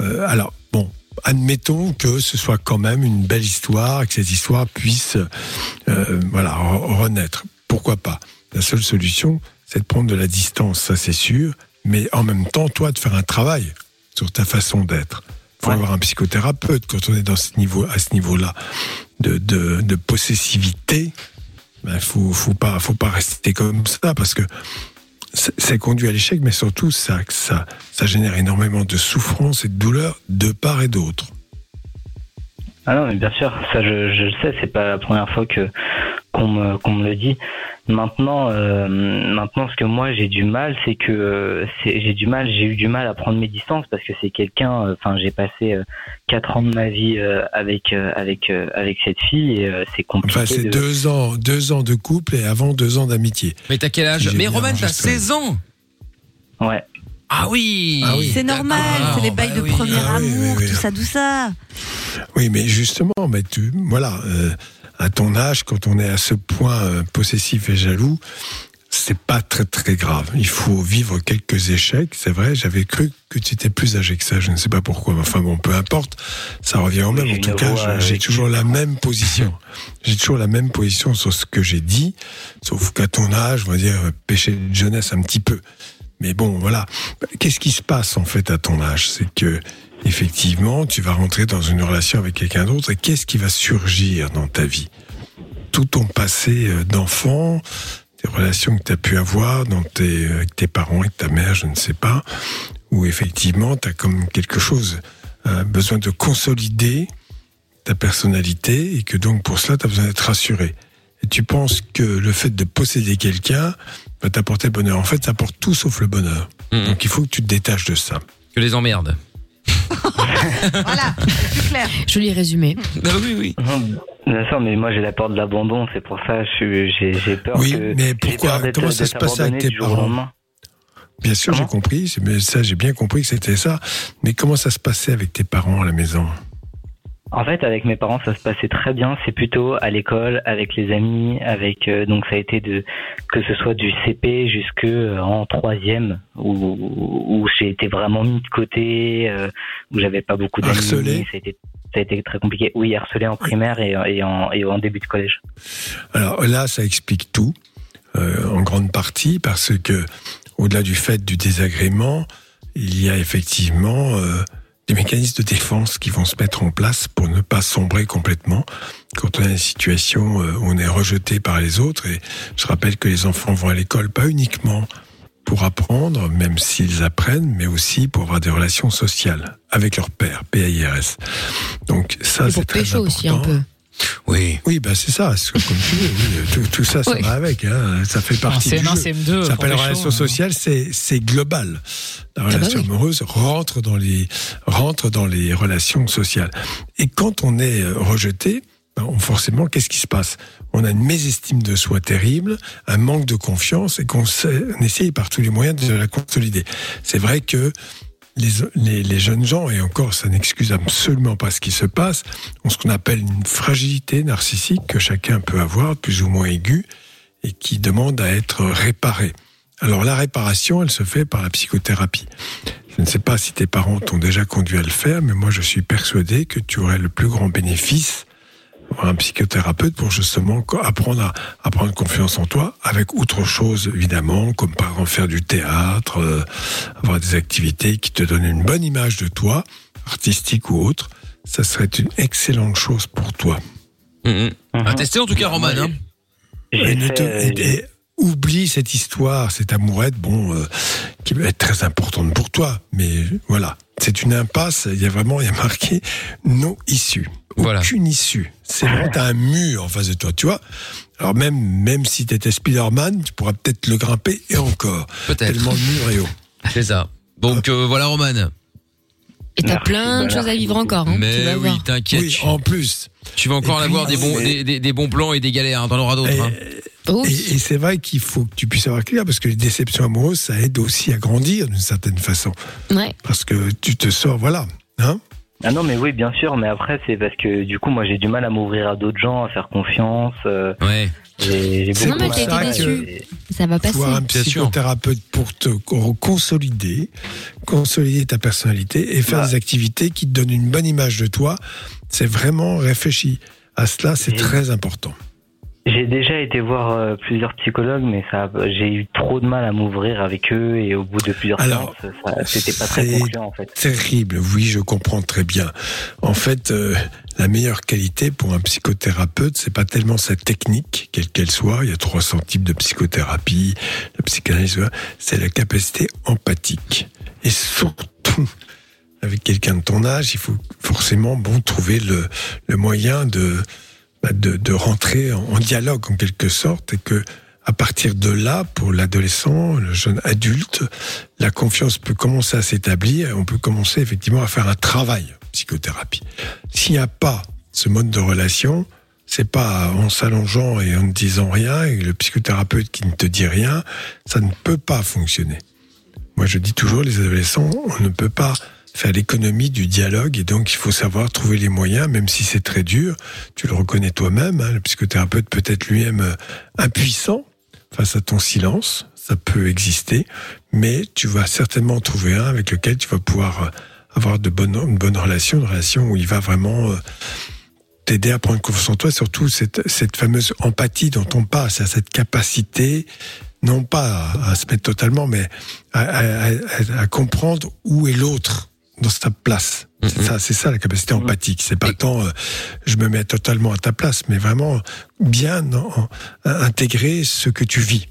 Euh, alors bon, admettons que ce soit quand même une belle histoire, que cette histoire puisse euh, voilà re- renaître. Pourquoi pas La seule solution, c'est de prendre de la distance, ça c'est sûr, mais en même temps, toi, de faire un travail sur ta façon d'être. Il faut avoir un psychothérapeute quand on est dans ce niveau, à ce niveau-là de, de, de possessivité. Il faut, faut pas, faut pas rester comme ça parce que c'est- ça conduit à l'échec, mais surtout ça, ça, ça génère énormément de souffrance et de douleur de part et d'autre.
Ah non, mais bien sûr, ça je, je le sais, c'est pas la première fois que qu'on me, qu'on me le dit. Maintenant, euh, maintenant, ce que moi j'ai du mal, c'est que euh, c'est- j'ai du mal, j'ai eu du mal à prendre mes distances parce que c'est quelqu'un. euh, Enfin, j'ai passé euh, quatre ans de ma vie euh, avec euh, avec euh, avec cette fille et euh, c'est compliqué.
Enfin, c'est
de-
deux ans, deux ans de couple et avant deux ans d'amitié.
Mais t'as quel âge
Si j'ai
Mais
bien
Roman, t'as
enregistré.
16 ans
Ouais.
Ah oui
C'est normal, c'est les bails de premier amour, tout ça, tout ça.
Oui, mais justement, mais tu, voilà, euh, à ton âge, quand on est à ce point euh, possessif et jaloux, c'est pas très très grave. Il faut vivre quelques échecs, c'est vrai. J'avais cru que tu étais plus âgé que ça. Je ne sais pas pourquoi. mais Enfin bon, peu importe. Ça revient au même. En tout cas, je- j'ai toujours la même position. J'ai toujours la même position sur ce que j'ai dit, sauf qu'à ton âge, on va dire péché de jeunesse un petit peu. Mais bon, voilà. Qu'est-ce qui se passe en fait à ton âge C'est que effectivement, tu vas rentrer dans une relation avec quelqu'un d'autre et qu'est-ce qui va surgir dans ta vie Tout ton passé euh, d'enfant, tes relations que tu as pu avoir dans tes, euh, avec tes parents, avec ta mère, je ne sais pas, où effectivement, tu as comme quelque chose, euh, besoin de consolider ta personnalité et que donc pour cela, tu as besoin d'être rassuré. Et tu penses que le fait de posséder quelqu'un va t'apporter le bonheur. En fait, ça apporte tout sauf le bonheur. Donc il faut que tu te détaches de ça.
Que les emmerdes.
Joli résumé.
Ah
oui, oui.
Mmh. Bien sûr, mais moi j'ai la peur de l'abandon, c'est pour ça que je suis- j'ai j'ai peur.
Oui,
que-
mais
j'ai
pourquoi
peur d'être-
Comment ça
d'être
se passait avec
abandonné
tes
du jour au lendemain.
parents Bien sûr, j'ai compris, c'est- mais ça, j'ai bien compris que c'était ça. Mais comment ça se passait avec tes parents à la maison
En fait, avec mes parents, ça se passait très bien. C'est plutôt à l'école, avec les amis, avec euh, donc ça a été de que ce soit du CP jusque euh, en troisième où, où j'ai été vraiment mis de côté, euh, où j'avais pas beaucoup d'amis.
Harcelé
Ça a été ça a été très compliqué. Oui, harcelé en primaire et, et en, et en début de collège.
Alors là, ça explique tout, euh, en grande partie, parce que au-delà du fait du désagrément, il y a effectivement euh, des mécanismes de défense qui vont se mettre en place pour ne pas sombrer complètement quand on a une situation euh, où on est rejeté par les autres. Et je rappelle que les enfants vont à l'école pas uniquement pour apprendre, même s'ils apprennent, mais aussi pour avoir des relations sociales avec leur père, PAIRS. Donc ça,
Et pour
c'est très
pécho
important.
aussi un peu.
Oui.
Oui, bah c'est ça, c'est comme tu veux. oui. euh, Tout, tout ça, ça
Oui.
va avec. hein. Ça fait partie
En
du
CM1,
jeu.
CM2,
ça s'appelle
pour les
relation
choses, hein.
sociale, c'est c'est global. La relation amoureuse rentre dans les rentre dans les relations sociales. Et quand on est euh, rejeté, ben, on- forcément, qu'est-ce qui se passe On a une mésestime de soi terrible, un manque de confiance, et qu'on sait- on essaye par tous les moyens de la consolider. C'est vrai que les, les- les jeunes gens, et encore, ça n'excuse absolument pas ce qui se passe, ont ce qu'on appelle une fragilité narcissique que chacun peut avoir, plus ou moins aiguë, et qui demande à être réparée. Alors la réparation, elle se fait par la psychothérapie. Je ne sais pas si tes parents t'ont déjà conduit à le faire, mais moi je suis persuadé que tu aurais le plus grand bénéfice d'avoir un psychothérapeute pour justement co- apprendre à, à prendre confiance en toi, avec autre chose évidemment, comme par exemple faire du théâtre, euh, avoir des activités qui te donnent une bonne image de toi, artistique ou autre, ça serait une excellente chose pour toi.
À tester en tout cas, Roman. hein.
Uh-huh. Et ne te- et- et oublie cette histoire, cette amourette, bon, euh, qui va être très importante pour toi. Mais voilà, c'est une impasse. Il y a vraiment, il y a marqué non issue.
Voilà.
Aucune issue. C'est vraiment t'as un mur en face de toi, tu vois. Alors même, même si t'étais Spider-Man, tu pourras peut-être le grimper et encore.
Peut-être.
Tellement le mur est haut.
(laughs) C'est ça. Donc euh, voilà, Roman.
Et t'as plein de choses à vivre encore. hein, tu
Mais
vas
oui,
voir.
t'inquiète.
Oui, en plus.
Tu vas encore
Et puis,
avoir des bons,
mais-
des, des- des bons plans et des galères. hein, T'en auras d'autres. hein.
Et, et c'est vrai qu'il faut que tu puisses avoir clair, parce que les déceptions amoureuses, ça aide aussi à grandir d'une certaine façon.
Ouais.
Parce que tu te sors, voilà. Hein
Ah non, mais oui, bien sûr, mais après, c'est parce que du coup, moi, j'ai du mal à m'ouvrir à d'autres gens, à faire confiance. euh,
ouais.
Non, mais t'as été déçu. Ça va passer.
Voir un psychothérapeute pour te co- consolider, consolider ta personnalité et faire des activités qui te donnent une bonne image de toi. C'est vraiment réfléchi à cela, c'est très important.
J'ai déjà été voir euh, plusieurs psychologues, mais ça, j'ai eu trop de mal à m'ouvrir avec eux et au bout de plusieurs
Alors,
séances, ça- c'était pas très
c'est
concluant en fait.
Terrible, oui, je comprends très bien. En fait, euh, la meilleure qualité pour un psychothérapeute, c'est pas tellement sa technique, quelle qu'elle soit. Il y a 300 types de psychothérapie, la psychanalyse, voilà. c'est la capacité empathique. Et surtout, avec quelqu'un de ton âge, il faut forcément bon trouver le, le moyen de, bah, de de rentrer en, en dialogue en quelque sorte et que à partir de là, pour l'adolescent, le jeune adulte, la confiance peut commencer à s'établir et on peut commencer effectivement à faire un travail psychothérapie. S'il n'y a pas ce mode de relation, c'est pas en s'allongeant et en ne disant rien et le psychothérapeute qui ne te dit rien, ça ne peut pas fonctionner. Moi, je dis toujours, les adolescents, on ne peut pas faire l'économie du dialogue et donc il faut savoir trouver les moyens, même si c'est très dur. Tu le reconnais toi-même, hein, le psychothérapeute peut être lui-même euh, impuissant face à ton silence, ça peut exister, mais tu vas certainement trouver un avec lequel tu vas pouvoir euh, avoir de bonnes, une bonne relation, une relation où il va vraiment euh, t'aider à prendre confiance en toi, surtout cette, cette fameuse empathie dont on parle, c'est cette capacité, non pas à, à se mettre totalement, mais à, à- à- à comprendre où est l'autre dans sa place. C'est ça, c'est ça la capacité empathique. C'est pas tant euh, je me mets totalement à ta place, mais vraiment bien en- en- intégrer ce que tu vis.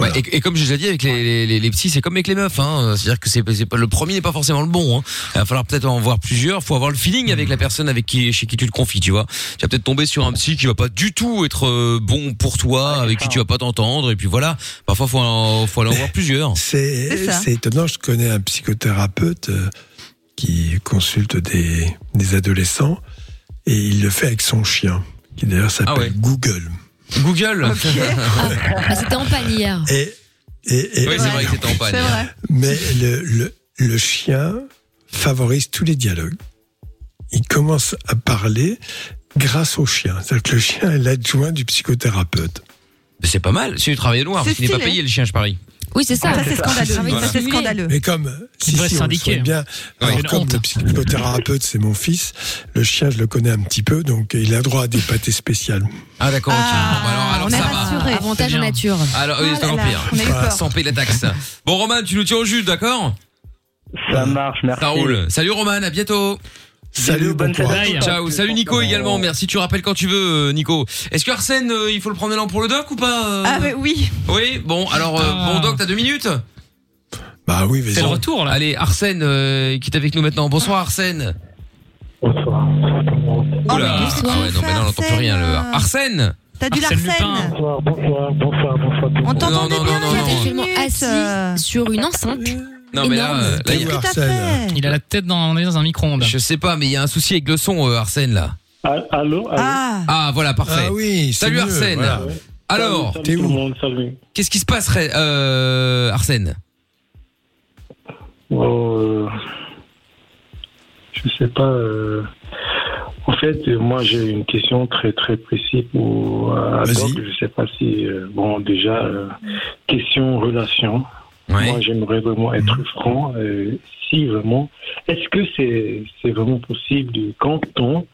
Ouais, et, et comme j'ai déjà dit avec les, les, les- les psys, c'est comme avec les meufs. Hein. C'est-à-dire que c'est, c'est pas, le premier n'est pas forcément le bon. Hein. Il va falloir peut-être en voir plusieurs. faut avoir le feeling avec la personne avec qui, chez qui tu le confies, tu vois. Tu vas peut-être tomber sur un psy qui va pas du tout être euh, bon pour toi, avec qui tu vas pas t'entendre. Et puis voilà, parfois faut, en- faut aller en voir plusieurs.
C'est c'est étonnant, je connais un psychothérapeute euh, qui consulte des, des adolescents et il le fait avec son chien, qui d'ailleurs s'appelle Google.
Ah Google
Ah, c'était en panne hier.
Et, (laughs) et, et-
Oui, c'est vrai que c'était en panne.
Mais le, le, le chien favorise tous les dialogues. Il commence à parler grâce au chien. C'est-à-dire que le chien est l'adjoint du psychothérapeute.
Mais c'est pas mal, c'est du travail noir.
C'est
Il n'est pas
stylé.
payé le chien, je parie.
Oui, c'est ça.
Ah, ça, c'est scandaleux.
Voilà.
Ça, c'est scandaleux.
Mais comme si,
devrait
si, on le
syndiquer,
souhaite bien,
hein.
Alors,
Ouais, une
comme
honte.
le psychothérapeute, c'est mon fils, le chien, je le connais un petit peu, donc il a droit à des pâtés spéciales.
Ah d'accord, ok. Bon, bah, alors, alors,
on est
ça va.
rassuré. Avantage en nature.
Alors,
Ah
oui, c'est encore pire. Sans payer la taxe. Bon, Roman, tu nous tiens au jus, d'accord
Ça marche, merci.
Ça roule. Salut, Roman, à bientôt.
Salut, bonne
Bye. Ciao, salut Nico également. Merci, tu rappelles quand tu veux, euh, Nico. Est-ce que Arsène, euh, il faut le prendre l'an pour le doc ou pas euh
Ah, mais oui.
Oui, bon, alors, euh, bon doc, t'as deux minutes
Bah oui, vas-y.
C'est le retour là. Allez, Arsène, euh, qui est avec nous maintenant. Bonsoir Arsène.
Oh,
Bonsoir. Oula. Ah ouais, non, mais non, on n'entend plus rien. Le... Arsène
T'as du Arsène Larsen. Lupin.
Bonsoir, bonsoir, bonsoir, bonsoir.
On
t'entendait bien, non, non, non.
Tellement assis sur une enceinte.
Non, mais là, euh, là, il y a-
Il a la tête dans, on est dans un micro-ondes.
Je sais pas, mais il y a un souci avec le son, euh, Arsène, là.
Allô,
Ah. voilà, parfait.
Ah oui, c'est
Salut
mieux,
Arsène.
voilà. Salut,
Alors,
salut T'es tout où le
Qu'est-ce qui se passerait, euh, Arsène
Oh, euh, je sais pas. euh, En fait, euh, moi, j'ai une question très très précise pour euh, à Doc. Je sais pas si euh, bon, déjà euh, question relation. Moi, j'aimerais vraiment être
Mhm.
franc. euh, si vraiment, est-ce que c'est c'est vraiment possible de- quand on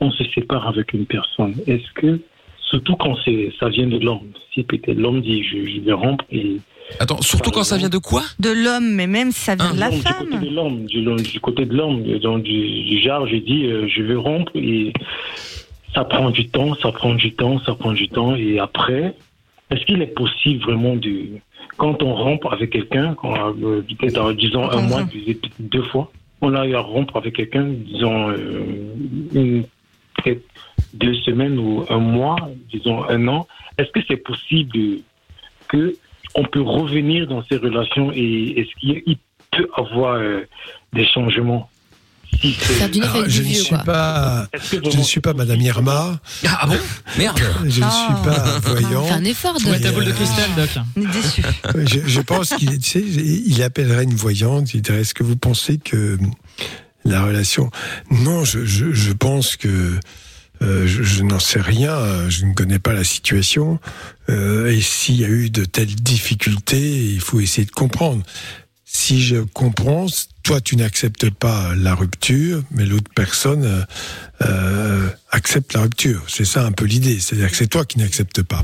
on se sépare avec une personne Est-ce que surtout quand c'est ça vient de l'homme Si peut-être l'homme dit je, je vais rompre et
Attends, surtout quand ça vient de quoi
De l'homme, mais même si ça vient de la
Non,
femme.
Du côté de l'homme, du, du côté de l'homme, donc du, du genre, j'ai dit, euh, je veux rompre et ça prend du temps, ça prend du temps, ça prend du temps et après, est-ce qu'il est possible vraiment de quand on rompt avec quelqu'un, quand, euh, peut-être en disant un mois, puis peut-être deux fois, on a eu à rompre avec quelqu'un, disons euh, une- peut-être deux semaines ou un mois, disons un an, est-ce que c'est possible de que on peut revenir dans ces relations et est-ce qu'il y a- il peut avoir euh, des changements si c'est-
Alors, Ah, je ne suis pas, je ne suis pas Madame Irma.
Ah bon Merde.
Je ne suis
Ah.
pas voyant.
Oh.
euh,
Fais un effort de.
Ouais, ta boule de
cristal, Doc.
On est déçus.
je, je pense qu'il tu sais, il appellerait une voyante. Il dirait Est-ce que vous pensez que euh, la relation Non, je, je- je pense que euh, je, je n'en sais rien. euh, Je ne connais pas la situation. Euh, et s'il y a eu de telles difficultés, il faut essayer de comprendre. Si je comprends, toi tu n'acceptes pas la rupture, mais l'autre personne euh, euh, accepte la rupture. C'est ça un peu l'idée. C'est-à-dire que c'est toi qui n'acceptes pas.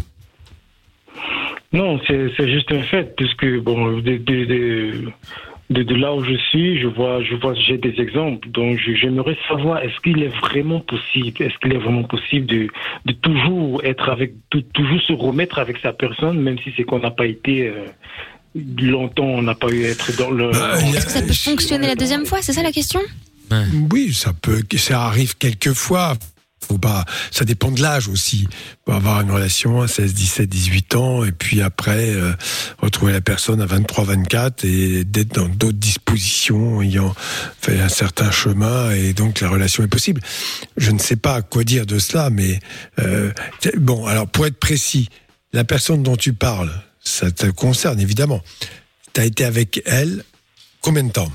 Non, c'est c'est juste un fait, puisque bon, de, de, de, de- de là où je suis, je vois, je vois, j'ai des exemples. Donc, je- j'aimerais savoir, est-ce qu'il est vraiment possible, est-ce qu'il est vraiment possible de, de toujours être avec, de toujours se remettre avec sa personne, même si c'est qu'on n'a pas été euh, longtemps, on n'a pas eu à être dans le.
Est-ce que ça peut fonctionner la deuxième fois C'est ça la question
Oui, ça peut, ça arrive quelquefois. Faut pas, ça dépend de l'âge aussi. Pour avoir une relation à 16, 17, 18 ans, et puis après, euh, retrouver la personne à 23, 24 et d'être dans d'autres dispositions, ayant fait un certain chemin, et donc la relation est possible. Je ne sais pas quoi dire de cela, mais euh, t- bon, alors pour être précis, la personne dont tu parles, ça te concerne évidemment. Tu as été avec elle combien de temps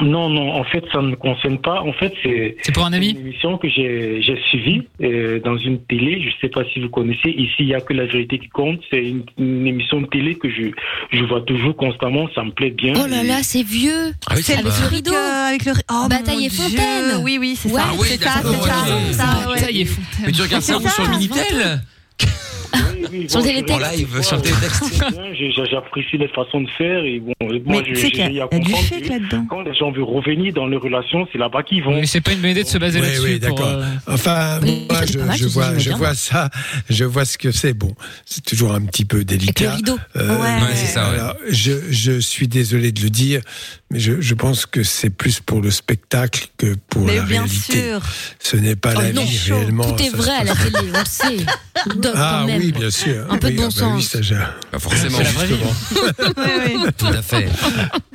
Non, non, en fait, ça ne me concerne pas. En fait, c'est
pour un ami
une émission que j'ai j'ai suivie euh, dans une télé. Je ne sais pas si vous connaissez. Ici, il n'y a que la vérité qui compte. C'est une, une émission de télé que je, je vois toujours constamment. Ça me plaît bien.
Oh là
Et-
là, c'est vieux.
Ah oui,
c'est
c'est
avec
pas-
le rideau. Bah
avec le oh,
Bataille et
Dieu.
fontaine.
Oui, oui, c'est
Ouais,
Ah
ça. c'est ça, c'est ça, c'est ça, ouais.
Bataille et
Mais tu regardes ça
C'est
où sur
ça,
le Minitel
Bon, je-
(laughs) En live, sur le télétexte.
J'ai- j'ai- J'apprécie les façons de faire et bon, euh,
Mais
moi, je-
tu sais
j'ai
qu'il y a- il
j'ai eu à
y a du
comprendre
fake
que
là-dedans.
quand les gens veulent revenir dans leurs relations, c'est là-bas qu'ils vont.
Mais c'est pas une bonne idée de se baser
Oui,
là-dessus.
oui,
pour,
d'accord.
euh,
Enfin,
Oui,
moi,
ça, c'est
je,
pas mal,
je
ce
vois,
sujet,
je
bien.
vois ça, je vois ce que c'est. Bon, c'est toujours un petit peu délicat. Euh,
rideau. Ouais. Ouais, c'est ça, ouais.
alors, je, je suis désolé de le dire, mais je, je pense que c'est plus pour le spectacle que pour
Mais
la
bien
réalité.
sûr.
Ce n'est pas
Oh
la
non,
vie réellement.
Tout est
ça
vrai
se
à la
passe-
télé, on le sait. Doc,
Ah
quand même.
oui, bien sûr.
Un peu de
Oui,
bon
ah bah oui,
sens.
ça, j'ai- (laughs)
forcément, justement. (laughs) Tout à fait.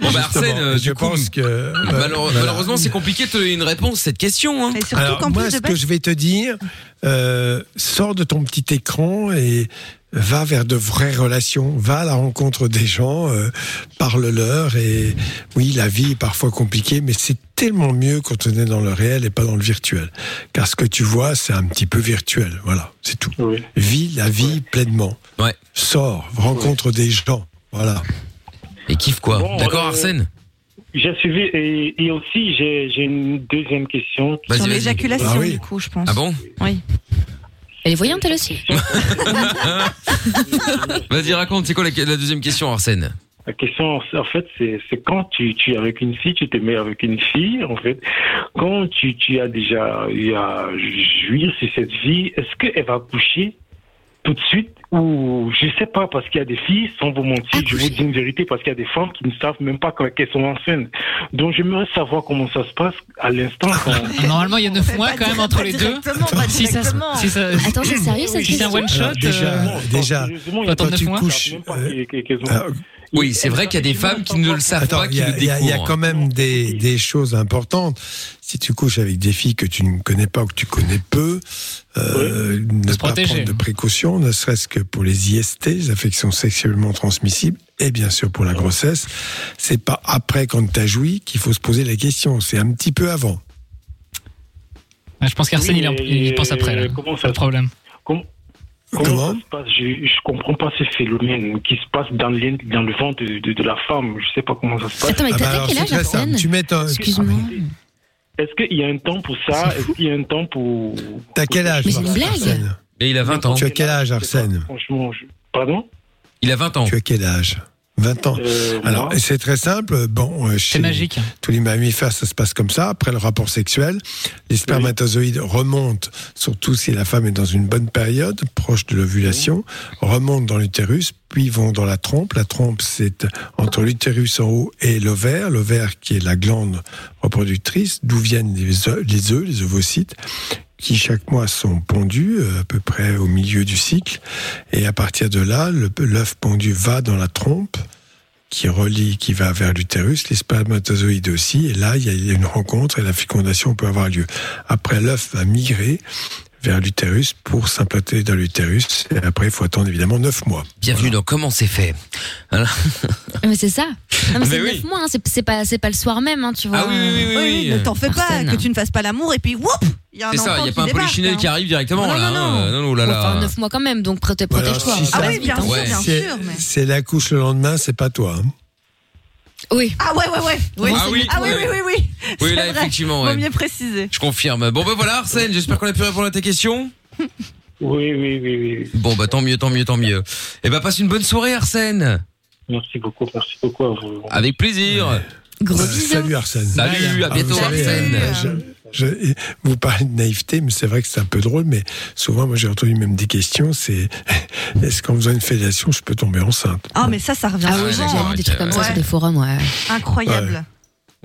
Bon, bah, Arsène, euh,
je
du coup,
pense que euh,
malheure-
voilà.
malheureusement, c'est compliqué de donner une réponse à cette question. Hein.
Alors, moi, ce que je vais te dire, euh, sors de ton petit écran et va vers de vraies relations, va à la rencontre des gens, euh, parle-leur et oui, la vie est parfois compliquée, mais c'est tellement mieux quand on est dans le réel et pas dans le virtuel. Car ce que tu vois, c'est un petit peu virtuel, voilà, c'est tout. Vis la vie pleinement.
Ouais.
Sors, rencontre des gens, voilà.
Et kiffe quoi
Bon,
Ah, D'accord,
euh,
Arsène
J'ai suivi et, et aussi j'ai j'ai une deuxième question.
Vas-y, Sur vas-y.
l'éjaculation, Ah oui. du coup, je pense.
Ah bon
Oui.
Elle est voyante, elle aussi.
(laughs) Vas-y, raconte, c'est quoi la, la deuxième question, Arsène
La question, en fait, c'est c'est quand tu, tu es avec une fille, tu te mets avec une fille, en fait. Quand tu, tu as déjà eu à jouir sur cette vie, est-ce qu'elle va coucher tout de suite ou je sais pas parce qu'il y a des filles sans vous
Ah,
mentir je vous dis une vérité parce qu'il y a des femmes qui ne savent même pas quand- qu'elles sont enceintes donc j'aimerais savoir comment ça se passe à l'instant
Ah. (laughs)
quand-
Normalement, il y a 9 mois quand même entre les deux.
directement, pas
Si ça-
directement.
si ça- (coughs)
Attends, c'est sérieux, cette
Si c'est un
question
one shot.
Alors, déjà,
euh,
déjà,
Sérieusement, il y a
quand
pas-
tu
ils savent
couches,
même pas
Euh,
qu'elles- qu'elles- qu'elles ont-
Oui, c'est vrai qu'il y a des femmes qui ne le savent
Attends,
pas,
il
qui
y, a-
le
il y a-
découvrent.
il y a quand même des, des choses importantes. Si tu couches avec des filles que tu ne connais pas ou que tu connais peu, euh, ne pas
protéger.
prendre de précautions, ne serait-ce que pour les IST, les affections sexuellement transmissibles, et bien sûr pour la grossesse. C'est pas après quand tu as joui qu'il faut se poser la question, c'est un petit peu avant.
Ah, Je pense qu'Arsène, il, en- il y pense après. Là.
Comment
Pas de problème.
Comment, ça se passe je, je comprends pas ce phénomène qui se passe dans le, dans le ventre de, de- de la femme. Je sais pas comment ça se passe.
Ah bah alors, c'est très simple. Tu mets ton-
Est-ce qu'il y a un temps pour ça Est-ce qu'il y a un temps pour.
T'as quel âge Mais c'est une blague
Et il a 20 ans.
Tu as quel âge, Arsène
Franchement, je- pardon
Il a 20 ans.
Tu as quel âge 20 ans. Alors, c'est très simple. Bon, euh, chez
magique.
tous les mammifères, ça se passe comme ça. Après le rapport sexuel, les spermatozoïdes remontent, surtout si la femme est dans une bonne période, proche de l'ovulation, remontent dans l'utérus, puis vont dans la trompe. La trompe, c'est entre l'utérus en haut et l'ovaire, l'ovaire qui est la glande reproductrice, d'où viennent les œufs, les, œufs, les ovocytes qui chaque mois sont pondus euh, à peu près au milieu du cycle. Et à partir de là, le- l'œuf pondu va dans la trompe qui relie, qui va vers l'utérus, les spermatozoïdes aussi. Et là, il y a- il y a une rencontre et la fécondation peut avoir lieu. Après, l'œuf va migrer vers l'utérus pour s'implanter dans l'utérus. Et après, il faut attendre évidemment 9 mois.
Bienvenue dans Comment c'est fait. Voilà.
Ah, Mais c'est ça. Non, mais
Mais
c'est
oui.
neuf mois, hein, c'est- c'est pas, c'est pas le soir même, hein, tu vois.
Ah oui, oui, oui, oui,
Ne
oui.
t'en fais pas,
Personne.
que tu ne fasses pas l'amour et puis whoop Il y a un
C'est ça, il
enfant
n'y a
qui
pas un
débarque,
polichinelle
hein.
qui arrive directement là. hein. Non, non, là, là.
Enfin, 9 mois quand même, donc proté- protège-toi. hein. Ah
si
Ah
ça- hein.
Ouais.
si elle- Si elle accouche le lendemain, c'est pas toi. hein.
Oui.
Ah ouais, ouais, ouais. oui.
Ah oui,
ah oui,
oui.
oui, oui, oui.
Oui,
C'est
là,
vrai.
effectivement, ouais.
Vaut mieux préciser.
Je confirme. Bon, ben voilà, Arsène, j'espère qu'on a pu répondre à tes questions.
Oui, oui, oui, oui.
Bon, bah tant mieux, tant mieux, tant mieux. Eh ben, passe une bonne soirée, Arsène.
Merci beaucoup, merci beaucoup à vous.
Avec plaisir.
Euh, Salut Arsène.
Salut, à
Ah,
bientôt,
vous savez,
Arsène.
euh, je- je- vous parlez de naïveté, mais c'est vrai que c'est un peu drôle, mais souvent, moi, j'ai entendu même des questions, c'est (laughs) est-ce qu'en faisant une fellation, je peux tomber enceinte
Ah, mais ça, ça revient
Ah oui, j'ai
souvent. hein,
vu des trucs comme ça
Ouais.
sur des forums, ouais.
Incroyable.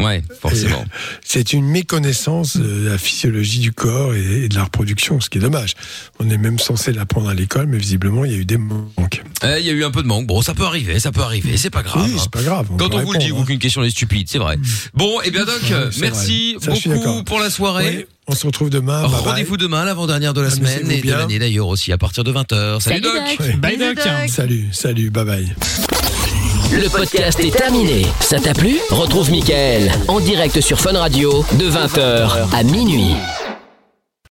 Ouais,
forcément. (laughs) C'est une méconnaissance de la physiologie du corps et et de la reproduction, ce qui est dommage. On est même censé l'apprendre à l'école, mais visiblement, il y a eu des manques.
Eh, Il y a eu un peu de manque. Bon, ça peut arriver, ça peut arriver, c'est pas grave. hein.
Oui, c'est pas grave. on
Quand
peut
on vous le dit,
répondre, Mm.
vous, qu'une question est stupide, c'est vrai. Bon, eh bien, Doc,
Ouais, c'est
merci
vrai. Ça, je suis
beaucoup
d'accord. Ah, bah,
pour la soirée.
Oui, on se retrouve demain. bye bye.
Oh, Rendez-vous demain, l'avant-dernière de la
Amusez-vous
semaine et de
bien.
l'année d'ailleurs aussi, à partir de 20h. Salut, Doc.
Ouais.
Bye, Doc.
Salut, salut, bye bye.
Le podcast est terminé. Ça t'a plu Retrouve Mickaël en direct sur Fun Radio de 20h à minuit.